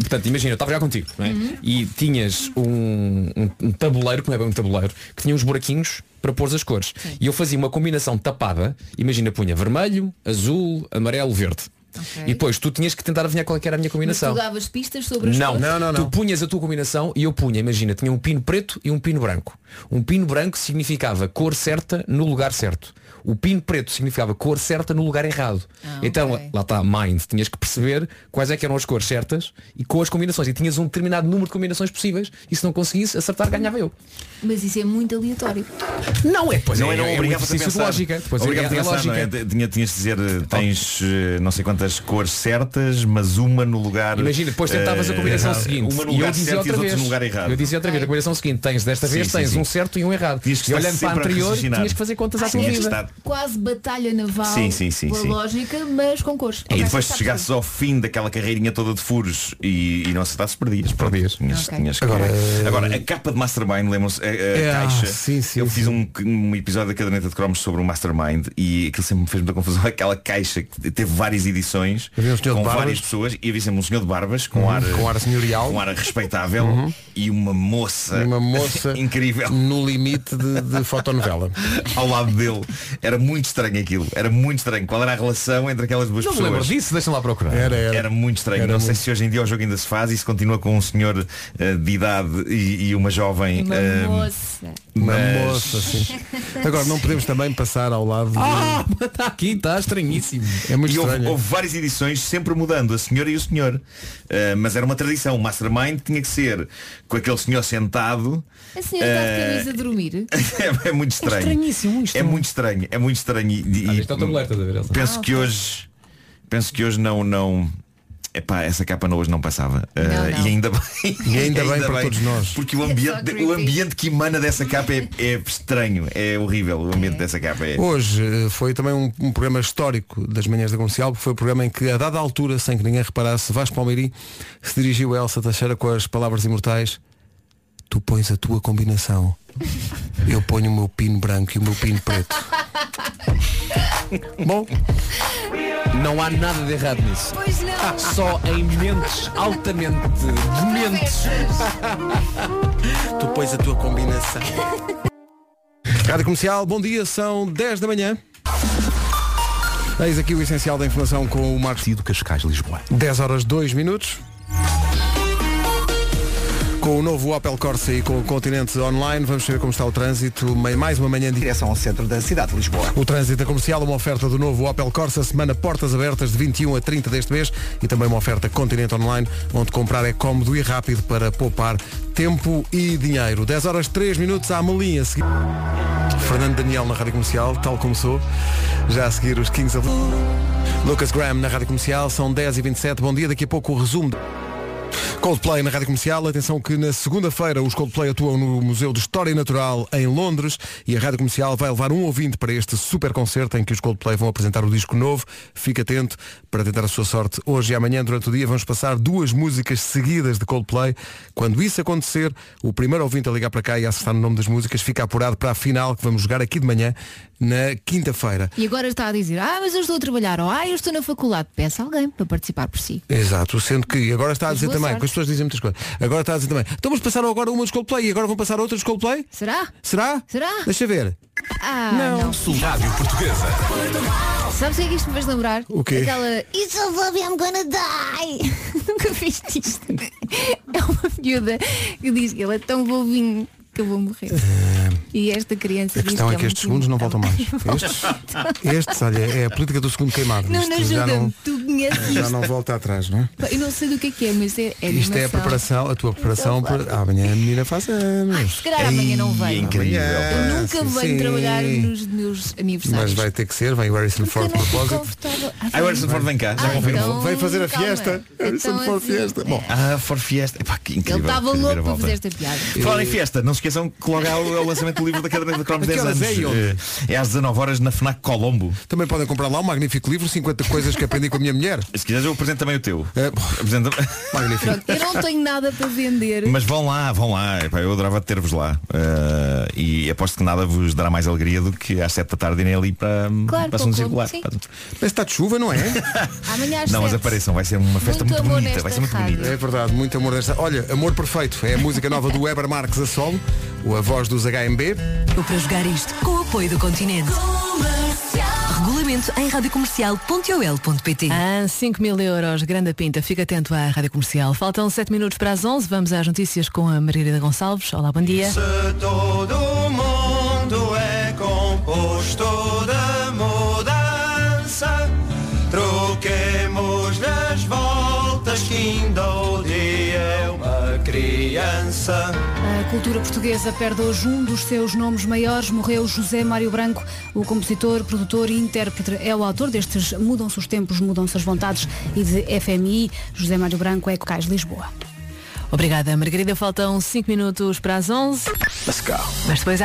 S5: Portanto, imagina, eu estava já contigo não é?
S4: Uhum.
S5: e tinhas um, um- um tabuleiro, que não é bem um tabuleiro, que tinha uns buraquinhos para pôr as cores. E eu fazia uma combinação tapada, imagina, punha vermelho, azul, amarelo, verde.
S4: Ok.
S5: E depois tu tinhas que tentar adivinhar qual é que era a minha
S4: Mas tu
S5: combinação.
S4: davas pistas sobre as
S5: Não.
S4: cores.
S5: Tu punhas a tua combinação e eu punha, imagina, tinha um pino preto e um pino branco. Um pino branco significava cor certa no lugar certo. O pino preto significava cor certa no lugar errado.
S4: Ah,
S5: então, lá está, mind, tinhas que perceber quais é que eram as cores certas e com as combinações. E tinhas um determinado número de combinações possíveis e se não conseguisse acertar, ganhava eu.
S4: Mas isso é muito aleatório.
S5: Não é,
S13: não era
S5: é, é um
S13: obrigado a
S5: exercício de
S13: pensar.
S5: lógica. Depois
S13: obrigado
S5: é,
S13: a
S5: é
S13: pensar,
S5: lógica.
S13: não é? Tinha, tinhas de dizer eh, tens eh, não sei quantas cores certas, mas uma no lugar.
S5: Imagina, depois tentavas a
S13: eh,
S5: combinação
S13: errado.
S5: seguinte.
S13: Uma no
S5: e eu
S13: lugar
S5: dizia
S13: certo e
S5: outra
S13: as
S5: vez.
S13: outras no lugar errado.
S5: Eu dizia outra vez, a combinação seguinte, tens desta
S13: Sim,
S5: vez,
S13: sim,
S5: tens
S13: sim.
S5: um certo e um errado.
S13: Tinhas que
S5: E
S13: estar
S5: olhando para a
S13: sempre a
S5: anterior,
S13: raciocinar. Ah,
S5: tinhas que fazer contas à
S13: Sim,
S5: tua
S13: tinhas que
S5: vida.
S13: estar-
S4: Quase batalha naval.
S13: Sim, sim, sim,
S4: pela
S13: sim. É
S4: lógica, mas com cores.
S13: E
S4: Ok,
S13: depois
S4: já
S13: se
S4: está
S13: chegasses
S4: tudo.
S13: ao fim daquela carreirinha toda de furos e, e não acertasses, perdias. Perdias. Tinhas,
S4: Ok.
S13: tinhas que-
S2: Agora,
S13: agora, a capa de Mastermind, lembram-se? A, a
S2: É, ah,
S13: caixa.
S2: sim, sim,
S13: eu fiz um, um episódio da caderneta de cromos sobre o Mastermind e aquilo sempre me fez muita confusão. Aquela caixa que teve várias edições
S2: Havia um senhor
S13: com
S2: de barbas.
S13: várias pessoas e havia sempre um senhor de barbas com
S2: Uhum,
S13: ar
S2: com ar senhorial.
S13: com Um ar respeitável
S2: Uhum.
S13: e uma moça.
S2: E uma moça
S13: incrível
S2: no limite de, de fotonovela
S13: ao lado dele era muito estranho aquilo era muito estranho qual era a relação entre aquelas duas
S5: Não me
S13: pessoas
S5: lembro disso, deixa lá procurar.
S2: Era, era.
S13: muito estranho.
S2: Era
S13: não sei
S2: muito.
S13: se hoje em dia o jogo ainda se faz e se continua com um senhor eh, de idade e, e uma jovem.
S4: Uma
S13: eh,
S4: moça.
S2: ehm, Uma
S13: Mas-
S2: moça, sim. Agora não podemos também passar ao lado do-
S5: Ah, mas está aqui, está estranhíssimo.
S2: É muito
S13: e houve,
S2: estranho.
S13: houve várias edições sempre mudando a senhora e o senhor. Eh, mas era uma tradição. O Mastermind tinha que ser com aquele senhor sentado.
S4: A senhora está de
S13: eh,
S4: camisa a dormir.
S13: é, é muito estranho.
S4: estranhíssimo isto.
S13: É muito estranho. É muito estranho. E, e- penso
S4: Ah,
S13: que hoje. Penso que hoje não. não Epá, essa capa não hoje não passava. Eh,
S2: não.
S13: E ainda bem.
S2: E ainda bem para todos nós.
S13: Porque o ambiente, o ambiente que emana dessa capa é, é estranho. É horrível. O ambiente dessa capa é.
S2: Hoje eh, foi também um, um programa histórico das manhãs da comercial, porque foi o programa em que, a dada altura, sem que ninguém reparasse, Vasco Palmeiri se dirigiu a Elsa Teixeira com as palavras imortais Tu pões a tua combinação. Eu ponho o meu pino branco e o meu pino preto. Bom,
S5: não há nada de errado nisso.
S4: Pois não.
S5: Só em mentes altamente dementes.
S2: Tu pões a tua combinação. Rádio Comercial, bom dia, são 10 da manhã. Eis aqui o essencial da informação com o Marcos
S27: do Cascais, Lisboa.
S2: 10 horas 2 minutos. Com o novo Opel Corsa e com o Continente Online, vamos saber como está o trânsito. Ma- Mais uma manhã de
S28: direção ao centro da cidade de Lisboa.
S2: O trânsito é comercial, uma oferta do novo Opel Corsa, semana portas abertas de 21 a 30 deste mês e também uma oferta Continente Online, onde comprar é cómodo e rápido para poupar tempo e dinheiro. 10 horas 3 minutos à Melinha. a seguir. Fernando Daniel na Rádio Comercial, tal como sou. Já a seguir os Kings of... Lucas Graham na Rádio Comercial, são 10h27. Bom dia, daqui a pouco o resumo... de- Coldplay na Rádio Comercial, atenção que na segunda-feira os Coldplay atuam no Museu de História Natural em Londres e a Rádio Comercial vai levar um ouvinte para este super concerto em que os Coldplay vão apresentar o disco novo. Fique atento para tentar a sua sorte. Hoje e amanhã, durante o dia, vamos passar duas músicas seguidas de Coldplay. Quando isso acontecer, o primeiro ouvinte a ligar para cá e a acertar o nome das músicas fica apurado para a final que vamos jogar aqui de manhã, na quinta-feira.
S4: E agora está a dizer, ah, mas eu estou a trabalhar, ou ah, eu estou na faculdade. Peça alguém para participar por si.
S2: Exato, sendo que agora está a
S4: Mas
S2: dizer
S4: boa
S2: também
S4: sorte.
S2: que as pessoas dizem muitas coisas. Agora está a dizer também. Então, mas passaram agora uma dos Coldplay e agora vão passar outra dos Coldplay?
S4: Será?
S2: Será?
S4: Será?
S2: Deixa ver.
S4: Ah,
S2: Não.
S4: não.
S2: Rádio Portuguesa.
S4: Sabes o que é que isto me fez lembrar?
S2: O quê?
S4: Aquela It's so love I'm gonna die. Nunca fiz isto. É uma miúda que diz que ele é tão bobinho que eu vou morrer. E esta criança
S2: Eh, A
S4: diz
S2: questão é
S4: ele
S2: que estes
S4: muito
S2: segundos não voltam mais.
S4: bonito.
S2: Estes, estes, olha, é a política do segundo queimado.
S4: Não,
S2: Isto
S4: não
S2: já
S4: julga-me.
S2: não,
S4: Tu conheces
S2: já
S4: isto.
S2: não volta atrás, não é?
S4: Pá, Eu não sei do que é que é, mas é, é
S2: Isto é a
S4: animação.
S2: preparação, a tua preparação
S4: Então,
S2: para. Amanhã a menina faz anos.
S4: Se calhar amanhã não vem.
S2: Ai, é incrível.
S4: Eu nunca
S2: Sim,
S4: venho
S2: sim.
S4: trabalhar nos meus
S2: Mas
S4: aniversários.
S2: vai ter que ser, vem o Harrison Ford de
S4: não fico
S2: propósito.
S4: confortável.
S2: Ah, o Harrison Ford vem cá, já
S4: Ah,
S2: confirmou.
S4: então,
S2: Vem fazer a
S4: calma.
S2: fiesta. É, Harrison
S4: Então,
S2: Ford
S4: assim,
S2: fiesta. Bom,
S13: Ah, for fiesta. Epá, que
S4: Ele
S13: incrível.
S4: estava
S13: Primeira
S4: louco para
S13: volta.
S4: fazer esta piada.
S13: Falar em festa, não se esqueçam que logo há o o lançamento do livro da Caderneta de Cromos
S2: A que
S13: 10
S2: horas
S13: anos.
S2: é e onde?
S13: É, às 19 horas na FNAC Colombo.
S2: Também podem comprar lá um magnífico livro, 50 coisas que aprendi com a minha mulher. Eh,
S13: Se quiseres eu apresento também o teu. Apresento...
S2: Magnífico.
S4: Pronto, eu não tenho nada para vender.
S13: Mas vão lá, vão lá. Epá, eu adorava ter-vos lá. Eh, e aposto que nada vos dará mais alegria do que às 7 da tarde irem ali para,
S4: Claro,
S13: para a São
S4: para o
S13: Circular.
S4: Colombo, sim.
S2: Mas está de chuva, não é?
S4: Amanhã às
S13: Não, mas
S4: sete.
S13: apareçam, vai ser uma festa muito, bonita. Vai ser muito bonita.
S2: É verdade, muito amor nesta. Olha, Amor Perfeito é a música nova do Weber Marques a solo, o a voz dos HMB.
S29: Para jogar isto com o apoio do continente. Regulamento em radiocomercial.ol.pt
S15: Ah, 5 mil euros, grande pinta. Fica atento à Rádio Comercial. Faltam 7 minutos para as 11. Vamos às notícias com a Margarida Gonçalves. Olá, bom dia.
S7: Se todo mundo é composto de mudança, troquemos nas voltas que ainda o dia é uma criança.
S17: A cultura portuguesa perde hoje um dos seus nomes maiores. Morreu José Mário Branco, o compositor, produtor e intérprete. É o autor destes Mudam-se os Tempos, Mudam-se as Vontades e de FMI. José Mário Branco é Cocais, Lisboa.
S15: Obrigada, Margarida. Faltam 5 minutos para as 11.
S7: Let's go.
S15: Mas depois há.